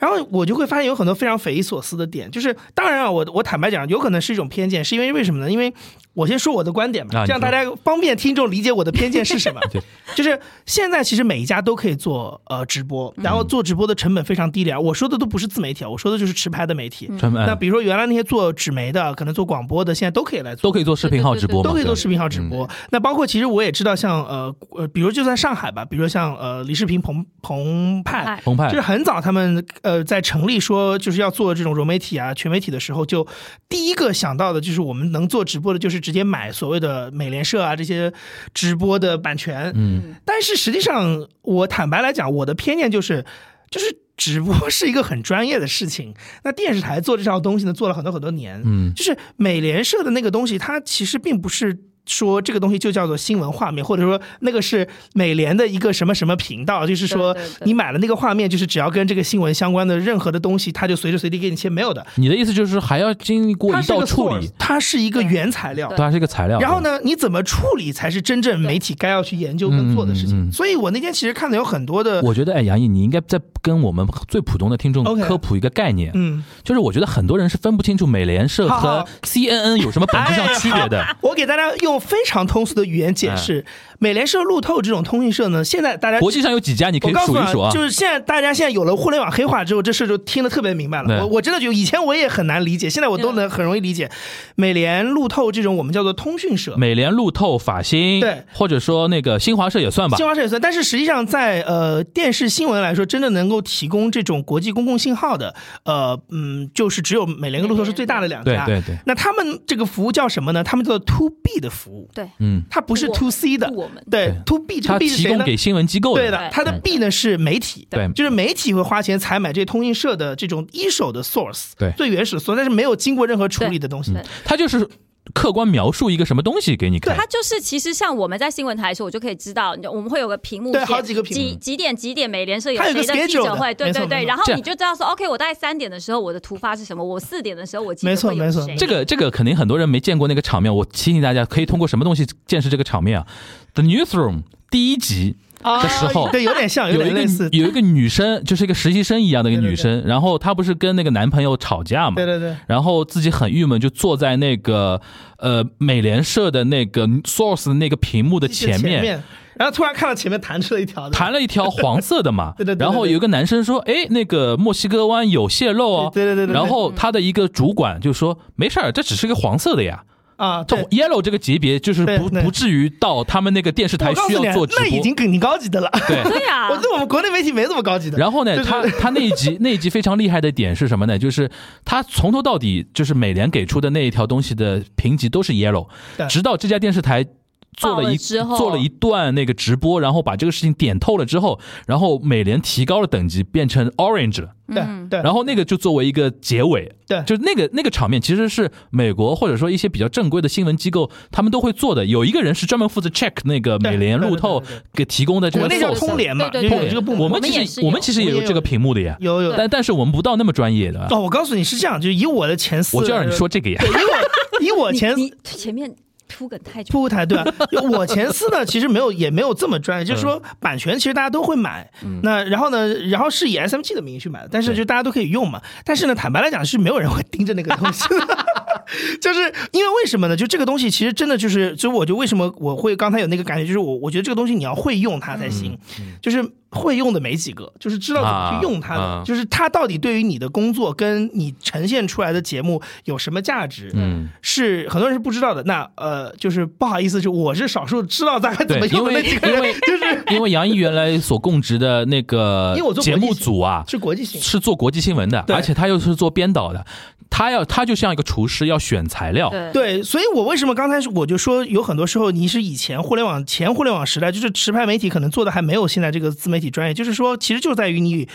Speaker 3: 然后我就会发现有很多非常匪夷所思的点，就是当然啊，我我坦白讲，有可能是一种偏见，是因为为什么呢？因为我先说我的观点
Speaker 2: 啊
Speaker 3: 嘛，
Speaker 2: 你
Speaker 3: 这样大家方便听众理解我的偏见是什么
Speaker 2: 对。
Speaker 3: 就是现在其实每一家都可以做呃直播，然
Speaker 2: 嗯
Speaker 3: 后做直播的成本非常低廉。我说的都不是自媒体啊，我说的就是持牌的媒体。
Speaker 2: 专门
Speaker 3: 那比如说原来那些做纸媒的，可能做广播的，现在都可以来做
Speaker 2: 都。可以做视频号直播嘛，
Speaker 3: 都可以做
Speaker 2: 对
Speaker 3: 视频号直播。那包括其实我也知道像，呃呃，比如就在上海吧，比如像呃李世平、澎澎
Speaker 4: 哎
Speaker 3: 湃。
Speaker 2: 澎湃
Speaker 3: 就是很早，他们呃在成立说就是要做这种融媒体啊、全媒体的时候，就第一个想到的就是我们能做直播的，就是直接买所谓的美联社啊这些直播的版权。
Speaker 2: 嗯，
Speaker 3: 但是实际上，我坦白来讲，我的偏见就是，就是直播是一个很专业的事情。那电视台做这套东西呢，做了很多很多年，
Speaker 2: 嗯
Speaker 3: 就是美联社的那个东西，它其实并不是。说这个东西就叫做新闻画面，或者说那个是美联的一个什么什么频道，就是说
Speaker 4: 对对对
Speaker 3: 你买了那个画面，就是只要跟这个新闻相关的任何的东西，它就随时随地给你切，没有的。
Speaker 2: 你的意思就是还要经过
Speaker 3: 它
Speaker 2: 一
Speaker 3: 是一
Speaker 2: 道
Speaker 3: 个
Speaker 2: 处
Speaker 3: source，
Speaker 2: 理，
Speaker 3: 它是一个原材料，
Speaker 2: 它是一个材料。
Speaker 3: 然后呢，你怎么处理才是真正媒体该要去研究跟做的
Speaker 2: 嗯嗯
Speaker 3: 事
Speaker 2: 嗯
Speaker 3: 情？
Speaker 2: 嗯
Speaker 3: 所以我那天其实看的有很多的
Speaker 2: 对？，我觉得，哎，杨毅，你应该再跟我们最普通的听众
Speaker 3: OK
Speaker 2: 科普一个概念，
Speaker 3: 嗯，
Speaker 2: 就是我觉得很多人是分不清楚美联社
Speaker 3: 好好哎
Speaker 2: 和 CNN 有什么本质上区 别的。
Speaker 3: 我给大家用非常通俗的语言解释，美联社、路透这种通讯社呢，现在大家
Speaker 2: 国际上有几家，你可
Speaker 3: 我
Speaker 2: 以
Speaker 3: 告诉
Speaker 2: 数
Speaker 3: 你
Speaker 2: 一数啊。
Speaker 3: 就是现在大家现在有了互联网黑化之后，这事就听得特别明白
Speaker 2: 对
Speaker 3: 了。我我真的就以前我也很难理解，现在我都能很容易理解，美联、路透这种我们叫做通讯社。
Speaker 2: 美联、路透、法新，
Speaker 3: 对
Speaker 2: 或者说那个新华社也算吧
Speaker 3: 新。华社也算，但是实际上在呃电视新闻来说，真的能够提供这种国际公共信号的，呃嗯，就是只有美联跟路透是最大的两
Speaker 2: 对
Speaker 3: 家。
Speaker 2: 对对，
Speaker 3: 那他们这个服务叫什么呢？他们叫做 to B 的服务，
Speaker 4: 对，
Speaker 2: 嗯，
Speaker 3: 它不是
Speaker 4: 我们
Speaker 3: to C 的
Speaker 4: 是。我们
Speaker 3: 对
Speaker 2: 对
Speaker 3: to B
Speaker 2: 它
Speaker 3: to B 是
Speaker 2: 提
Speaker 3: 谁
Speaker 2: 供
Speaker 3: 呢？
Speaker 2: 给新闻机构
Speaker 3: 对
Speaker 2: 的，
Speaker 3: 的，它的 B 呢是媒体，
Speaker 2: 对
Speaker 3: 就是媒体会花钱采买这些通讯社的这种一手的 source，
Speaker 2: 对
Speaker 3: 最原始的 source，但是没有经过任何处理的东西
Speaker 4: 对。对
Speaker 2: 它就是客观描述一个什么东西给你看
Speaker 4: 它。就是其实像我们在新闻台的时候，我就可以知道，你就我们会有个屏幕
Speaker 3: 对
Speaker 4: 线，
Speaker 3: 好几个屏幕
Speaker 4: 几几点几点美联社有
Speaker 3: 它有
Speaker 4: 谁
Speaker 3: 一个
Speaker 4: 的记
Speaker 3: schedule
Speaker 4: 者
Speaker 3: 的
Speaker 4: 会，对
Speaker 3: 没错
Speaker 4: 对对，
Speaker 3: 没错
Speaker 4: 然后
Speaker 2: 这样
Speaker 4: 你就知道说，OK，我大概三点的时候我的突发是什么，我四点的时候我记得
Speaker 3: 没错
Speaker 4: 会有
Speaker 3: 没错
Speaker 4: 谁
Speaker 2: 这个这个肯定很多人没见过那个场面，我提醒大家可以通过什么东西见识这个场面啊？The Newsroom 第一集的时候，
Speaker 3: 对，有点像，
Speaker 2: 有一
Speaker 3: 点
Speaker 2: 个
Speaker 3: 类似。
Speaker 2: 有一个女生，就是一个实习生一样的一个女生，然后她不是跟那个男朋友吵架嘛，
Speaker 3: 对对对，
Speaker 2: 然后自己很郁闷，就坐在那个呃美联社的那个 Source 的那个屏幕的前
Speaker 3: 面，
Speaker 2: 面，
Speaker 3: 然后突然看到前面弹出了一条，
Speaker 2: 弹了一条黄色的嘛，
Speaker 3: 对对对对
Speaker 2: 然后有一个男生说，哎，那个墨西哥湾有泄漏哦，
Speaker 3: 对对对对对
Speaker 2: 然后他的一个主管就说，没事儿，这只是个黄色的呀。
Speaker 3: 啊，
Speaker 2: 这
Speaker 3: 对，
Speaker 2: yellow 这个级别就是
Speaker 3: 对
Speaker 2: 不
Speaker 3: 对
Speaker 2: 不至于到他们那个电视台
Speaker 3: 我告
Speaker 2: 需
Speaker 3: 诉你
Speaker 2: 要
Speaker 3: 啊
Speaker 2: 做直播，
Speaker 3: 那已经挺高级 的了。
Speaker 2: 对。
Speaker 4: 对啊呀、
Speaker 3: 我觉得我们国内媒体没这么高级的。
Speaker 2: 然后呢，
Speaker 3: 就是
Speaker 2: 他他那一 集那一集非常厉害的点是什么呢？就是他从头到底就是美联给出的那一条东西的评级都是 yellow，
Speaker 3: 对
Speaker 2: 直到这家电视台。做
Speaker 4: 爆
Speaker 2: 了
Speaker 4: 了
Speaker 2: 一
Speaker 4: 之后
Speaker 2: 做了一段那个直播，然后把这个事情点透了之后，然后美联提高了等级，变成 orange 了。
Speaker 4: 嗯
Speaker 3: 对对，
Speaker 2: 然后那个就作为一个结尾，
Speaker 3: 对
Speaker 2: 就那个那个场面其实是美国或者说一些比较正规的新闻机构他们都会做的。有一个人是专门负责 check 那个美联
Speaker 3: 对对
Speaker 2: 路透
Speaker 3: 对对对
Speaker 2: 给提供的这
Speaker 3: 国
Speaker 2: 个
Speaker 3: 内叫
Speaker 2: source
Speaker 3: 通联嘛，
Speaker 4: 对
Speaker 3: 就
Speaker 4: 对对
Speaker 3: 有这个部门。
Speaker 2: 我们
Speaker 4: 我们也
Speaker 2: 其
Speaker 4: 是
Speaker 2: 实
Speaker 4: 有
Speaker 2: 我们其实也有这个屏幕的呀，
Speaker 3: 有有
Speaker 2: 但但是我们不到那么专业的。啊
Speaker 3: 哦，我告诉你是这样，就以我的前四，
Speaker 2: 我就让你说，这个呀，
Speaker 3: 以我前
Speaker 4: 你前面铺梗太久，
Speaker 3: 铺台对吧、啊就我前四呢，其实没有也没有这么专业，
Speaker 2: 嗯
Speaker 3: 就是说版权其实大家都会买，那然后呢，然后是以 SMG 的名义去买的，但是就大家都可以用嘛。但是呢，坦白来讲是没有人会盯着那个东西的。 就是因为为什么呢？就这个东西其实真的就是，就我就为什么我会刚才有那个感觉，就是我我觉得这个东西你要会用它才行，
Speaker 2: 嗯
Speaker 3: 就是会用的没几个，就是知道怎么去用它的，
Speaker 2: 啊啊
Speaker 3: 就是它到底对于你的工作跟你呈现出来的节目有什么价值，
Speaker 2: 嗯，
Speaker 3: 是很多人是不知道的。那呃，就是不好意思，就我是少数知道大概怎
Speaker 2: 对
Speaker 3: 么，
Speaker 2: 因
Speaker 3: 用的那
Speaker 2: 为
Speaker 3: 几个
Speaker 2: 因
Speaker 3: 人，
Speaker 2: 为因为杨毅原来所供职的那个
Speaker 3: 因为我做国际
Speaker 2: 节目组啊，
Speaker 3: 是国际性。
Speaker 2: 是做国际新闻的，
Speaker 3: 对
Speaker 2: 而且他又是做编导的，他要他就像一个厨师要选材料，
Speaker 4: 对
Speaker 3: 对，所以我为什么刚才我就说，有很多时候你是以前互联网前互联网时代，就是持牌媒体可能做的还没有现在这个自媒体专业，就是说，其实就在于你。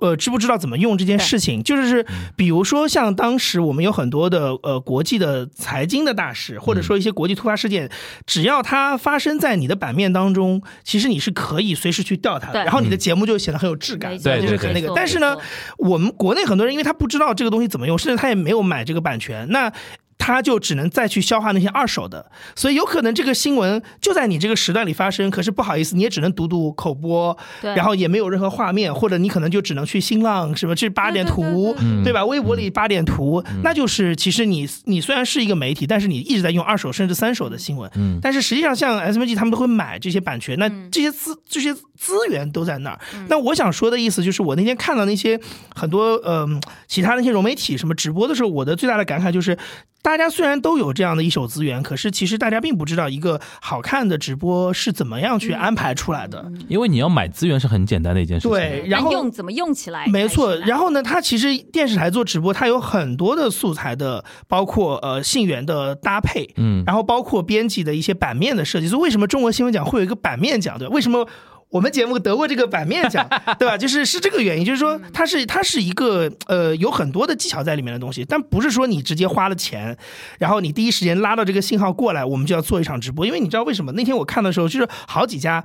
Speaker 3: 呃，知不知道怎么用这件事情，就是是，比如说像当时我们有很多的呃国际的财经的大事，或者
Speaker 4: 嗯
Speaker 3: 说一些国际突发事件，只要它发生在你的版面当中，其实你是可以随时去调它的，
Speaker 4: 对
Speaker 3: 然后你的节目就显得很有质感
Speaker 4: 没，错
Speaker 2: 对
Speaker 3: 就
Speaker 2: 对
Speaker 3: 是很
Speaker 2: 对
Speaker 3: 那个
Speaker 4: 没。错
Speaker 3: 但是呢
Speaker 4: 没错，
Speaker 3: 我们国内很多人因为他不知道这个东西怎么用，甚至他也没有买这个版权，那。他就只能再去消化那些二手的，所以有可能这个新闻就在你这个时段里发生，可是不好意思，你也只能读读口播，
Speaker 4: 对
Speaker 3: 然后也没有任何画面，或者你可能就只能去新浪什么去扒点图
Speaker 4: 对对对对，嗯
Speaker 3: 对吧？微博里扒点图，那就是其实你你虽然是一个媒体，但是你一直在用二手甚至三手的新闻，
Speaker 2: 嗯
Speaker 3: 但是实际上像 SMG 他们都会买这些版权，那
Speaker 4: 嗯
Speaker 3: 这些资这些资源都在那儿。那我想说的意思就是，我那天看到那些很多嗯、其他那些融媒体什么直播的时候，我的最大的感慨就是。大家虽然都有这样的一手资源，可是其实大家并不知道一个好看的直播是怎么样去安排出来的。
Speaker 2: 因为你要买资源是很简单的一件事情，
Speaker 3: 对然
Speaker 4: 那
Speaker 3: 后
Speaker 4: 用怎么用起来？
Speaker 3: 没错，然
Speaker 4: 后
Speaker 3: 后呢，它其实电视台做直播，它有很多的素材的，包括呃信源的搭配，
Speaker 2: 嗯
Speaker 3: 然后包括编辑的一些版面的设计。所以为什么中国新闻奖会有一个版面奖，对吧？为什么？我们节目得过这个版面奖，对吧？就是是这个原因，就是
Speaker 4: 嗯
Speaker 3: 说它是它是一个呃有很多的技巧在里面的东西，但不是说你直接花了钱，然后你第一时间拉到这个信号过来，我们就要做一场直播。因为你知道为什么？那天我看的时候，就是好几家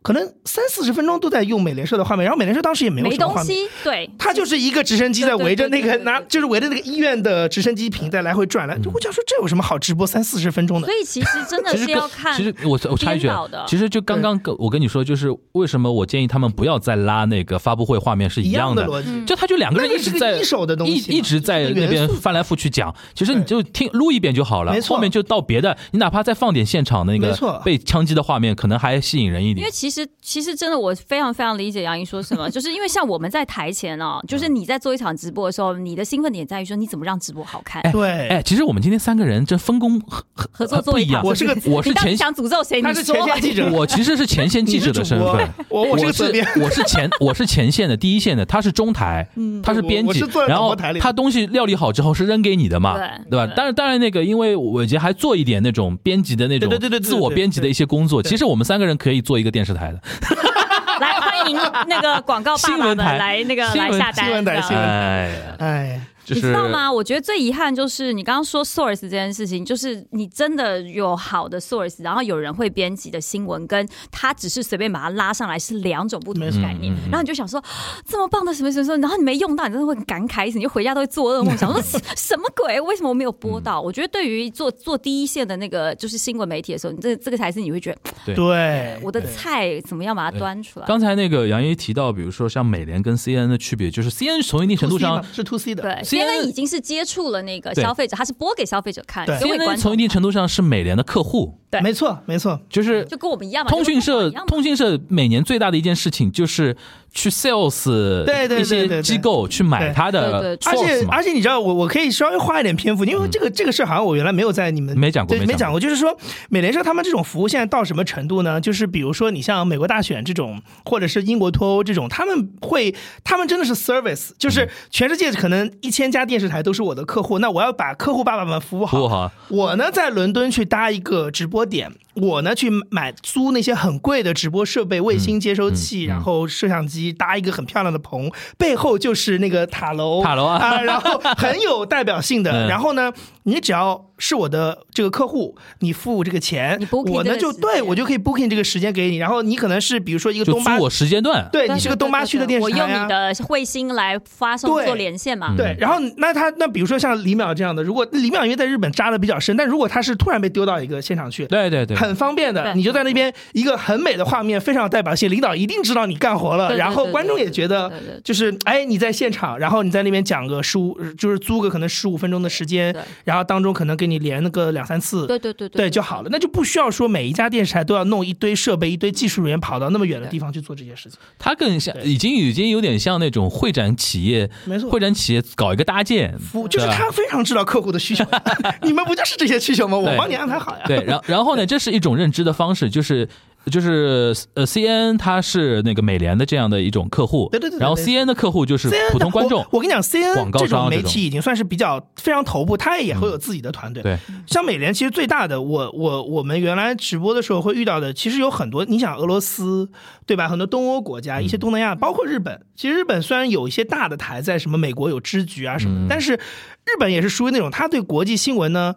Speaker 3: 可能三四十分钟都在用美联社的画面，然后美联社当时也没有
Speaker 4: 没
Speaker 3: 什么
Speaker 4: 东
Speaker 3: 画面，
Speaker 4: 西，对，
Speaker 3: 他就是一个直升机在围着那个
Speaker 4: 对对对对对
Speaker 3: 拿，就是围着那个医院的直升机屏在来回转来。我想说，这有什么好直播三四十分钟的
Speaker 4: 所？以其实真的
Speaker 2: 其实
Speaker 4: 是
Speaker 2: 跟
Speaker 4: 要看，
Speaker 2: 其实我我插一句啊
Speaker 4: 编导的，
Speaker 2: 其实就刚刚跟我跟你说，就是为什么我建议他们不要再拉那个发布会画面是
Speaker 3: 一
Speaker 2: 样
Speaker 3: 样
Speaker 2: 的
Speaker 3: 的，逻辑，
Speaker 2: 就他就两个人
Speaker 3: 嗯那
Speaker 2: 一
Speaker 3: 个是
Speaker 2: 直
Speaker 3: 个
Speaker 2: 在
Speaker 3: 一手的东西
Speaker 2: 一
Speaker 3: 嘛
Speaker 2: 一直在那
Speaker 3: 就是元
Speaker 2: 边
Speaker 3: 素
Speaker 2: 翻来覆去讲。其实你就听录一遍就好了
Speaker 3: 没，错
Speaker 2: 后面就到别的，你哪怕再放点现场的那
Speaker 3: 没错
Speaker 2: 个被枪击的画面，可能还吸引人一
Speaker 4: 因
Speaker 2: 点
Speaker 4: 为。其实其实真的，我非常非常理解杨怡说 什么，就是因为像我们在台前啊，
Speaker 2: 嗯
Speaker 4: 就是你在做一场直播的时候，你的兴奋点在于说你怎么让直播好看。
Speaker 2: 哎
Speaker 3: 对，
Speaker 2: 哎，其实我们今天三个人这分工很很
Speaker 4: 合作
Speaker 2: 很呃
Speaker 4: 做
Speaker 2: 不
Speaker 4: 一
Speaker 2: 一样。
Speaker 4: 档
Speaker 3: 我是个
Speaker 2: 我是
Speaker 4: 你到底
Speaker 2: 前
Speaker 4: 想诅咒谁？
Speaker 3: 他
Speaker 4: 你
Speaker 3: 是
Speaker 4: 说
Speaker 3: 前
Speaker 4: 吧
Speaker 3: 线记者，
Speaker 2: 我其实是前线记者的身
Speaker 3: 你是
Speaker 2: 份
Speaker 3: 主播我我是哦个责
Speaker 2: 是
Speaker 3: 编
Speaker 2: 我是前我是前线的第一线的，他是中台，
Speaker 4: 嗯
Speaker 2: 他是编
Speaker 3: 我我
Speaker 2: 辑
Speaker 3: 是坐，在
Speaker 2: 然
Speaker 3: 广播
Speaker 2: 后
Speaker 3: 台里
Speaker 2: 他东西料理好之后是扔给你的嘛，
Speaker 4: 对
Speaker 2: 对吧？
Speaker 4: 对
Speaker 2: 当然当然那个，因为伟杰还做一点那种编辑的那种
Speaker 3: 对对对对对对
Speaker 2: 自我编辑的一些工作，
Speaker 3: 对
Speaker 2: 其实我们三个人可以做一个电视台的，
Speaker 4: 来欢迎那个广告爸
Speaker 2: 新
Speaker 4: 爸
Speaker 2: 闻
Speaker 4: 们
Speaker 2: 台
Speaker 4: 来那个
Speaker 2: 新
Speaker 4: 来
Speaker 2: 闻
Speaker 4: 下单，
Speaker 3: 新闻台
Speaker 4: 这样
Speaker 3: 新闻台
Speaker 2: 哎呀，
Speaker 3: 哎，
Speaker 2: 就
Speaker 4: 你
Speaker 2: 是
Speaker 4: 知道吗？我觉得最遗憾就是你刚刚说 source 这件事情，就是你真的有好的 source，然后有人会编辑的新闻，跟他只是随便把它拉上来是两种不同的概念。然后你就想说啊这么棒的什么什么什么，然后你没用到，你真的会很感慨死，你就回家都会做噩梦，想说什什么鬼？为什么我没有播到？我觉得对于做做第一线的那个就是新闻媒体的时候，你这这个才是你会觉得
Speaker 3: 对，
Speaker 4: 我的菜怎么样把它端出来？
Speaker 2: 刚才那个杨一提到，比如说像美联跟 CN 的区别，就是 CN 从一定程度
Speaker 3: to C
Speaker 2: 上
Speaker 3: 嘛是 to C 的，
Speaker 4: 对，
Speaker 2: CNN
Speaker 4: 现在已经是接触了那个消费者，他是播给消费者看，
Speaker 3: 对
Speaker 4: 跟为观
Speaker 2: CNN
Speaker 4: 众
Speaker 2: 从一定
Speaker 4: 看
Speaker 2: 程度上是美联的客户，
Speaker 4: 对
Speaker 3: 没错，没错，
Speaker 2: 就是
Speaker 4: 就跟我们一样嘛，
Speaker 2: 通讯社
Speaker 4: 就跟凤凰一样嘛
Speaker 2: 通讯社每年最大的一件事情就是去 sales
Speaker 3: 对对对
Speaker 2: 一
Speaker 3: 对
Speaker 2: 些
Speaker 3: 对
Speaker 2: 机构去买
Speaker 3: 对
Speaker 2: 它的
Speaker 4: 对对
Speaker 2: s
Speaker 4: 对
Speaker 3: 而
Speaker 2: o u r
Speaker 3: 且
Speaker 2: c 嘛嗯
Speaker 3: 而，且你知道我我可以稍微花一点篇幅，因为这个、这个事儿好像我原来没有在你们
Speaker 2: 没讲过
Speaker 3: 对
Speaker 2: 没
Speaker 3: 没
Speaker 2: 讲
Speaker 3: 讲
Speaker 2: 过
Speaker 3: 过，就是说美联社他们这种服务现在到什么程度呢？就是比如说你像美国大选这种，或者是英国脱欧这种，他们会他们真的是 service，就是
Speaker 2: 嗯
Speaker 3: 全世界可能一千家电视台都是我的客户，那我要把客户爸爸们服务
Speaker 2: 服务
Speaker 3: 好。
Speaker 2: 好，
Speaker 3: 我呢在伦敦去搭一个直播点，我呢去买租那些很贵的直播设备、卫星接收器，
Speaker 2: 嗯
Speaker 3: 然后摄像机，搭一个很漂亮的棚，背后就是那个塔楼，
Speaker 2: 塔楼啊
Speaker 3: 啊，然后很有代表性的。
Speaker 2: 嗯
Speaker 3: 然后呢，你只要是我的这个客户，你付这个钱
Speaker 4: 你，booking
Speaker 3: 我呢
Speaker 4: 这个
Speaker 3: 就
Speaker 4: 时
Speaker 3: 对
Speaker 4: 间
Speaker 3: 我就可以 booking 这个时间给你。然后你可能是比如说一个
Speaker 2: 就嗯
Speaker 3: 东
Speaker 2: 租
Speaker 3: 八，
Speaker 2: 我时间段，
Speaker 3: 对
Speaker 4: 对
Speaker 3: 你是个东八区的电视台、啊、
Speaker 4: 我用你的卫星来发送
Speaker 3: 对嗯
Speaker 4: 做连线嘛。
Speaker 3: 对，然后那他那比如说像李淼这样的，如果李淼因为在日本扎的比较深，但如果他是突然被丢到一个现场去，
Speaker 2: 对对对，
Speaker 3: 很方便的，
Speaker 4: 对
Speaker 3: 你就在那边一个很美的画面，非常有代表性，领导一定知道你干活了，
Speaker 4: 对对
Speaker 3: 然后
Speaker 4: 对
Speaker 3: 观众也觉得
Speaker 4: 对对对
Speaker 3: 就是哎你在现场，然后你在那边讲个十五，就是租个可能十五分钟的时间
Speaker 4: 对，
Speaker 3: 然后当中可能给你连个两三次，
Speaker 4: 对对对
Speaker 3: 对就好了，那就不需要说每一家电视台都要弄一堆设备、一堆技术人员跑到那么远的地方去做这些事情，
Speaker 2: 它更像，
Speaker 3: 对
Speaker 2: 已经已经有点像那种会展企业，
Speaker 3: 没错
Speaker 2: 会展企业搞一个搭建，
Speaker 3: 服务就是
Speaker 2: 对吧啊
Speaker 3: 他非常知道客户的需求， 你们不就是这些需求吗？我
Speaker 2: 对
Speaker 3: 帮你安排好呀。
Speaker 2: 对，然然后呢，这是一种认知的方式，就是。就是呃，C N 它是那个美联的这样的一种客户，
Speaker 3: 对对对对
Speaker 2: 然后
Speaker 3: 对
Speaker 2: C N 的客户就是
Speaker 3: C N
Speaker 2: 普通观众
Speaker 3: 我，我跟你讲，C
Speaker 2: 广
Speaker 3: N
Speaker 2: 告商啊
Speaker 3: 这种媒
Speaker 2: 这种嗯
Speaker 3: 体已经算是比较非常头部，它也会有自己的团队。
Speaker 2: 对，
Speaker 3: 像美联其实最大的，我我我们原来直播的时候会遇到的，其实有很多，你想俄罗斯对吧？很多东欧国家，一
Speaker 2: 嗯
Speaker 3: 些东南亚，包括日本。其实日本虽然有一些大的台在什么美国有支局啊
Speaker 2: 嗯
Speaker 3: 什么的，但是日本也是属于那种他对国际新闻呢。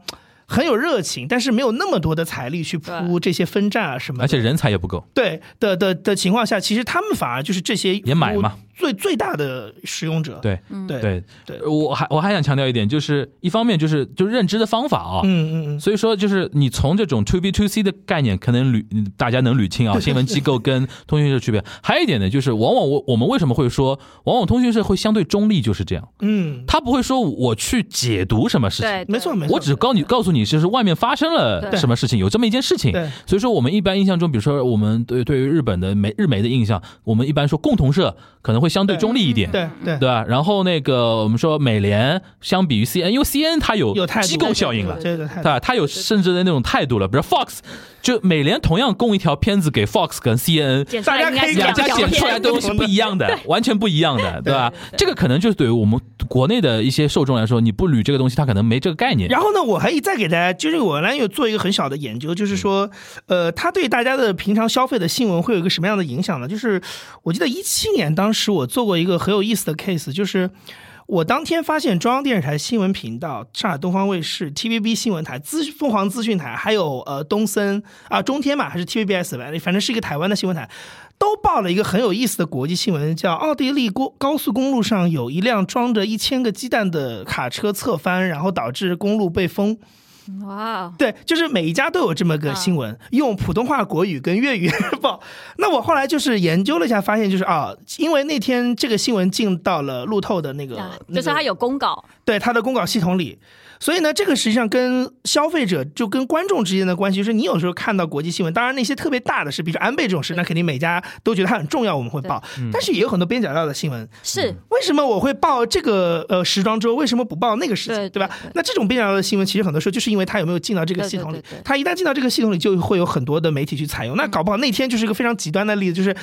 Speaker 3: 很有热情，但是没有那么多的财力去铺这些分站啊什么的。
Speaker 2: 而且人才也不够，
Speaker 3: 对的的的情况下，其实他们反而就是这些
Speaker 2: 也买嘛
Speaker 3: 最最大的使用者。
Speaker 2: 对
Speaker 3: 对
Speaker 2: 对
Speaker 3: 对
Speaker 2: 我还我还想强调一点，就是一方面就是就是认知的方法啊，
Speaker 3: 嗯嗯嗯，
Speaker 2: 所以说，就是你从这种 to B to C 的概念，可能捋嗯大家能捋 清啊，新闻机构跟通讯社区别。还有一点呢，就是往往我我们为什么会说，往往通讯社会相对中立，就是这样，
Speaker 3: 嗯，
Speaker 2: 他不会说我去解读什么事情，
Speaker 4: 对，
Speaker 3: 没错
Speaker 4: 对
Speaker 3: 没错，
Speaker 2: 我只告你告诉你，就是外面发生了
Speaker 4: 对
Speaker 2: 什么事情，有这么一件事情
Speaker 3: 对。
Speaker 2: 所以说，我们一般印象中，比如说我们对对于日本的媒日媒的印象，我们一般说共同社可能会相对中立一点，
Speaker 3: 对 对
Speaker 2: 对吧？然后那个我们说美联相比于 CN，因为 CN 它有
Speaker 3: 有态度
Speaker 2: 机构效应了。
Speaker 3: 对对对
Speaker 2: 对吧？他有甚至的那种态度了，比如 Fox，就美联同样供一条片子给 Fox 跟 CNN，
Speaker 4: 剪出来应该是
Speaker 2: 两
Speaker 4: 两
Speaker 2: 家
Speaker 4: 条
Speaker 2: 剪出来
Speaker 4: 片
Speaker 2: 的东西不一样的，完全不一样的，对吧
Speaker 4: 对对？对
Speaker 2: 这个可能就是对于我们国内的一些受众来说，你不捋这个东西，他可能没这个概念。
Speaker 3: 然后呢，我还再给大家，就是我原来有做一个很小的研究，
Speaker 2: 嗯
Speaker 3: 就是说，呃，它对大家的平常消费的新闻会有一个什么样的影响呢？就是我记得一七年当时我做过一个很有意思的 case，就是。我当天发现中央电视台新闻频道、上海东方卫视、TVB 新闻台、资凤凰资讯台，还有呃东森啊中天吧，还是 TVBS 吧，反正是一个台湾的新闻台，都报了一个很有意思的国际新闻，叫奥地利高高速公路上有一辆装着一千个鸡蛋的卡车侧翻，然后导致公路被封。
Speaker 4: 哇哦，
Speaker 3: 对，就是每一家都有这么
Speaker 4: 嗯
Speaker 3: 个新闻，用普通话、国语跟粤语 报。那我后来就是研究了一下，发现就是啊，因为那天这个新闻进到了路透的那个，
Speaker 4: 啊
Speaker 3: 呃那
Speaker 4: 就是
Speaker 3: 个
Speaker 4: 他有公稿，
Speaker 3: 对它的公告系统里。所以呢，这个实际上跟消费者就跟观众之间的关系，就是你有时候看到国际新闻，当然那些特别大的事，比如说安倍这种事，那肯定每家都觉得它很重要，我们会报。但是也有很多边角料的新闻，
Speaker 4: 是
Speaker 3: 为什么我会报这个呃时装周？为什么不报那个事情？
Speaker 4: 对
Speaker 3: 吧
Speaker 4: 对对？
Speaker 3: 那这种边角料的新闻，其实很多时候就是因为它有没有进到这个
Speaker 4: 对
Speaker 3: 系统里
Speaker 4: 对对对。嗯
Speaker 3: 它一旦进到这个系统里，就会有很多的媒体去采用。那搞不好那天就是一个非常极端的例子，就是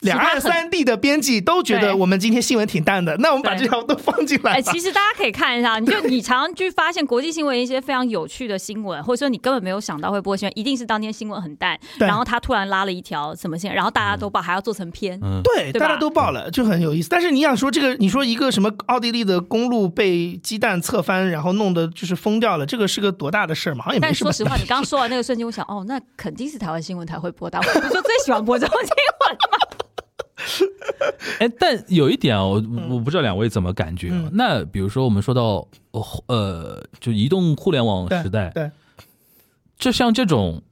Speaker 3: 两岸
Speaker 4: 其他很
Speaker 3: 三地的编辑都觉
Speaker 4: 对
Speaker 3: 得我们今天新闻挺淡的，那我们把
Speaker 4: 对
Speaker 3: 这条都放进来
Speaker 4: 哎，
Speaker 3: 吧。
Speaker 4: 其实大家可以看一下，你就你常常去发现国际新闻一些非常有趣的新闻，或者说你根本没有想到会播新闻，一定是当天新闻很淡，
Speaker 3: 对嗯
Speaker 4: 然后他突然拉了一条什么线，然后大家都报，还要做成片，
Speaker 2: 嗯
Speaker 3: 对，
Speaker 4: 对
Speaker 3: 大
Speaker 4: 吧
Speaker 3: 家都报了，就很有意思。但是你想说这个，你说一个什么奥地利的公路被鸡蛋侧翻，然后弄得就是疯掉了，这个是个多大的事儿嘛？好像也没
Speaker 4: 但
Speaker 3: 什么
Speaker 4: 说。实话，你刚说完那个瞬间，我想，哦，那肯定是台湾新闻台会播到，我不是说最喜欢播这种新闻了吗？
Speaker 2: 哎，但有一点啊，我我不知道两位怎么感觉啊。
Speaker 3: 嗯
Speaker 2: 那比如说我们说到呃呃，就移动互联网
Speaker 3: 对
Speaker 2: 时代，
Speaker 3: 对，
Speaker 2: 就像这种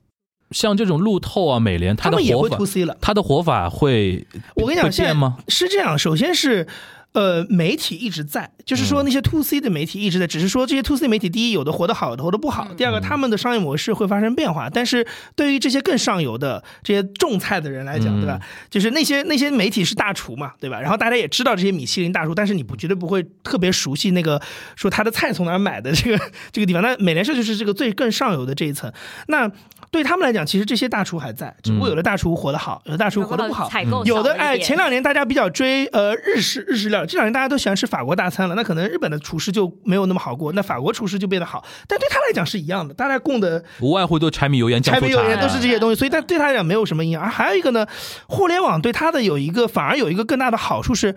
Speaker 2: 像这种路透啊、美联，它
Speaker 3: 他
Speaker 2: 的
Speaker 3: 们也
Speaker 2: 活
Speaker 3: 会
Speaker 2: 法
Speaker 3: 出 C 了。
Speaker 2: 它的活法会
Speaker 3: 我跟你
Speaker 2: 会
Speaker 3: 讲，现
Speaker 2: 变吗
Speaker 3: 在？是这样，首先是。呃，媒体一直在，就是说那些 to C 的媒体一直在，只是说这些 to C 媒体，第一有的活得好，有的活得不好；第二个，他们的商业模式会发生变化。但是对于这些更上游的这些种菜的人来讲，对吧？就是那些那些媒体是大厨嘛，对吧？然后大家也知道这些米其林大厨，但是你不绝对不会特别熟悉那个说他的菜从哪儿买的这个这个地方。那美联社就是这个最更上游的这一层。那对他们来讲，其实这些大厨还在，只不过有的大厨活得好，有的大厨活得不好。
Speaker 4: 采购
Speaker 3: 有的
Speaker 4: 少了一
Speaker 3: 哎，
Speaker 4: 点
Speaker 3: 前两年大家比较追呃日式日式料理，这两年大家都喜欢吃法国大餐了，那可能日本的厨师就没有那么好过，那法国厨师就变得好，但对他来讲是一样的，大家供的
Speaker 2: 无外乎都柴米油盐酱
Speaker 3: 柴
Speaker 2: 醋
Speaker 3: 米
Speaker 2: 茶
Speaker 3: 油盐都是这
Speaker 4: 嗯
Speaker 3: 些东西，所以但对他来讲没有什么影响。而还有一个呢，互联网对他的有一个反而有一个更大的好处是，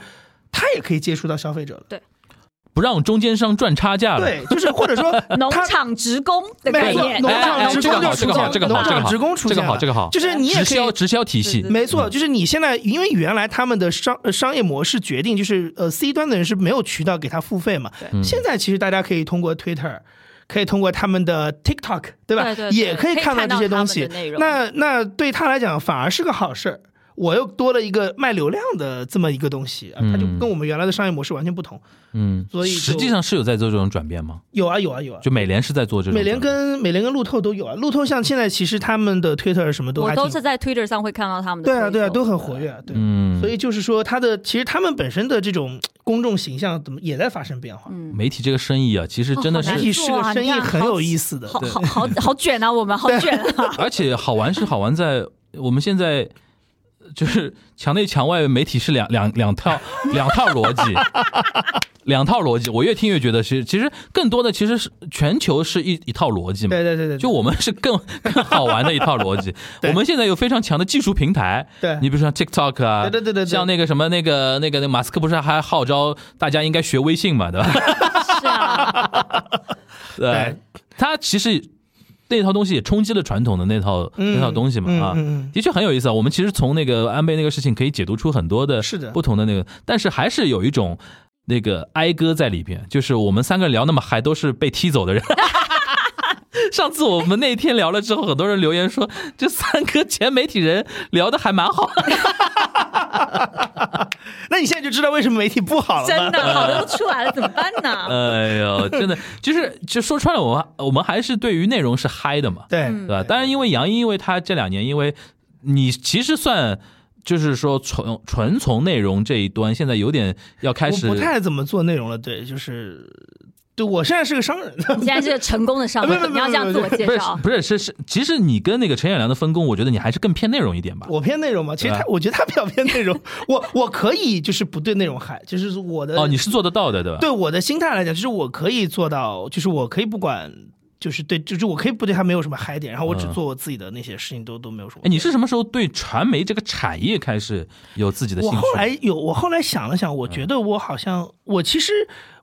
Speaker 3: 他也可以接触到消费者了，
Speaker 2: 不让中间商赚差价了。
Speaker 3: 对，就是或者 说
Speaker 4: 农
Speaker 3: 他。
Speaker 4: 场职工的概
Speaker 3: 没错
Speaker 4: 念，
Speaker 3: 农
Speaker 2: 哎哎
Speaker 3: 场职
Speaker 2: 这
Speaker 3: 工
Speaker 2: 个
Speaker 3: 就
Speaker 2: 好，
Speaker 3: 出
Speaker 2: 这个好，
Speaker 3: 现，
Speaker 2: 这个好，这个
Speaker 3: 农场
Speaker 2: 好，
Speaker 3: 职工出
Speaker 2: 这
Speaker 3: 现
Speaker 2: 个好，
Speaker 3: 了
Speaker 2: 这个好，
Speaker 3: 就是你也可
Speaker 2: 直
Speaker 3: 以
Speaker 2: 销直销体系
Speaker 4: 对，
Speaker 3: 没错，就是你现在，因为原来他们的商呃商业模式决定，就是呃 C 端的人是没有渠道给他付费嘛。
Speaker 2: 嗯
Speaker 3: 现在其实大家可以通过 Twitter，可以通过他们的 TikTok，对吧？
Speaker 4: 对对对
Speaker 3: 也可以
Speaker 4: 可以
Speaker 3: 看
Speaker 4: 看
Speaker 3: 这
Speaker 4: 到
Speaker 3: 些
Speaker 4: 他
Speaker 3: 东
Speaker 4: 们
Speaker 3: 西
Speaker 4: 的内。容
Speaker 3: 那那对他来讲反而是个好事儿。我又多了一个卖流量的这么一个东西，啊，它就跟我们原来的商业模式完全不同。
Speaker 2: 嗯，
Speaker 3: 所以就
Speaker 2: 实际上是有在做这种转变吗？
Speaker 3: 有啊有啊有啊，
Speaker 2: 就美联是在做这种
Speaker 3: 美
Speaker 2: 转变，
Speaker 3: 联跟美联跟路透都有啊，路透像现在其实他们的 Twitter 什么都
Speaker 4: 我
Speaker 3: 还
Speaker 4: 都
Speaker 3: 挺
Speaker 4: 是在 Twitter 上会看到他们的
Speaker 3: 对啊，
Speaker 4: 推
Speaker 3: 对啊，
Speaker 4: 送
Speaker 3: 都很活跃啊，对。
Speaker 2: 嗯，
Speaker 3: 所以就是说，他的其实他们本身的这种公众形象怎么也在发生变化。
Speaker 2: 媒体这个生意啊，其实真的嗯
Speaker 4: 哦好
Speaker 2: 是
Speaker 4: 难
Speaker 3: 媒体是个
Speaker 4: 哇
Speaker 3: 生意
Speaker 4: 你看
Speaker 3: 很
Speaker 4: 好
Speaker 3: 有意思的，
Speaker 4: 好
Speaker 3: 对
Speaker 4: 好好好卷啊，我们好卷啊！
Speaker 2: 而且好玩是好玩在我们现在呃就是墙内墙外媒体是两两两套两套逻 辑，两套逻辑。我越听越觉得是，其实更多的其实是全球是一一套逻辑嘛。
Speaker 3: 对对对对，
Speaker 2: 嗯就我们是更 更好玩的一套逻辑，我们现在有非常强的技术平台，
Speaker 3: 对
Speaker 2: 你比如说像 TikTok 啊，
Speaker 3: 对对对对对
Speaker 2: 像那个什么那个那个那个马斯克不是还号召大家应该学微信嘛， 对吧？
Speaker 4: 是啊，
Speaker 2: 对
Speaker 3: 对，
Speaker 2: 它其实那套东西也冲击了传统的那套、
Speaker 3: 嗯
Speaker 2: 那套东西嘛
Speaker 3: 嗯
Speaker 2: 啊，
Speaker 3: 嗯嗯
Speaker 2: 的确很有意思啊。我们其实从那个安倍那个事情可以解读出很多的
Speaker 3: 是的
Speaker 2: 不同的那个，但是还是有一种。那个哀歌在里边，就是我们三个聊那么嗨，都是被踢走的人。 上次我们那天聊了之后，很多人留言说，这三个前媒体人聊的还蛮好。
Speaker 3: 那你现在就知道为什么媒体不 好了呃吧？
Speaker 4: 真的，好的都出来了，怎么办呢？
Speaker 2: 哎呦，真的，就是就说穿了，我们我们还是对于内容是嗨的嘛。
Speaker 3: 嗯对，
Speaker 4: 嗯
Speaker 2: 对吧？当然，因为杨一，因为他这两年，因为你其实算就是说纯纯从内容这一端，现在有点要开始
Speaker 3: 我不太怎么做内容了，对，就是对我现在是个商人，
Speaker 4: 你现在是个成功的上
Speaker 3: 没有没
Speaker 4: 位，
Speaker 3: 有
Speaker 4: 你要这样自我介
Speaker 2: 不是
Speaker 4: 绍。
Speaker 2: 不是是是，其实你跟那个陈远良的分工，我觉得你还是更偏内容一点吧。
Speaker 3: 我偏内容嘛，其实他我觉得他比较偏内容，我我可以就是不对内容嗨，就是我的
Speaker 2: 哦，你是做得到的，对吧？
Speaker 3: 对我的心态来讲，就是我可以做到，就是我可以不管，就是对，就是我可以不对他没有什么嗨点，然后我只
Speaker 2: 嗯
Speaker 3: 做我自己的那些事情都都没有什么。
Speaker 2: 哎，你是什么时候对传媒这个产业开始有自己的兴
Speaker 3: 我
Speaker 2: 趣？嗯
Speaker 3: 后来有，我后来想了想，我觉得我好像，我其实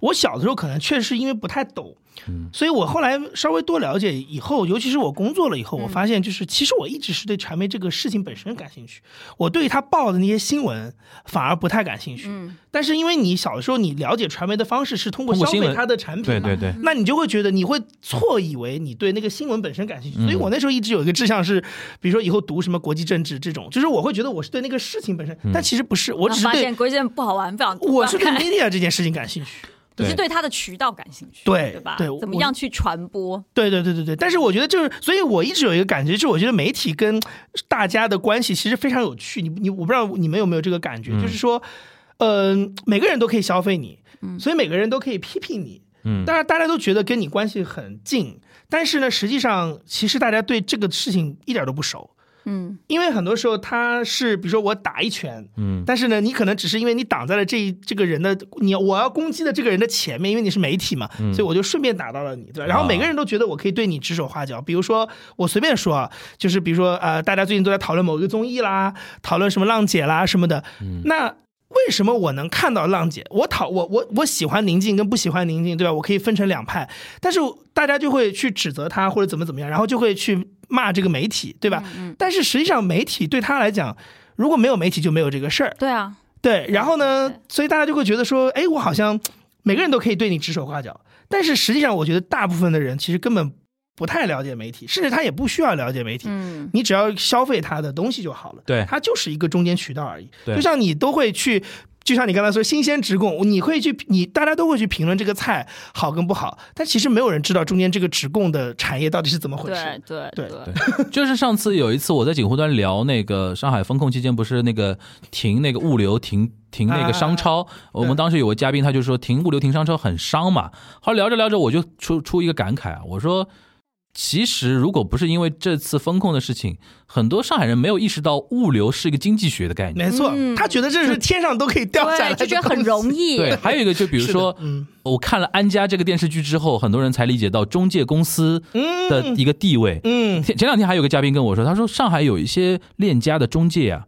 Speaker 3: 我小的时候可能确实因为不太懂，
Speaker 2: 嗯
Speaker 3: 所以我后来稍微多了解以后，尤其是我工作了以后，我发现就是其实我一直是对传媒这个事情本身感兴趣，我对于他报的那些新闻反而不太感兴趣。但是因为你小的时候你了解传媒的方式是通过
Speaker 2: 通过
Speaker 3: 消
Speaker 2: 新
Speaker 3: 费
Speaker 2: 闻
Speaker 3: 它的产品
Speaker 2: 对
Speaker 3: 嘛，
Speaker 2: 对对，
Speaker 3: 那你就会觉得你会错以为你对那个新闻本身感兴趣，所以我那时候一直有一个志向是，比如说以后读什么国际政治这种，就是我会觉得我是对那个事情本身，但其实不是，我只是
Speaker 4: 然后啊发
Speaker 3: 对
Speaker 4: 现规矩不好玩，不想
Speaker 3: 我是对
Speaker 4: 看
Speaker 3: media 这件事情感兴趣。
Speaker 4: 你是
Speaker 2: 对
Speaker 4: 对它的渠道感兴趣，
Speaker 3: 对
Speaker 4: 对吧？
Speaker 3: 对
Speaker 4: 怎么
Speaker 3: 我
Speaker 4: 样去传播？
Speaker 3: 对对对对对，但是我觉得就是，所以我一直有一个感觉，就是我觉得媒体跟大家的关系其实非常有趣。你你我不知道你们有没有这个感觉，就是说，嗯、每个人都可以消费你，
Speaker 4: 嗯
Speaker 3: 所以每个人都可以批评你。
Speaker 2: 嗯
Speaker 3: 当然大家都觉得跟你关系很近，但是呢，实际上其实大家对这个事情一点都不熟。
Speaker 4: 嗯，
Speaker 3: 因为很多时候他是，比如说我打一拳，
Speaker 2: 嗯，
Speaker 3: 但是呢，你可能只是因为你挡在了这一这个人的你我要攻击的这个人的前面，因为你是媒体嘛，所以我就顺便打到了你，对吧？然后每个人都觉得我可以对你指手画脚，比如说我随便说，啊，就是比如说呃，大家最近都在讨论某一个综艺啦，讨论什么浪姐啦什么的，那。为什么我能看到浪姐？我讨我我我喜欢宁静跟不喜欢宁静，对吧？我可以分成两派，但是大家就会去指责她或者怎么怎么样，然后就会去骂这个媒体，对吧？但是实际上媒体对他来讲，如果没有媒体就没有这个事儿，
Speaker 4: 对啊，
Speaker 3: 对。然后呢
Speaker 4: 对，
Speaker 3: 所以大家就会觉得说，哎，我好像每个人都可以对你指手画脚，但是实际上我觉得大部分的人其实根本不太了解媒体，甚至他也不需要了解媒体。
Speaker 4: 嗯，
Speaker 3: 你只要消费他的东西就好了，
Speaker 2: 对
Speaker 3: 它就是一个中间渠道而已。
Speaker 2: 对
Speaker 3: 就像你都会去就像你刚才说，新鲜职供，你会去，你大家都会去评论这个菜好跟不好，但其实没有人知道中间这个职供的产业到底是怎么回
Speaker 4: 对
Speaker 3: 事。
Speaker 4: 对
Speaker 3: 对
Speaker 4: 对，
Speaker 2: 就是上次有一次我在锦湖端聊那个上海封控期间，不是那个停那个物流停。停那个商
Speaker 3: 啊
Speaker 2: 超，我们当时有个嘉宾，他就说停物流停商超很伤嘛。后来聊着聊着，我就出出一个感慨啊，我说，其实如果不是因为这次风控的事情，很多上海人没有意识到物流是一个经济学的概念。
Speaker 3: 没错，
Speaker 4: 嗯
Speaker 3: 他觉得这是天上都可以掉下来
Speaker 4: 对
Speaker 3: 的东西，
Speaker 4: 就觉得很容易。
Speaker 2: 对，还有一个就比如
Speaker 3: 是的
Speaker 2: 说，
Speaker 3: 嗯
Speaker 2: 我看了《安家》这个电视剧之后，很多人才理解到中介公司的一个地位。
Speaker 3: 嗯，
Speaker 2: 前前两天还有个嘉宾跟我说，他说上海有一些链家的中介啊，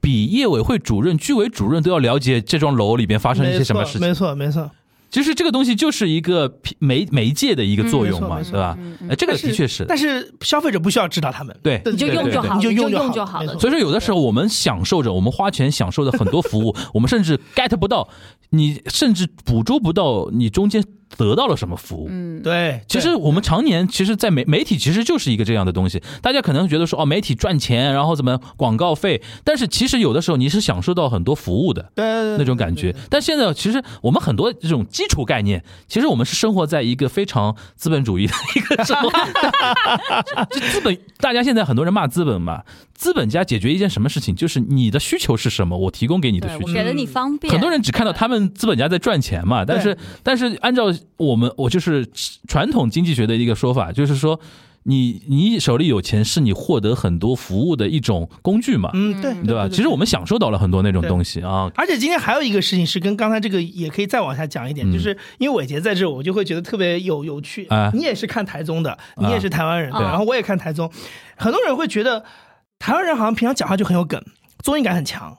Speaker 2: 比业委会主任、居委主任都要了解这幢楼里边发生一些什么事情。
Speaker 3: 没错，没错，没错。
Speaker 2: 其实这个东西就是一个媒媒媒介的一个作用嘛，
Speaker 3: 嗯没
Speaker 2: 对
Speaker 3: 错
Speaker 2: 吧？哎，这个的确是。
Speaker 3: 但是消费者不需要知道他们，
Speaker 2: 对
Speaker 3: 对
Speaker 4: 你就
Speaker 3: 对
Speaker 4: 用
Speaker 3: 对
Speaker 4: 就
Speaker 3: 对
Speaker 4: 好
Speaker 3: 你就
Speaker 4: 了
Speaker 3: 用
Speaker 4: 就用
Speaker 3: 好
Speaker 4: 就好
Speaker 3: 没
Speaker 4: 了
Speaker 3: 错
Speaker 2: 所以说，有的时候我们享受着，我们花钱享受着很多服 务，我们甚至 get 不到，你甚至捕捉不到你中间得到了什么服务。
Speaker 3: 对，
Speaker 2: 其实我们常年，其实，在媒媒体其实就是一个这样的东西。大家可能觉得说，哦，媒体赚钱，然后怎么广告费，但是其实有的时候你是享受到很多服务的
Speaker 3: 对对
Speaker 2: 那种感觉。但现在其实我们很多这种基础概念，其实我们是生活在一个非常资本主义的 一个生活。就资本，大家现在很多人骂资本嘛，资本家解决一件什么事情，就是你的需求是什么，我提供给你的
Speaker 4: 对
Speaker 2: 需
Speaker 4: 我
Speaker 2: 求。嗯
Speaker 4: 给了你方便，
Speaker 2: 很多人只看到他们资本家在赚钱嘛，但是但是按照我们我就是传统经济学的一个说法，就是说你你手里有钱是你获得很多服务的一种工具嘛，
Speaker 3: 嗯，对，
Speaker 2: 对吧？其实我们享受到了很多那种东西啊，
Speaker 3: 而且今天还有一个事情是跟刚才这个也可以再往下讲一点，
Speaker 2: 嗯
Speaker 3: 就是因为伟杰在这，我就会觉得特别有有趣
Speaker 2: 啊。
Speaker 3: 你也是看台综的，你也是台湾人，
Speaker 4: 啊
Speaker 3: 然后我也看台综，很多人会觉得台湾人好像平常讲话就很有梗，综艺感很强。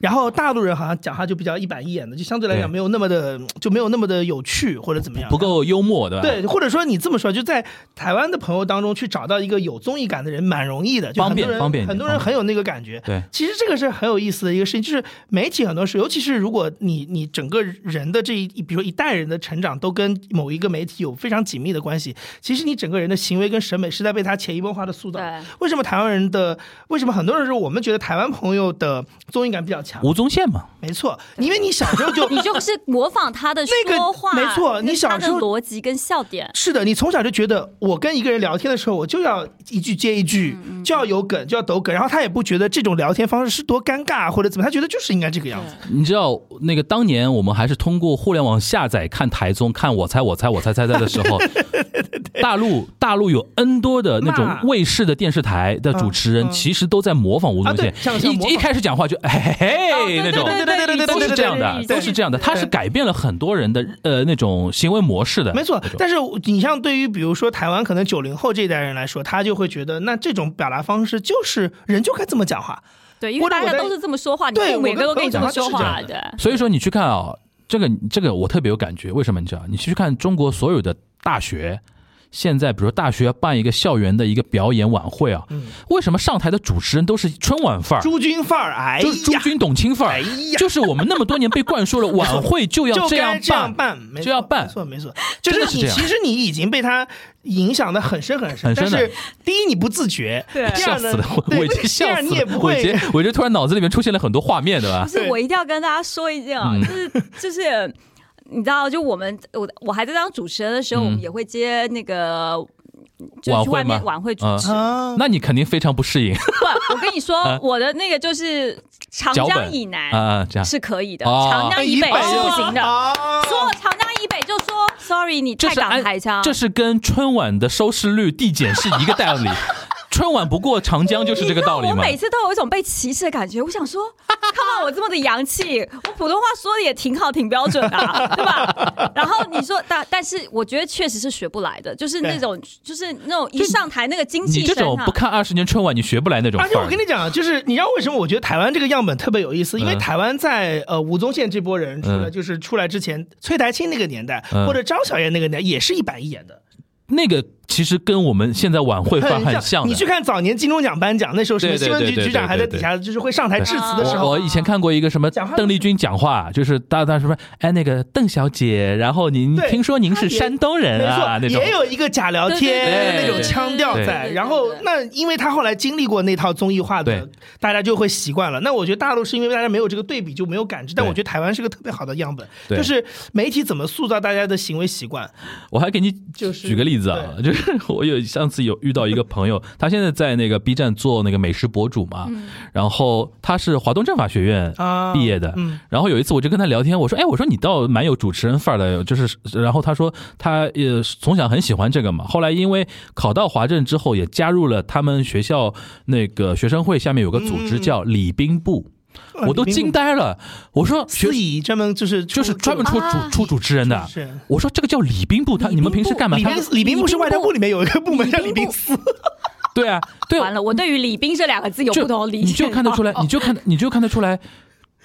Speaker 3: 然后大陆人好像讲话就比较一板一眼的，就相对来
Speaker 2: 对
Speaker 3: 讲没有那么的就没有那么的有趣或者怎么样，
Speaker 2: 不够幽默，对吧？
Speaker 3: 对，或者说你这么说，就在台湾的朋友当中去找到一个有综艺感的人，蛮容易的，就
Speaker 2: 方
Speaker 3: 很多
Speaker 2: 便
Speaker 3: 人
Speaker 2: 方便一点
Speaker 3: 很多人很有那个感觉。
Speaker 2: 对
Speaker 3: 其实这个是很有意思的一个事情，就是媒体很多时候，尤其是如果你你整个人的这一，比如说一代人的成长都跟某一个媒体有非常紧密的关系，其实你整个人的行为跟审美是在被它潜移默化的塑造
Speaker 4: 对。
Speaker 3: 为什么台湾人的，为什么很多人说我们觉得台湾朋友的综艺感比较强？
Speaker 2: 吴宗宪嘛，
Speaker 3: 没错，因为你小时候就
Speaker 4: 你就是模仿他的
Speaker 3: 那个
Speaker 4: 说话，
Speaker 3: 没错
Speaker 4: 跟
Speaker 3: 你小
Speaker 4: 他的
Speaker 3: 时候
Speaker 4: 逻辑跟笑点，
Speaker 3: 是的，你从小就觉得我跟一个人聊天的时候，我就要一句接一句，就要有梗，就要抖梗，然后他也不觉得这种聊天方式是多尴尬或者怎么，他觉得就是应该这个样子。
Speaker 2: 你知道那个当年我们还是通过互联网下载看台综、看我猜我猜我猜猜猜的时 候，大陆大陆有 N 多的那种
Speaker 4: 啊
Speaker 3: 骂
Speaker 2: 卫视的电视台的主持人，
Speaker 3: 嗯嗯
Speaker 2: 其实都在模仿吴宗宪
Speaker 3: 啊对像，像
Speaker 2: 一
Speaker 3: 模仿
Speaker 2: 一开始讲话就哎
Speaker 4: 哦
Speaker 2: 嘿嘿
Speaker 4: 对
Speaker 2: 那种。
Speaker 4: 对对对对对
Speaker 2: 都是这样的，都是这样的，他是改变了很多人的呃那种行为模式的，
Speaker 3: 没错
Speaker 2: 那种，
Speaker 3: 但是你像对于比如说台湾可能九零后这一代人来说，他就会觉得那这种表达方式就是人就该这么讲话，
Speaker 4: 对，因
Speaker 3: 或
Speaker 4: 为
Speaker 3: 者
Speaker 4: 大
Speaker 3: 我
Speaker 4: 家
Speaker 3: 在
Speaker 4: 都是这么说话，你
Speaker 3: 对
Speaker 4: 父母
Speaker 3: 我
Speaker 4: 也
Speaker 3: 跟
Speaker 4: 都
Speaker 3: 朋
Speaker 4: 跟
Speaker 3: 友
Speaker 4: 你这
Speaker 3: 讲话是
Speaker 4: 么说
Speaker 3: 这样
Speaker 4: 话，
Speaker 3: 的
Speaker 4: 对，
Speaker 2: 所以说你去看啊、这个这个我特别有感觉，为什么你知道？你去看中国所有的大学，现在比如说大学要办一个校园的一个表演晚会啊，
Speaker 3: 嗯
Speaker 2: 为什么上台的主持人都是春晚范儿？
Speaker 3: 朱军范儿，哎
Speaker 2: 就是啊朱
Speaker 3: 呀，
Speaker 2: 军、董卿范
Speaker 3: 哎
Speaker 2: 儿，
Speaker 3: 呀
Speaker 2: 就是我们那么多年被灌输了晚会就要
Speaker 3: 就
Speaker 2: 这
Speaker 3: 该
Speaker 2: 样
Speaker 3: 这样
Speaker 2: 办，
Speaker 3: 办，没
Speaker 2: 就要
Speaker 3: 错
Speaker 2: 办
Speaker 3: 没错没错，就
Speaker 2: 真的
Speaker 3: 是
Speaker 2: 是
Speaker 3: 你
Speaker 2: 这样
Speaker 3: 其实你已经被他影响的很深很深，
Speaker 2: 很深
Speaker 3: 但
Speaker 2: 的
Speaker 3: 是第一你不自觉，
Speaker 4: 对
Speaker 3: 第
Speaker 2: 笑
Speaker 3: 二
Speaker 2: 死
Speaker 3: 呢
Speaker 2: 了，我
Speaker 3: 对
Speaker 2: 我已经
Speaker 3: 第
Speaker 2: 笑
Speaker 3: 二
Speaker 2: 死
Speaker 3: 你也
Speaker 2: 了，
Speaker 3: 不
Speaker 2: 我已
Speaker 3: 会
Speaker 2: 经我就突然脑子里面出现了很多画面，对吧
Speaker 4: 不？是
Speaker 3: 对
Speaker 4: 我一定要跟大家说一件啊，
Speaker 2: 嗯
Speaker 4: 就是就是你知道，就我们我我还在当主持人的时候，
Speaker 2: 嗯
Speaker 4: 我们也会接那个。就
Speaker 2: 晚
Speaker 4: 是
Speaker 2: 会
Speaker 4: 去外
Speaker 2: 吗嗯
Speaker 4: 面晚会主持，
Speaker 3: 啊。
Speaker 2: 那你肯定非常不适应
Speaker 4: 不，我跟你
Speaker 2: 啊
Speaker 4: 说，我的那个就是长
Speaker 2: 脚
Speaker 4: 江
Speaker 2: 本
Speaker 4: 以南
Speaker 2: 啊啊，这样
Speaker 4: 是可以的，
Speaker 2: 哦
Speaker 4: 长江
Speaker 3: 哎
Speaker 4: 以北是不行的。
Speaker 3: 哦啊
Speaker 4: 说
Speaker 3: 说
Speaker 4: 长江以北就说 sorry，你
Speaker 2: 这
Speaker 4: 太
Speaker 2: 是
Speaker 4: 港
Speaker 2: 按
Speaker 4: 台腔，
Speaker 2: 这是跟春晚的收视率递减是一个道 理。春晚不过长江就是这个道理
Speaker 4: 我
Speaker 2: 嘛。
Speaker 4: 每次都有一种被歧视的感觉。我想说，看到我这么的洋气，我普通话说的也挺好，挺标准的、啊，对吧？然后你说，但但是我觉得确实是学不来的，就是那种，就是那种一上台那个精
Speaker 2: 你
Speaker 4: 气
Speaker 2: 这
Speaker 4: 神
Speaker 2: 种
Speaker 4: 啊
Speaker 2: 不。看二十年春晚，你学不来那种
Speaker 3: 而且
Speaker 2: 范儿
Speaker 3: 我跟。你讲，就是你知道为什么我觉得台湾这个样本特别有意思？因为
Speaker 2: 嗯
Speaker 3: 台湾在呃吴宗宪这波人出
Speaker 2: 嗯
Speaker 3: 来，就是出来之前，崔台青那个年代
Speaker 2: 嗯
Speaker 3: 或者张小燕那个年代，也是一板一眼的。
Speaker 2: 那个其实跟我们现在晚会饭很像的。
Speaker 3: 你去看早年金钟奖颁奖，那时候什么
Speaker 2: 对对
Speaker 3: 新闻局
Speaker 2: 对对
Speaker 3: 局长还在底下，就是会上台致辞的时
Speaker 2: 我
Speaker 3: 候，
Speaker 2: 我以前看过一个什么
Speaker 3: 讲话
Speaker 2: 邓丽君讲话，就是大大什么哎那个邓小姐，然后您
Speaker 3: 对
Speaker 2: 听说您
Speaker 3: 她
Speaker 2: 是
Speaker 3: 也
Speaker 2: 山东人啊那
Speaker 3: 没错，
Speaker 2: 种，
Speaker 3: 也有一个假聊
Speaker 2: 对对
Speaker 3: 天
Speaker 2: 对
Speaker 3: 那种腔调
Speaker 2: 对
Speaker 3: 在。
Speaker 4: 对
Speaker 3: 然后
Speaker 4: 对
Speaker 3: 那因为他后来经历过那套综艺化的
Speaker 2: 对，
Speaker 3: 大家就会习惯了。那我觉得大陆是因为大家没有这个对比就没有感知，但
Speaker 2: 对
Speaker 3: 我觉得台湾是个特别好的样本，
Speaker 2: 对
Speaker 3: 就是媒体怎么塑造大家的行为习惯。
Speaker 2: 我还给你
Speaker 3: 就是
Speaker 2: 举个例子啊，就是 我有上次有遇到一个朋 友，他现在在那个 B 站做那个美食博主嘛，然后他是华东政法学院
Speaker 3: 嗯啊
Speaker 2: 毕业的，
Speaker 3: 嗯
Speaker 2: 然后有一次我就跟他聊天，我说，哎，我说你倒蛮有主持人范儿的，就是，然后他说他呃从小很喜欢这个嘛，后来因为考到华政之后，也加入了他们学校那个学生会下面有个组织叫
Speaker 3: 嗯
Speaker 2: 礼宾部，
Speaker 3: 呃
Speaker 2: 我都惊呆了，我说学
Speaker 3: 司仪专门就是出
Speaker 2: 就是专门出主、
Speaker 4: 啊
Speaker 2: 出主持人的
Speaker 3: 是。
Speaker 2: 我说这个叫礼宾部，他你们平时干嘛？
Speaker 3: 礼
Speaker 2: 他
Speaker 3: 宾礼宾部是外交部里面有一个部门叫礼
Speaker 4: 宾
Speaker 3: 宾
Speaker 4: 部
Speaker 2: 嗯
Speaker 3: 司，
Speaker 2: 对啊，对，
Speaker 4: 完了，我对于礼宾这两个字有
Speaker 2: 就
Speaker 4: 不同的理解。
Speaker 2: 你就看得出来，你就看你就看得出来，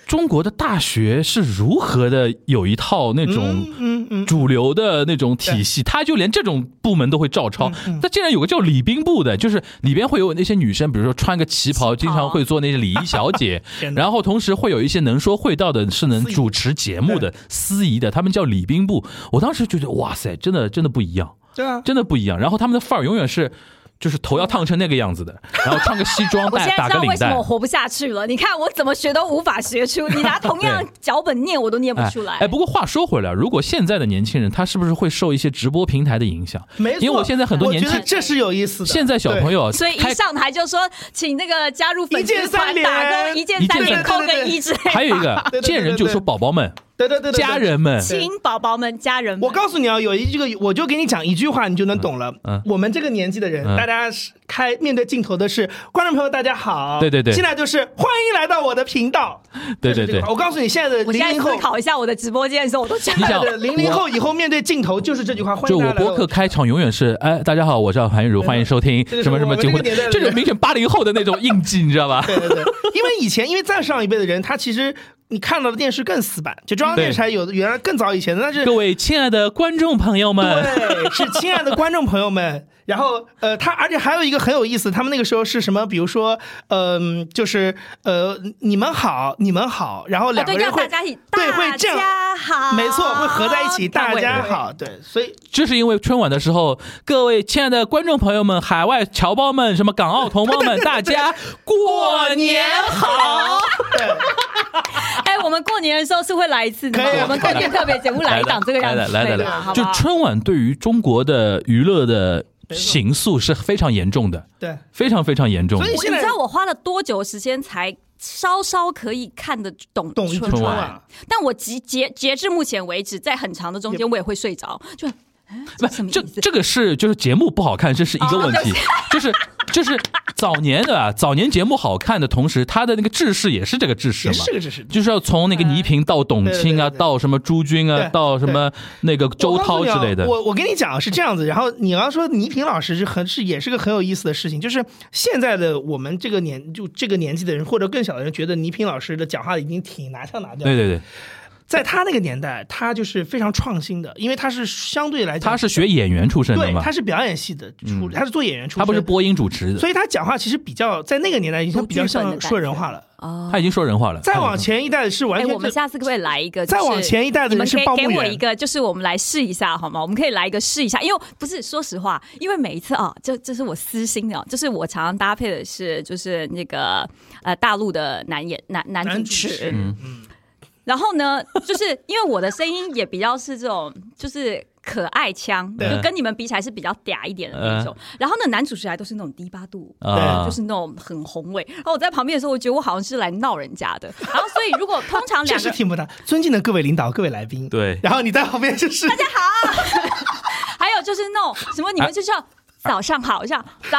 Speaker 2: 中国的大学是如何的有一套那种
Speaker 3: 嗯嗯，
Speaker 2: 主流的那种体系，他就连这种部门都会照抄。他竟然有个叫礼宾部的，就是里边会有那些女生，比如说穿个旗袍，经常会做那些礼仪小姐
Speaker 3: 天，哪
Speaker 2: 然后同时会有一些能说会道的，是能
Speaker 3: 司仪
Speaker 2: 主持节目的司仪的，他们叫礼宾部。我当时觉得哇塞，真的真的不一样。
Speaker 3: 对啊，
Speaker 2: 真的不一样。然后他们的范儿永远是，就是头要烫成那个样子 的，然后穿个西装，
Speaker 4: 我
Speaker 2: 带
Speaker 4: 现在
Speaker 2: 打
Speaker 4: 知
Speaker 2: 个
Speaker 4: 道为
Speaker 2: 领
Speaker 4: 什么
Speaker 2: 带
Speaker 4: 我。活不下去了。你看我怎么学都无法学出，你拿同样脚本念我都念不
Speaker 2: 哎
Speaker 4: 出来。
Speaker 2: 哎，不过话说回来，如果现在的年轻人，他是不是会受一些直播平台的影响？
Speaker 3: 没错。
Speaker 2: 因为我现在很多
Speaker 3: 我
Speaker 2: 年
Speaker 3: 觉得
Speaker 2: 轻，
Speaker 3: 这是有意思的。
Speaker 2: 现在小朋
Speaker 3: 友
Speaker 2: 友
Speaker 4: 所以
Speaker 2: 开
Speaker 4: 一上台就说，请那个加入粉丝团
Speaker 3: 一键三
Speaker 4: 打
Speaker 3: 连
Speaker 4: 工，一键
Speaker 2: 一键
Speaker 4: 三
Speaker 2: 三连
Speaker 4: 连扣个一之类的。
Speaker 2: 还有一个
Speaker 3: 对对对
Speaker 2: 见人就
Speaker 3: 对
Speaker 2: 说宝宝们、
Speaker 3: 对对对对对
Speaker 2: 家人们，
Speaker 4: 亲宝宝们、家
Speaker 2: 嗯
Speaker 4: 人们，
Speaker 3: 我告诉你啊，有一这个，我就给你讲一句话，你就能懂了。
Speaker 2: 嗯嗯
Speaker 3: 我们这个年纪的人，
Speaker 2: 嗯
Speaker 3: 大家是开面对镜头的是观众朋友，大家好。
Speaker 2: 对对对
Speaker 3: 现在就是欢迎来到我的频道。
Speaker 2: 对对
Speaker 3: 就是这个
Speaker 2: 对
Speaker 3: 我告诉你，现在的
Speaker 4: 我现
Speaker 3: 零
Speaker 4: 在
Speaker 3: 零
Speaker 4: 思
Speaker 3: 后，
Speaker 4: 考一下我的直播间的时候，我都觉
Speaker 2: 你
Speaker 4: 得
Speaker 2: 想
Speaker 3: 零零后以后面对镜头就是这句话，欢
Speaker 2: 就
Speaker 3: 迎大
Speaker 2: 我
Speaker 3: 家来到
Speaker 2: 播
Speaker 3: 我
Speaker 2: 客开场永远是，哎，大家好，我叫韩玉茹，欢迎收听
Speaker 3: 这就是
Speaker 2: 什么什么
Speaker 3: 我们
Speaker 2: 结婚
Speaker 3: 这个年代，的
Speaker 2: 这种明显八零后的那种印记，你知道吧？
Speaker 3: 对对对，因为以前，因为再上一辈的人，他其实你看到的电视更死板，就中央电视台有的原来更早以前的，但是
Speaker 2: 各位亲爱的观众朋友们，
Speaker 3: 对，是亲爱的观众朋友们。然后，呃，他而且还有一个很有意思，他们那个时候是什么？比如说，嗯、就是呃，你们好，你们好，然后
Speaker 4: 啊
Speaker 3: 两个
Speaker 4: 对，
Speaker 3: 人
Speaker 4: 让
Speaker 3: 会、
Speaker 4: 大家一起，
Speaker 3: 对会
Speaker 4: 大
Speaker 3: 这样
Speaker 4: 家好，
Speaker 3: 没错，会合在一起，大家
Speaker 4: 对
Speaker 3: 好，对，所以
Speaker 2: 这是因为春晚的时候，各位亲爱的观众朋友们、海外侨胞们、什么港澳同胞们，大家过年好！
Speaker 4: 哎，我们过年的时候是会来一次的吗
Speaker 3: 可以啊，
Speaker 4: 我们过年特别节目来一档这个样
Speaker 2: 来
Speaker 4: 子
Speaker 2: 的来的来
Speaker 4: 的，
Speaker 2: 的
Speaker 4: 好，不
Speaker 2: 就
Speaker 4: 好？
Speaker 2: 春晚对于中国的娱乐的刑诉是非常严重的，
Speaker 3: 对，
Speaker 2: 非常非常严重的
Speaker 3: 所以
Speaker 4: 我
Speaker 3: 现
Speaker 4: 你
Speaker 3: 在
Speaker 4: 知道我花了多久时间才稍稍可以看得懂
Speaker 3: 懂一
Speaker 4: 春
Speaker 3: 春
Speaker 2: 晚
Speaker 3: 晚
Speaker 4: 但我截截截至目前为止，在很长的中间，我也会睡着，就哎
Speaker 2: 不
Speaker 4: 这什么意
Speaker 2: 这
Speaker 4: 思？
Speaker 2: 这个是就是节目不好看，这是一个问题，就是就是早年的啊，早年节目好看的同时，它的那个制式也是这个制式
Speaker 3: 也
Speaker 2: 嘛，
Speaker 3: 是这个知识。
Speaker 2: 就是要从那个倪萍到董卿啊，
Speaker 3: 对对对对
Speaker 2: 到什么朱军啊，
Speaker 3: 对
Speaker 2: 到什么那个周涛之类的
Speaker 3: 我告诉你啊我我跟你讲是这样子，然后你要说倪萍老师是很是也是个很有意思的事情，就是现在的我们这个年就这个年纪的人或者更小的人，觉得倪萍老师的讲话已经挺拿腔拿调
Speaker 2: 对
Speaker 3: 了，
Speaker 2: 对对，
Speaker 3: 在他那个年代，他就是非常创新的，因为他是相对来讲
Speaker 2: 他是学演员出身的
Speaker 3: 对，
Speaker 2: 嘛
Speaker 3: 他，是表演系的出，他是做演员出身，
Speaker 2: 他不是，播音主持的，
Speaker 3: 所以他讲话其实比较在那个年代，他比较
Speaker 4: 有剧本的
Speaker 3: 像
Speaker 4: 感觉
Speaker 3: 说人话了。
Speaker 4: 啊，
Speaker 2: 他已经说人话了。
Speaker 3: 再往前一代是完
Speaker 4: 哎，
Speaker 3: 全
Speaker 4: 我们
Speaker 3: 是
Speaker 4: 下次可不可以来一个？
Speaker 3: 再
Speaker 4: 就是
Speaker 3: 往前一代的
Speaker 4: 你
Speaker 3: 人
Speaker 4: 们
Speaker 3: 是
Speaker 4: 可以
Speaker 3: 报幕
Speaker 4: 给我
Speaker 3: 员
Speaker 4: 一个，就是我们来试一下好吗？我们可以来一个试一下，因为不是说实话，因为每一次啊，就这是我私心的啊，就是我常常搭配的是就是那个呃大陆的男演男男
Speaker 3: 男
Speaker 4: 主
Speaker 3: 主
Speaker 4: 持
Speaker 3: 持，，
Speaker 4: 然后呢，就是因为我的声音也比较是这种，就是可爱腔，就
Speaker 3: 对
Speaker 4: 跟你们比起来是比较嗲一点的那种。
Speaker 3: 嗯
Speaker 4: 然后呢，男主持来都是那种低八度。
Speaker 2: 啊，
Speaker 4: 就是那种很宏伟，然后我在旁边的时候，我觉得我好像是来闹人家的。然后，所以如果通常
Speaker 3: 这
Speaker 4: 两
Speaker 3: 是
Speaker 4: 个
Speaker 3: 听不到。尊敬的各位领导、各位来宾，
Speaker 2: 对
Speaker 3: 然后你在旁边就是大家好，
Speaker 4: 还有就是那种什么，你们就叫早上好，像早，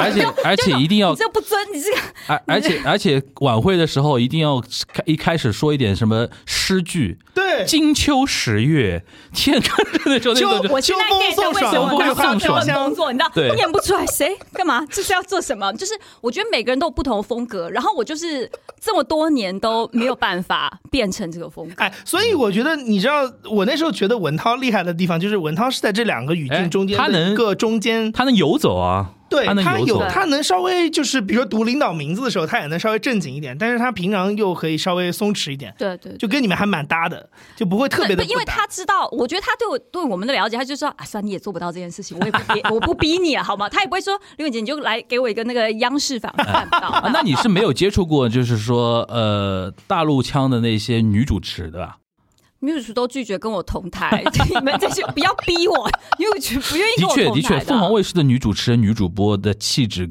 Speaker 2: 而 且而且一定要
Speaker 4: 你，这不尊，你这个
Speaker 2: 而而且而且晚会的时候一定要开一开始说一点什么诗句，
Speaker 3: 对对
Speaker 2: 金秋十月，天干那时候那
Speaker 3: 就
Speaker 2: 种
Speaker 4: 我现在
Speaker 3: 秋风
Speaker 4: get
Speaker 3: 送
Speaker 4: 为什
Speaker 2: 爽
Speaker 4: 么
Speaker 2: 秋风
Speaker 4: 要
Speaker 2: 送
Speaker 4: 做
Speaker 2: 爽
Speaker 4: 工作，你知道
Speaker 2: 对
Speaker 4: 念不出来谁干嘛，这是要做什么？就是我觉得每个人都有不同的风格，然后我就是这么多年都没有办法变成这个风格。
Speaker 3: 哎，所以我觉得，你知道，我那时候觉得文涛厉害的地方，就是文涛是在这两个语
Speaker 2: 哎
Speaker 3: 境中间
Speaker 2: 他能
Speaker 3: 的一个中间，
Speaker 2: 他能游走啊，
Speaker 3: 对
Speaker 2: 他能
Speaker 3: 他
Speaker 2: 游走
Speaker 3: 有，他能稍微就是，比如说读领导名字的时候，他也能稍微正经一点，但是他平常又可以稍微松弛一点，
Speaker 4: 对对对
Speaker 3: 就跟你们还蛮搭的，就不会特别
Speaker 4: 对，
Speaker 3: 的
Speaker 4: 不因为他知道，我觉得他对我对我们的了解，他就说啊，算了你也做不到这件事情，我也不逼，我不逼你了，好吗？他也不会说刘远姐，你就来给我一个那个央视访办不
Speaker 2: 啊
Speaker 4: 到。
Speaker 2: 那你是没有接触过，就是说呃大陆腔的那些女主持的吧？
Speaker 4: Muse 都拒绝跟我同台，你们这些不要逼我，Muse 不愿意
Speaker 2: 的
Speaker 4: 跟我
Speaker 2: 确，
Speaker 4: 同
Speaker 2: 的
Speaker 4: 台
Speaker 2: 确，凤凰
Speaker 4: 卫
Speaker 2: 卫视的女主持人、女主播的气质，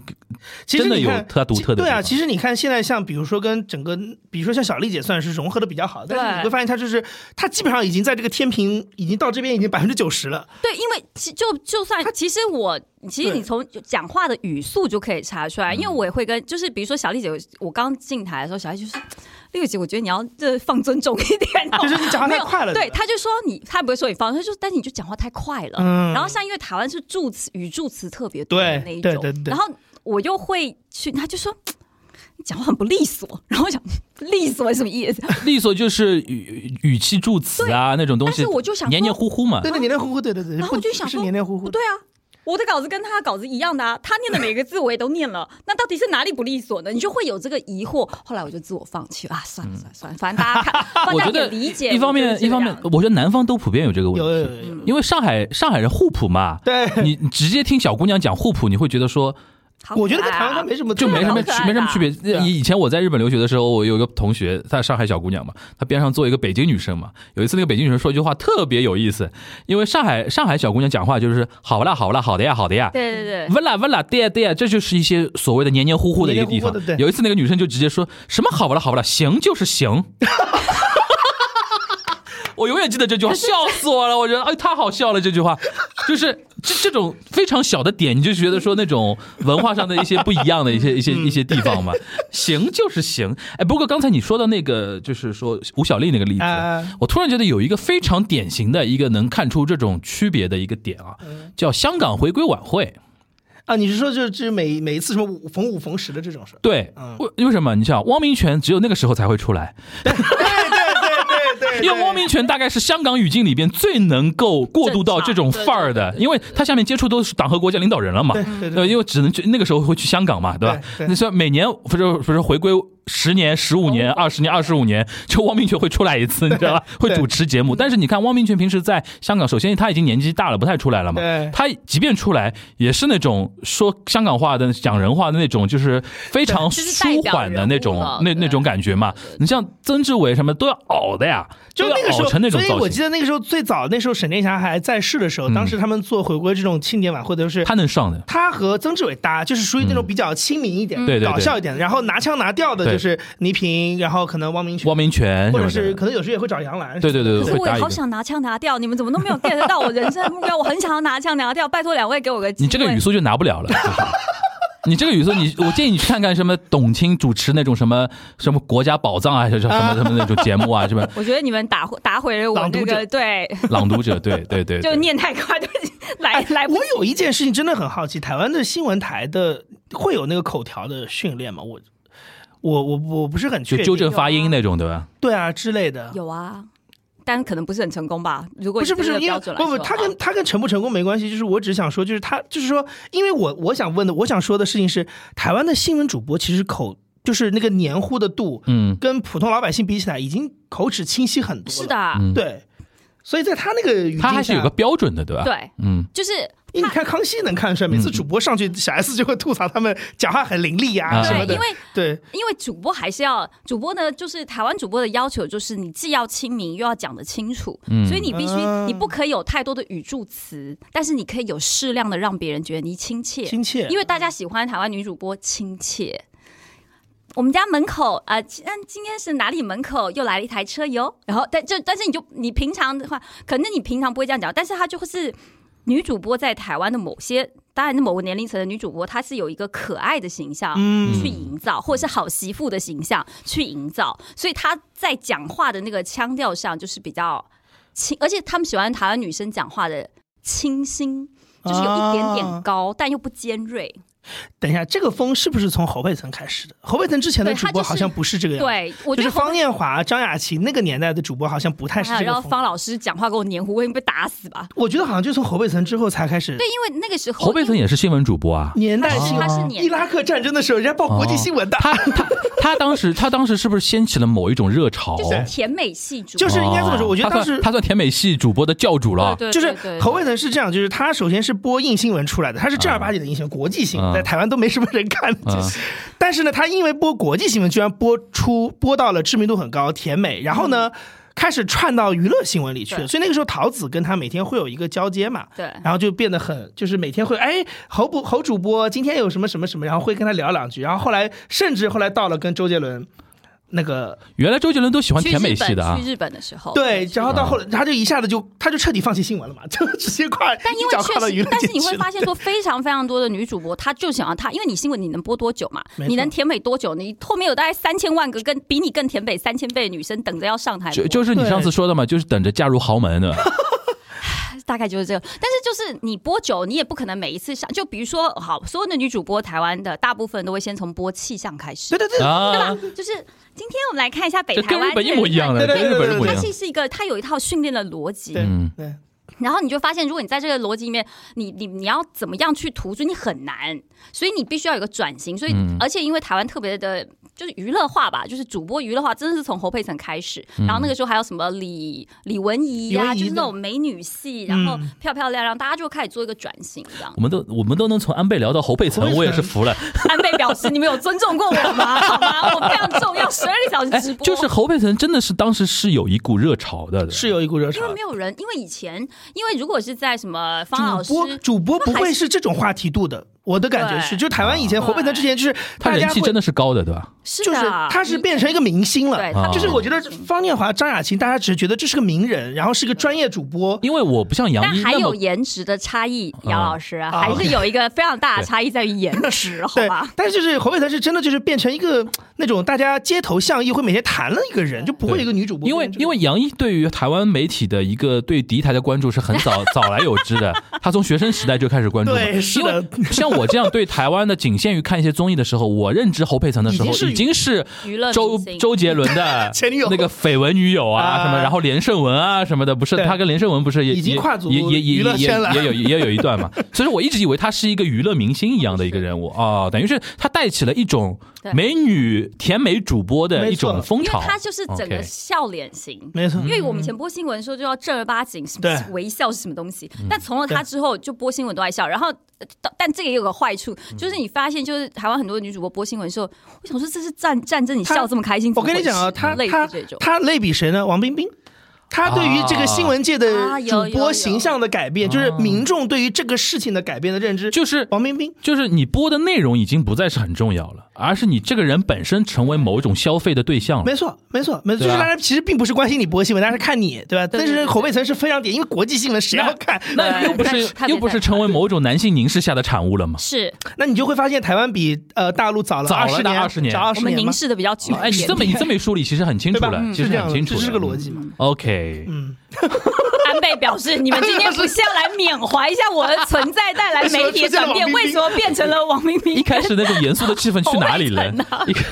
Speaker 3: 其实
Speaker 2: 真的
Speaker 3: 你
Speaker 2: 有
Speaker 3: 看
Speaker 2: 它独
Speaker 3: 其
Speaker 2: 特的
Speaker 3: 对
Speaker 2: 地
Speaker 3: 啊，
Speaker 2: 方
Speaker 3: 其实你看现在像比如说跟整个，比如说像小丽姐算是融合的比较好，但是
Speaker 4: 对
Speaker 3: 你会发现她就是她基本上已经在这个天平已经到这边已经百分之九十了，
Speaker 4: 对，因为其就就算其实我其实
Speaker 3: 对
Speaker 4: 你从讲话的语速就可以查出来，因为我也会跟就是比如说小丽姐，我刚进台的时候，小丽就是丽姐，我觉得你要这放尊重一点哦，
Speaker 3: 就是你讲话
Speaker 4: 没
Speaker 3: 啊太
Speaker 4: 有
Speaker 3: 快了，
Speaker 4: 对，他就说你，他不会说你放，他就但是你就讲话太快了。
Speaker 3: 嗯
Speaker 4: 然后像因为台湾是助词语助词特别多的
Speaker 3: 对
Speaker 4: 那一种，
Speaker 3: 对对对
Speaker 4: 然后我又会去，他就说你讲话很不利索， 然后我想利索是什么意思？
Speaker 3: 哎
Speaker 2: 利索就是语语气助词啊那种东西，
Speaker 4: 但是我就想说
Speaker 2: 黏黏糊糊嘛
Speaker 3: 对。对黏黏糊糊，对对对，
Speaker 4: 然后
Speaker 3: 不
Speaker 4: 我就想
Speaker 3: 不是
Speaker 4: 说
Speaker 3: 黏黏糊糊
Speaker 4: 不，对啊。我的稿子跟他的稿子一样的啊，他念的每个字我也都念了，那到底是哪里不利索呢？你就会有这个疑惑。后来我就自我放弃了啊，算
Speaker 3: 嗯
Speaker 4: 了算了算了，反正大 家看，反
Speaker 2: 我觉
Speaker 4: 正大家
Speaker 2: 得
Speaker 4: 也理解。
Speaker 2: 一方
Speaker 4: 我
Speaker 2: 面，
Speaker 4: 就是
Speaker 2: 一
Speaker 4: 这
Speaker 2: 方面
Speaker 4: 样，
Speaker 2: 我觉得南方都普遍有这个问
Speaker 3: 有有
Speaker 2: 题，
Speaker 3: 有有有，
Speaker 2: 因为上海上海人沪普嘛，
Speaker 3: 对。
Speaker 2: 你你直接听小姑娘讲沪普，你会觉得说
Speaker 4: 好
Speaker 3: 我觉得
Speaker 4: 可
Speaker 3: 跟
Speaker 4: 爱啊
Speaker 3: 台湾它没什么
Speaker 2: 就
Speaker 3: 区别
Speaker 2: 没什么
Speaker 4: 好可爱啊
Speaker 2: 没什么区别。
Speaker 3: 啊
Speaker 2: 以以前我在日本留学的时候，我有一个同学，她上海小姑娘嘛，她边上坐一个北京女生嘛。有一次那个北京女生说一句话特别有意思，因为上海上海小姑娘讲话就是好不啦好不啦好的呀好的呀，
Speaker 4: 对对对，
Speaker 2: 不啦不啦对呀对呀，这就是一些所谓的黏黏糊糊的一个地方
Speaker 3: 黏黏糊糊的。对
Speaker 2: 有一次那个女生就直接说什么好不啦好不啦，行就是行。 我永远记得这句话，笑死我了！我觉得哎，太好笑了这句话，就是这这种非常小的点，你就觉得说那种文化上的一些不一样的一些一些
Speaker 3: 嗯
Speaker 2: 一些地方嘛，行就是行。哎，不过刚才你说的那个，就是说吴小莉那个例子
Speaker 3: 啊，
Speaker 2: 我突然觉得有一个非常典型的一个能看出这种区别的一个点啊，
Speaker 3: 嗯
Speaker 2: 叫香港回归晚会。
Speaker 3: 啊，你是说就是就是每每一次什么五逢五逢十的这种事儿？
Speaker 2: 对，
Speaker 3: 嗯
Speaker 2: 为为什么？你想，汪明荃只有那个时候才会出来，
Speaker 3: 对对对对对，
Speaker 2: 因为汪明荃大概是香港语境里边最能够过渡到这种范儿的，因为他下面接触都是党和国家领导人了嘛，
Speaker 3: 对对
Speaker 2: 对，
Speaker 3: 对，
Speaker 2: 因为只能去那个时候会去香港嘛，对吧？
Speaker 3: 对对
Speaker 2: 那所以每年不是不是回归十年、十五
Speaker 3: 哦
Speaker 2: 年、二十年、二十五年，就汪明荃会出来一次，你知 道吧？会主持节目。但是你看汪明荃平时在香港，首先他已经年纪大了，不太出来了嘛
Speaker 3: 对。
Speaker 2: 他即便出来，也是那种说香港话的、讲人话的那种，就是非常
Speaker 4: 对就是
Speaker 2: 舒
Speaker 4: 代表
Speaker 2: 缓的
Speaker 4: 人物
Speaker 2: 那种
Speaker 4: 了
Speaker 2: 那
Speaker 4: 对
Speaker 2: 那种感觉嘛。你像曾志伟什么都要熬的呀，
Speaker 3: 就那
Speaker 2: 都
Speaker 3: 个
Speaker 2: 要
Speaker 3: 时
Speaker 2: 熬
Speaker 3: 候，
Speaker 2: 成那种
Speaker 3: 所以
Speaker 2: 造
Speaker 3: 我记
Speaker 2: 型，
Speaker 3: 得那个时候最早那时候沈殿霞还在世的时候，当时他们做回归这种庆典晚会的时候，
Speaker 2: 他能上的。
Speaker 3: 嗯他嗯和曾志伟搭，就是属于那种比较亲民一点、
Speaker 2: 对对对
Speaker 3: 搞笑一点，然后拿腔拿调的，
Speaker 2: 对
Speaker 3: 就是倪萍，然后可能汪明荃，
Speaker 2: 汪明荃
Speaker 3: 或者
Speaker 2: 什么
Speaker 3: 是
Speaker 2: 的
Speaker 3: 可能有时候也会找杨澜。
Speaker 2: 对对对，
Speaker 4: 可
Speaker 2: 对
Speaker 4: 是
Speaker 2: 会
Speaker 4: 我
Speaker 2: 搭
Speaker 4: 也
Speaker 2: 一
Speaker 4: 好
Speaker 2: 个。
Speaker 4: 想拿枪拿掉，你们怎么都没有 get 到我人生的目标？我很想要拿枪拿掉，拜托两位给我个机会。
Speaker 2: 你这个语速就拿不了了。就是你这个语速，你我建议你去看看什么董卿主持那种什么什么国家宝藏啊，还是什么什么那种节目啊， 什么
Speaker 4: 我觉得你们打回打回了我
Speaker 3: 朗
Speaker 4: 那
Speaker 3: 读
Speaker 4: 个
Speaker 3: 者
Speaker 4: 对，
Speaker 2: 朗读者，对对对，
Speaker 4: 就
Speaker 2: 对
Speaker 4: 念太快， 对，来
Speaker 3: 哎
Speaker 4: 来不
Speaker 3: 我有一件事情真的很好奇，台湾的新闻台的会有那个口条的训练吗？我我我我不是很
Speaker 2: 就
Speaker 3: 确定，
Speaker 2: 纠正发音那种，对吧？
Speaker 3: 对啊之类的。
Speaker 4: 有啊，但可能不是很成功吧？如果
Speaker 3: 不是
Speaker 4: 以
Speaker 3: 不
Speaker 4: 这
Speaker 3: 是
Speaker 4: 个，
Speaker 3: 因为
Speaker 4: 标准来
Speaker 3: 不不，
Speaker 4: 说的嗯
Speaker 3: 他
Speaker 4: 话
Speaker 3: 跟他跟成不成功没关系，就是我只想说，就是他就是说，因为我我想问的，我想说的事情是，台湾的新闻主播其实口就是那个黏糊的度，
Speaker 2: 嗯，
Speaker 3: 跟普通老百姓比起来，已经口齿清晰很多了。
Speaker 4: 是，的，
Speaker 3: 对，所以在他那个语境下，
Speaker 2: 他还是有个标准的，对吧？，
Speaker 4: 对，
Speaker 2: 嗯，
Speaker 4: 就是
Speaker 3: 因为你看康熙能看出来，每次主播上去，小 S 就会吐槽他们讲话很伶俐
Speaker 2: 啊
Speaker 3: 呀什
Speaker 4: 对
Speaker 3: 么，
Speaker 4: 因
Speaker 3: 的。
Speaker 4: 为
Speaker 3: 对，
Speaker 4: 因为主播还是要主播呢，就是台湾主播的要求就是你既要亲民又要讲得清楚，所以你必须
Speaker 3: 嗯
Speaker 4: 你不可以有太多的语助词，但是你可以有适量的让别人觉得你亲切，
Speaker 3: 亲切
Speaker 4: 因为大家喜欢台湾女主播亲切。我们家门口啊，今、嗯今天是哪里门口又来了一台车哟？然后但这但是你就你平常的话，可能你平常不会这样讲，但是他就会是女主播在台湾的某些，当然某个年龄层的女主播，她是有一个可爱的形象
Speaker 3: 嗯
Speaker 4: 去营造，或者是好媳妇的形象去营造，所以她在讲话的那个腔调上就是比较清，而且他们喜欢台湾女生讲话的清新，就是有一点
Speaker 3: 啊
Speaker 4: 点高，但又不尖锐。
Speaker 3: 等一下，这个风是不是从侯佩岑开始的？侯佩岑之前的
Speaker 4: 对
Speaker 3: 主
Speaker 4: 她
Speaker 3: 播
Speaker 4: 就是
Speaker 3: 好像不是这个样子，
Speaker 4: 对，我觉
Speaker 3: 啊就是
Speaker 4: 得
Speaker 3: 方念华、张雅琴那个年代的主播好像不太是
Speaker 4: 还有
Speaker 3: 这个
Speaker 4: 让
Speaker 3: 风格。
Speaker 4: 方老师讲话给我黏糊，我会被打死吧？
Speaker 3: 我觉得好像就从侯佩岑之后才开始
Speaker 4: 对，因为那个时候
Speaker 2: 侯佩岑也是新闻主 播啊，
Speaker 3: 年代性。
Speaker 4: 他是
Speaker 2: 哦
Speaker 4: 年
Speaker 3: 伊拉克战争的时候，人家报国际新闻的，
Speaker 2: 他他他当时他当时是不是掀起了某一种热潮？
Speaker 4: 就是甜美系主
Speaker 3: 就是应该这么说。我觉得
Speaker 2: 哦他
Speaker 3: 当
Speaker 2: 算
Speaker 3: 时
Speaker 2: 他算甜美系主播的教主了，
Speaker 4: 对对
Speaker 3: 就是
Speaker 4: 对对
Speaker 3: 侯佩岑是这样，就是他首先是播硬新闻出来的，他是正儿
Speaker 2: 啊
Speaker 3: 八经的硬新闻，国际新闻，在台湾都没什么人看。
Speaker 2: 嗯
Speaker 3: 就是但是呢，他因为播国际新闻，居然播出播到了知名度很高，甜美，然后呢。开始串到娱乐新闻里去了，
Speaker 4: 嗯对
Speaker 3: 所以那个时候桃子跟他每天会有一个交接嘛，
Speaker 4: 对
Speaker 3: 然后就变得很，就是每天会哎侯不侯主播今天有什么什么什么，然后会跟他聊两句，然后后来甚至后来到了跟周杰伦那个
Speaker 2: 原来周杰伦都喜欢
Speaker 4: 去
Speaker 2: 甜美
Speaker 4: 日本
Speaker 2: 系的啊
Speaker 4: 去，日本的时候，
Speaker 3: 对，
Speaker 4: 哦是
Speaker 3: 然后到后来他就一下子就他就彻底放弃新闻了嘛， 就直接跨
Speaker 4: 但因
Speaker 3: 一
Speaker 4: 为
Speaker 3: 脚跨到
Speaker 4: 确
Speaker 3: 娱
Speaker 4: 实
Speaker 3: 乐，
Speaker 4: 但是
Speaker 3: 界
Speaker 4: 你
Speaker 3: 去
Speaker 4: 会
Speaker 3: 了
Speaker 4: 发现说，非常非常多的女主播，她就想要她，因为你新闻你能播多久嘛？
Speaker 3: 没错
Speaker 4: 你能甜美多久？你后面有大概三千万个跟比你更甜美三千倍的女生等着要上台播，
Speaker 2: 就就是你上次说的嘛，就是等着嫁入豪门的，
Speaker 4: 大概就是这个。但是就是你播久，你也不可能每一次上，就比如说好，所有的女主播，台湾的大部分都会先从播气象开始
Speaker 3: 对，对对对
Speaker 4: 对
Speaker 2: 啊
Speaker 4: 吧，？就是今天我们来看一下北
Speaker 2: 这
Speaker 4: 台
Speaker 2: 跟
Speaker 4: 湾
Speaker 2: 日本一模一样啊的，
Speaker 3: 对
Speaker 2: 跟
Speaker 3: 对对
Speaker 2: 日本一模一
Speaker 4: 它
Speaker 2: 样
Speaker 4: 其。实是一个，它有一套训练的逻辑，
Speaker 3: 对
Speaker 2: 嗯
Speaker 3: 对，
Speaker 4: 然后你就发现，如果你在这个逻辑里面，你你你要怎么样去突出，你很难，所以你必须要有个转型。所以，
Speaker 3: 嗯
Speaker 4: 而且因为台湾特别的，就是娱乐化吧，就是主播娱乐化，真的是从侯佩岑开始。然后那个时候还有什么李李文
Speaker 3: 嗯李
Speaker 4: 怡呀、
Speaker 3: 文怡
Speaker 4: 就是
Speaker 3: 的
Speaker 4: 那
Speaker 3: 嗯
Speaker 4: 种美女系，然后漂漂亮亮，大家就开始做一个转型，这样
Speaker 2: 我。们都我们都能从安倍聊到侯佩
Speaker 3: 侯
Speaker 2: 岑，
Speaker 3: 佩岑
Speaker 2: 我也是服 了。
Speaker 4: 安倍表示，你们有尊重过我吗？好吗？我非常重要，十二个小时
Speaker 2: 哎
Speaker 4: 直，播，
Speaker 2: 就是侯佩岑真的是当时是有一股热潮的，
Speaker 3: 是有一股热潮
Speaker 4: 因为。没有人，因为以前，因为如果是在什么方老
Speaker 3: 主
Speaker 4: 师，
Speaker 3: 播主播不
Speaker 4: 那还
Speaker 3: 会是这种话题度的，我的感觉是，
Speaker 4: 对啊
Speaker 3: 就台湾以前
Speaker 4: 对
Speaker 3: 侯佩岑之前就是
Speaker 2: 他
Speaker 3: 大
Speaker 2: 人
Speaker 3: 家
Speaker 2: 气
Speaker 3: 会
Speaker 2: 真的是高的，对吧？
Speaker 4: 是
Speaker 3: 就是
Speaker 4: 的，
Speaker 3: 他是
Speaker 4: 你
Speaker 3: 变成一个明星了
Speaker 4: 对，他
Speaker 2: 啊
Speaker 3: 就是我觉得
Speaker 4: 变成明星
Speaker 3: 方念华、张雅琴，大家只是觉得这是个名人，然后是个专业主播，
Speaker 2: 因为我不像杨
Speaker 4: 但
Speaker 2: 一
Speaker 4: 还
Speaker 2: 那
Speaker 4: 有
Speaker 2: 么
Speaker 4: 颜值的差异，杨老师、
Speaker 3: 啊
Speaker 4: 还是有一个非常大的差异在于颜值，好
Speaker 3: 对
Speaker 4: 吧，？
Speaker 3: 但是就是侯佩岑是真的就是变成一个那种大家街头巷议会每天谈论一个人，就不会有一个女主播
Speaker 2: 因
Speaker 3: 变
Speaker 2: 为
Speaker 3: 成这个，
Speaker 2: 因为杨一对于台湾媒体的一个对敌台的关注是很 早早来有之的，他从学生时代就开始关注嘛。
Speaker 3: 对是
Speaker 2: 因
Speaker 3: 的
Speaker 2: 为 像我这样对台湾的仅限于看一些综艺的时候，我认知侯佩岑的时候
Speaker 3: 已经是
Speaker 2: 已经是
Speaker 4: 娱乐
Speaker 2: 周
Speaker 4: 明星
Speaker 2: 周杰伦的
Speaker 3: 前女友
Speaker 2: 那个绯闻女友啊
Speaker 3: 啊
Speaker 2: 什么，然后连胜文啊什么的，不是
Speaker 3: 对
Speaker 2: 他跟连胜文不是也
Speaker 3: 已经
Speaker 2: 也
Speaker 3: 跨足
Speaker 2: 也也也
Speaker 3: 娱乐
Speaker 2: 也
Speaker 3: 圈了
Speaker 2: 也有也有一段 嘛，所以说我一直以为他是一个娱乐明星一样的一个人物哦，等于是他带起了一种
Speaker 4: 对
Speaker 2: 美女甜美主播的一
Speaker 3: 没
Speaker 2: 种
Speaker 3: 错
Speaker 2: 风
Speaker 4: 因为
Speaker 2: 潮，
Speaker 4: 他就是整个
Speaker 2: OK 嗯
Speaker 4: 笑脸型。
Speaker 3: 没错，
Speaker 4: 因为我们以前播新闻的时候就要正儿八经，什
Speaker 3: 对
Speaker 4: 么微笑是什么东西？
Speaker 2: 嗯
Speaker 4: 但从了他之后，就播新闻都爱笑。然后，呃但但这个也有个坏处，
Speaker 2: 嗯
Speaker 4: 就是你发现，就是台湾很多女主播播新闻的时候，我想说这是战战争，你
Speaker 3: 她
Speaker 4: 笑这么开心，
Speaker 3: 我跟你
Speaker 4: 怎
Speaker 3: 讲啊，
Speaker 4: 么回事
Speaker 3: 他
Speaker 4: 类
Speaker 3: 他
Speaker 4: 似这种，
Speaker 3: 他类比谁呢？王冰冰。他对于这个新闻界的
Speaker 4: 啊有
Speaker 3: 主
Speaker 4: 有
Speaker 3: 播
Speaker 4: 有
Speaker 3: 形象的改变，就是民众对于这个事情的改变的认知，
Speaker 2: 就是
Speaker 3: 王冰冰。
Speaker 2: 就是你播的内容已经不再是很重要了，而是你这个人本身成为某种消费的对象了。
Speaker 3: 没错，没错，没错，就
Speaker 2: 对
Speaker 3: 是
Speaker 2: 吧
Speaker 3: 大家其实并不是关心你播新闻，大家是看你，对吧？
Speaker 4: 对
Speaker 3: 但
Speaker 4: 对
Speaker 3: 是
Speaker 4: 对
Speaker 3: 侯佩岑是非常点，因为国际新闻谁要看？
Speaker 2: 那又不
Speaker 4: 对
Speaker 2: 是
Speaker 4: 他他
Speaker 2: 又不
Speaker 4: 别
Speaker 2: 是
Speaker 4: 再
Speaker 2: 成为某种男性凝视下的产物了吗？
Speaker 4: 是
Speaker 3: 那你就会发现台湾比呃大陆早了
Speaker 2: 早了
Speaker 3: 20
Speaker 2: 大
Speaker 3: 年，
Speaker 2: 20年
Speaker 3: 早二
Speaker 4: 我
Speaker 3: 十
Speaker 4: 们
Speaker 3: 年
Speaker 4: 凝
Speaker 3: 嘛，
Speaker 4: 视的比较久一点。
Speaker 2: 哎，你这么你这么一梳理，其实很清楚
Speaker 3: 对吧
Speaker 2: 了，
Speaker 3: 嗯
Speaker 2: 其
Speaker 3: 是
Speaker 2: 实
Speaker 3: 这样
Speaker 2: 很
Speaker 3: 的
Speaker 2: 清楚
Speaker 3: 这
Speaker 2: 了，
Speaker 3: 是个逻辑嗯嘛。
Speaker 2: OK，
Speaker 4: 安倍表示，你们今天不是要来缅怀一下我的存在带来媒体的转 变，为什么变成了王冰
Speaker 2: 一
Speaker 4: 冰？
Speaker 2: 开始那种严肃的气氛去哪里 了？一开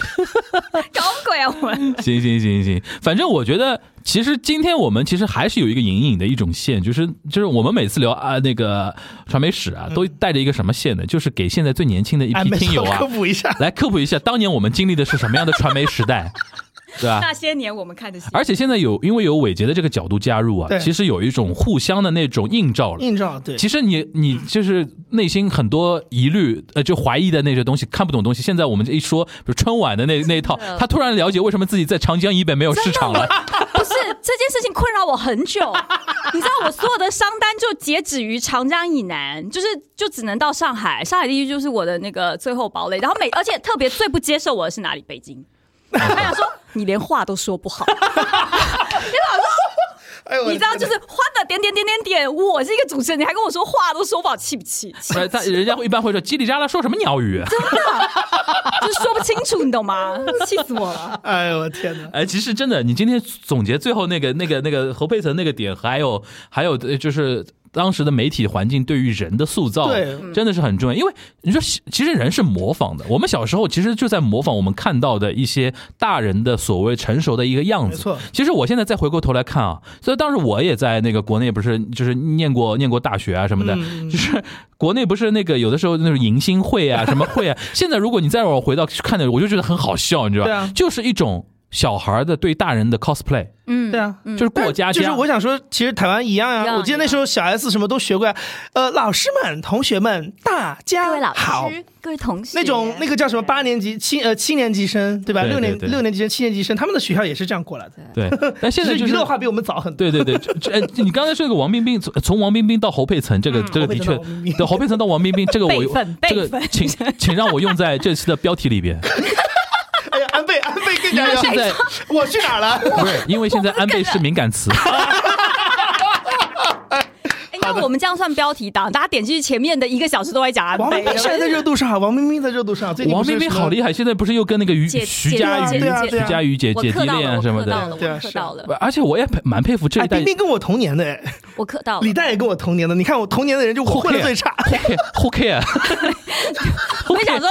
Speaker 4: 搞鬼啊！我们
Speaker 2: 行行行行，反正我觉得，其实今天我们其实还是有一个隐隐的一种线，就是就是我们每次聊啊那个传媒史
Speaker 3: 嗯
Speaker 2: 啊，都带着一个什么线呢？就是给现在最年轻的一
Speaker 3: 哎，
Speaker 2: 批
Speaker 3: 没
Speaker 2: 听友
Speaker 3: 错，
Speaker 2: 啊
Speaker 3: 科，普一 下，
Speaker 2: 来科普一下，当年我们经历的是什么样的传媒时 代，对吧？
Speaker 4: 那些年我们看的戏，
Speaker 2: 而且现在有因为有伟杰的这个角度加入啊，
Speaker 3: 对
Speaker 2: 其实有一种互相的那种映照
Speaker 4: 嗯
Speaker 2: 了。
Speaker 3: 映照对，
Speaker 2: 其实你你就是内心很多疑虑，呃，就怀疑的那些东西，看不懂的东西。现在我们一说，比如春晚的那 那一套
Speaker 4: 真，的
Speaker 2: 他突然了解为什么自己在长江以北没有市场了。
Speaker 4: 不是这件事情困扰我很久，你知道我所有的商单就截止于长江以南，就是就只能到上海，上海地区就是我的那个最后堡垒。然后每而且特别最不接受我的是哪里？北京。他想说你连话都说不好，
Speaker 3: 哎呦，
Speaker 4: 你知道，就是花的点点点点点，我是一个主持人，你还跟我说话都说不好，气不气？气
Speaker 2: 不是，但人家会一般会说叽里喳啦说什么鸟语？
Speaker 4: 就是说不清楚，你懂吗？ 气死我了！
Speaker 3: 哎呦我天哪！
Speaker 2: 哎，其实真的，你今天总结最后那个、那个、那个侯佩岑那个点，还有还有，呃就是当时的媒体环境对于人的塑造，
Speaker 3: 对
Speaker 2: 真的是很重要。因为你说，其实人是模仿的，我们小时候其实就在模仿我们看到的一些大人的所谓成熟的一个样子。
Speaker 3: 没错
Speaker 2: 其实我现在再回过头来看啊，所以当时我也在那个国内不是就是念过念过大学啊什么的，
Speaker 3: 嗯
Speaker 2: 就是国内不是那个有的时候那种迎新会啊什么会啊， 现在如果你再让我回到去看的，我就觉得很好笑，你知道吧？
Speaker 3: 对啊
Speaker 2: 就是一种小孩儿的对大人的 cosplay，
Speaker 4: 嗯，
Speaker 3: 对啊，
Speaker 2: 就是过家家。
Speaker 3: 就是我想说，其实台湾一样
Speaker 4: 一
Speaker 3: 啊。
Speaker 4: 样
Speaker 3: 我记得那时候小 S 什么都学过呀。呃，老师们、同学们，大
Speaker 4: 各
Speaker 3: 家
Speaker 4: 位老
Speaker 3: 好。
Speaker 4: 师，各位同学，哎
Speaker 3: 那种那个叫什么八年级七呃七年级生对吧？
Speaker 2: 对对
Speaker 3: 六年
Speaker 2: 对
Speaker 3: 六年级生七年级生，他们的学校也是这样过来的。
Speaker 2: 对，但现在
Speaker 3: 只
Speaker 2: 就是
Speaker 3: 娱
Speaker 2: 是
Speaker 3: 乐化比我们早很多。
Speaker 2: 对对对，这这哎，你刚才说这个王冰冰，从从王冰冰到侯佩岑，这个这个的确
Speaker 3: 侯佩岑到王冰，冰
Speaker 2: 对侯佩岑到王冰冰，这个我
Speaker 4: 辈分
Speaker 2: 这个
Speaker 4: 辈分
Speaker 2: 请请让我用在这期的标题里边，
Speaker 3: 哎呀，安倍安倍更
Speaker 2: 因
Speaker 3: 加
Speaker 2: 为
Speaker 3: 要
Speaker 2: 现在
Speaker 3: 我去哪儿了？
Speaker 2: 不是因为现在安倍是敏感词，
Speaker 4: 哎，那我们这样算标题党，大家点进去前面的一个小时都在讲安
Speaker 3: 王
Speaker 4: 倍
Speaker 3: 冰，冰现在在热度上，王冰冰在热度上，最近
Speaker 2: 王冰冰好厉
Speaker 3: 害。
Speaker 2: 害，现在不是又跟那个于
Speaker 4: 姐
Speaker 2: 徐佳
Speaker 4: 姐
Speaker 2: 瑜
Speaker 4: 对
Speaker 3: 啊对
Speaker 2: 徐
Speaker 3: 啊
Speaker 2: 佳瑜姐
Speaker 4: 我
Speaker 2: 姐弟
Speaker 4: 磕到
Speaker 2: 恋
Speaker 4: 了，
Speaker 2: 啊
Speaker 4: 我
Speaker 2: 什么
Speaker 4: 磕到
Speaker 2: 的，
Speaker 4: 了，
Speaker 3: 对啊
Speaker 4: 我磕
Speaker 3: 是
Speaker 4: 到了，
Speaker 2: 而且我也蛮佩服这
Speaker 3: 哎，
Speaker 2: 一代
Speaker 3: 冰。冰跟我同年的，哎
Speaker 4: 我磕到了。
Speaker 3: 李诞也跟我同年的。你看我同年的人，就我
Speaker 2: Who
Speaker 3: 混的
Speaker 2: care？
Speaker 3: 最差。
Speaker 2: Who care？
Speaker 4: 我想说，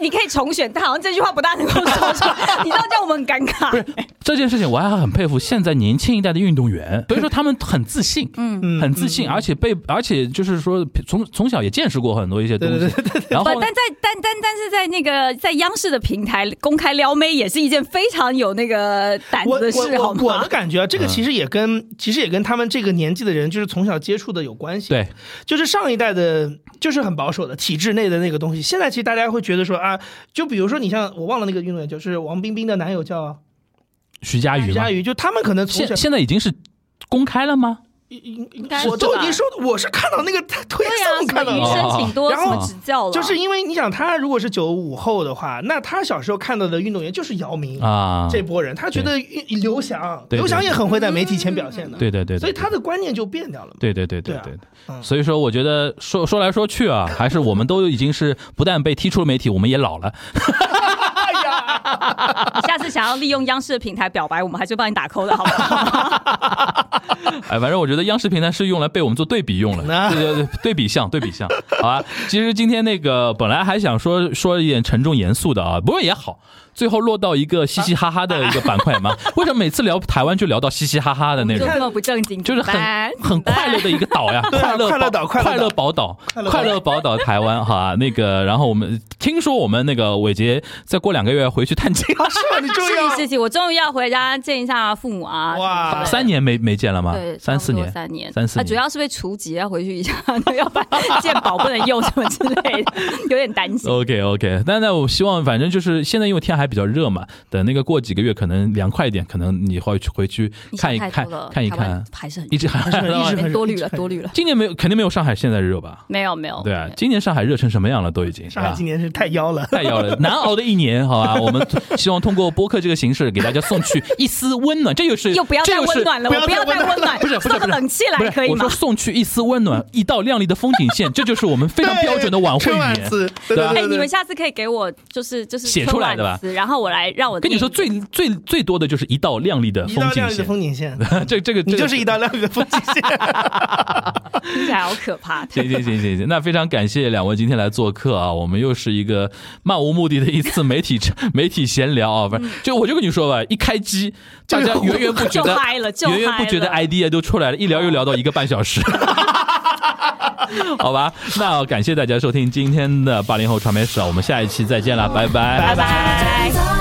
Speaker 4: 你可以重选，但好像这句话不大能够说出来， 你知道叫我们很尴尬。
Speaker 2: 这件事情我还很佩服现在年轻一代的运动 员，所以说他们很自信，嗯，很自信，而且被而且就是说从从小也见识过很多一些东西，
Speaker 3: 对
Speaker 2: 然
Speaker 4: 不，
Speaker 2: 后呢
Speaker 4: 但在但但但是在那个在央视的平台公开撩妹，也是一件非常有那个胆
Speaker 3: 我
Speaker 4: 子的事，好嗯
Speaker 3: 我我我
Speaker 4: 吗
Speaker 3: 的？感觉啊，这个其实也跟、其实也跟他们这个年纪的人，就是从小接触的有关系。，
Speaker 2: 对，
Speaker 3: 就是上一代的，就是很保守的体制内的那个东西。现在其实大家会觉得说啊，就比如说你像我忘了那个运动员，就是王冰冰的男友叫
Speaker 2: 徐佳
Speaker 3: 徐
Speaker 2: 瑜嘛
Speaker 3: 佳，瑜，就他们可能从小
Speaker 2: 现现在已经是公开了吗？
Speaker 4: 应该
Speaker 3: 我都已经说，我是看到那个推
Speaker 4: 对 啊，
Speaker 3: 送
Speaker 4: 什
Speaker 3: 看
Speaker 4: 么
Speaker 3: 到
Speaker 4: 余
Speaker 3: 的。
Speaker 4: 生请多
Speaker 3: 然
Speaker 4: 什
Speaker 3: 后
Speaker 4: 么指教了，
Speaker 3: 就是因为你想，他如果是九五后的话，那他小时候看到的运动员就是姚明
Speaker 2: 啊，
Speaker 3: 这波人，他觉得刘翔，
Speaker 2: 对对
Speaker 3: 刘翔也很会在媒体前表现的，
Speaker 2: 对对对，对
Speaker 3: 所以他的观念就变掉了嘛。
Speaker 2: 对对对对
Speaker 3: 对啊
Speaker 2: 对，所以说我觉得说说来说去啊，还是我们都已经是不但被踢出了媒体，我们也老了。
Speaker 4: 你下次想要利用央视的平台表白，我们还是帮你打扣的，好不 好？
Speaker 2: 哎，反正我觉得央视平台是用来被我们做对比用了，
Speaker 3: 那
Speaker 2: 对对对，对比项，对比项，好吧。其实今天那个本来还想说说一点沉重严肃的啊，不过也好，最后落到一个嘻嘻哈哈的一个板块 嘛。为什么每次聊台湾就聊到嘻嘻哈哈的那
Speaker 4: 就
Speaker 2: 种？
Speaker 4: 这么不正经，
Speaker 2: 就是
Speaker 4: 怎么办
Speaker 2: 很很快乐的一个岛呀，
Speaker 3: 对啊
Speaker 2: 乐
Speaker 3: 快乐
Speaker 2: 岛
Speaker 3: 岛快乐
Speaker 2: 快乐
Speaker 3: 岛
Speaker 2: 宝岛
Speaker 3: 乐岛
Speaker 2: 快乐宝岛台湾哈、那个然后我们听说我们那个伟杰再过两个月回去探 亲，
Speaker 3: 啊，是吗？你终于要
Speaker 4: 是是是，我终于要回家见一下父母啊！
Speaker 3: 哇
Speaker 4: 对
Speaker 2: 三年没没见了吗？
Speaker 4: 对，
Speaker 2: 三
Speaker 4: 差不
Speaker 2: 四
Speaker 4: 多
Speaker 2: 年，
Speaker 4: 三年，
Speaker 2: 三四
Speaker 4: 啊，
Speaker 2: 年
Speaker 4: 主要是被除籍要回去一下， 要不然鉴宝不能用什么之类的，有点担心。
Speaker 2: OK OK，但那我希望，反正就是现在因为天还比较热嘛，等那个过几个月可能凉快一点，可能你会去回去
Speaker 4: 你想
Speaker 2: 看一
Speaker 4: 太
Speaker 2: 看
Speaker 4: 多了
Speaker 2: 看一
Speaker 4: 台湾
Speaker 2: 看，
Speaker 4: 还是很
Speaker 2: 一直还
Speaker 3: 啊是很一直
Speaker 4: 热
Speaker 3: 很
Speaker 4: 多虑
Speaker 3: 一直
Speaker 4: 了，
Speaker 3: 很
Speaker 4: 多虑了，
Speaker 2: 今年没有肯定没有上海现在热吧？
Speaker 4: 没有没有，
Speaker 2: 对啊，今年上海热成什么样了都已经。
Speaker 3: 上海
Speaker 2: 啊
Speaker 3: 今年是太 妖了。
Speaker 2: 太要了，难熬的一年，好吧？我 们希望通过播客这个形式给大家送去一丝温暖，这又是
Speaker 4: 又不要
Speaker 2: 这
Speaker 4: 再
Speaker 2: 又
Speaker 4: 温
Speaker 2: 是
Speaker 4: 暖了，我
Speaker 3: 不
Speaker 4: 不
Speaker 3: 要
Speaker 4: 要
Speaker 3: 再
Speaker 4: 再
Speaker 3: 温
Speaker 4: 温暖，
Speaker 2: 不是不是
Speaker 4: 送
Speaker 2: 不
Speaker 4: 个
Speaker 2: 是
Speaker 4: 冷气
Speaker 2: 不
Speaker 4: 来
Speaker 2: 是
Speaker 4: 可以
Speaker 2: 我
Speaker 4: 吗
Speaker 2: 说？送去一丝温暖，一道亮丽的风景线，这就是我们非常标准的晚会
Speaker 3: 春晚
Speaker 2: 语言。
Speaker 3: 词，对
Speaker 2: 对啊
Speaker 3: 对
Speaker 2: 吧
Speaker 3: 对
Speaker 4: 哎，
Speaker 3: 对
Speaker 4: 你们下次可以给我就是就是
Speaker 2: 写出来的吧
Speaker 4: 春晚词然后我来让我
Speaker 2: 跟你说，
Speaker 4: 念
Speaker 2: 最最最多的就是一道亮丽的
Speaker 3: 一
Speaker 2: 风
Speaker 3: 道
Speaker 2: 景
Speaker 3: 亮丽的
Speaker 2: 线。
Speaker 3: 风景线，
Speaker 2: 这这个
Speaker 3: 你
Speaker 2: 这
Speaker 3: 就
Speaker 2: 个
Speaker 3: 是一道亮丽的风景线。
Speaker 4: 听起来好可 怕。
Speaker 2: 行行行行行，那非常感谢两位今天来做客啊，我们又是一个漫无目的的一次媒体 媒体闲聊啊，不是，就我就跟你说吧，一开机大家源源不绝
Speaker 4: 嗯就
Speaker 2: 的
Speaker 4: 嗨了就
Speaker 2: 源源不
Speaker 4: 嗨
Speaker 2: 绝的
Speaker 4: 了
Speaker 2: idea 都出来了，一聊又聊到一个半小 时。好吧，那感谢大家收听今天的八零后传媒史啊，我们下一期再见了，拜拜
Speaker 3: 拜
Speaker 4: 拜拜。
Speaker 1: 走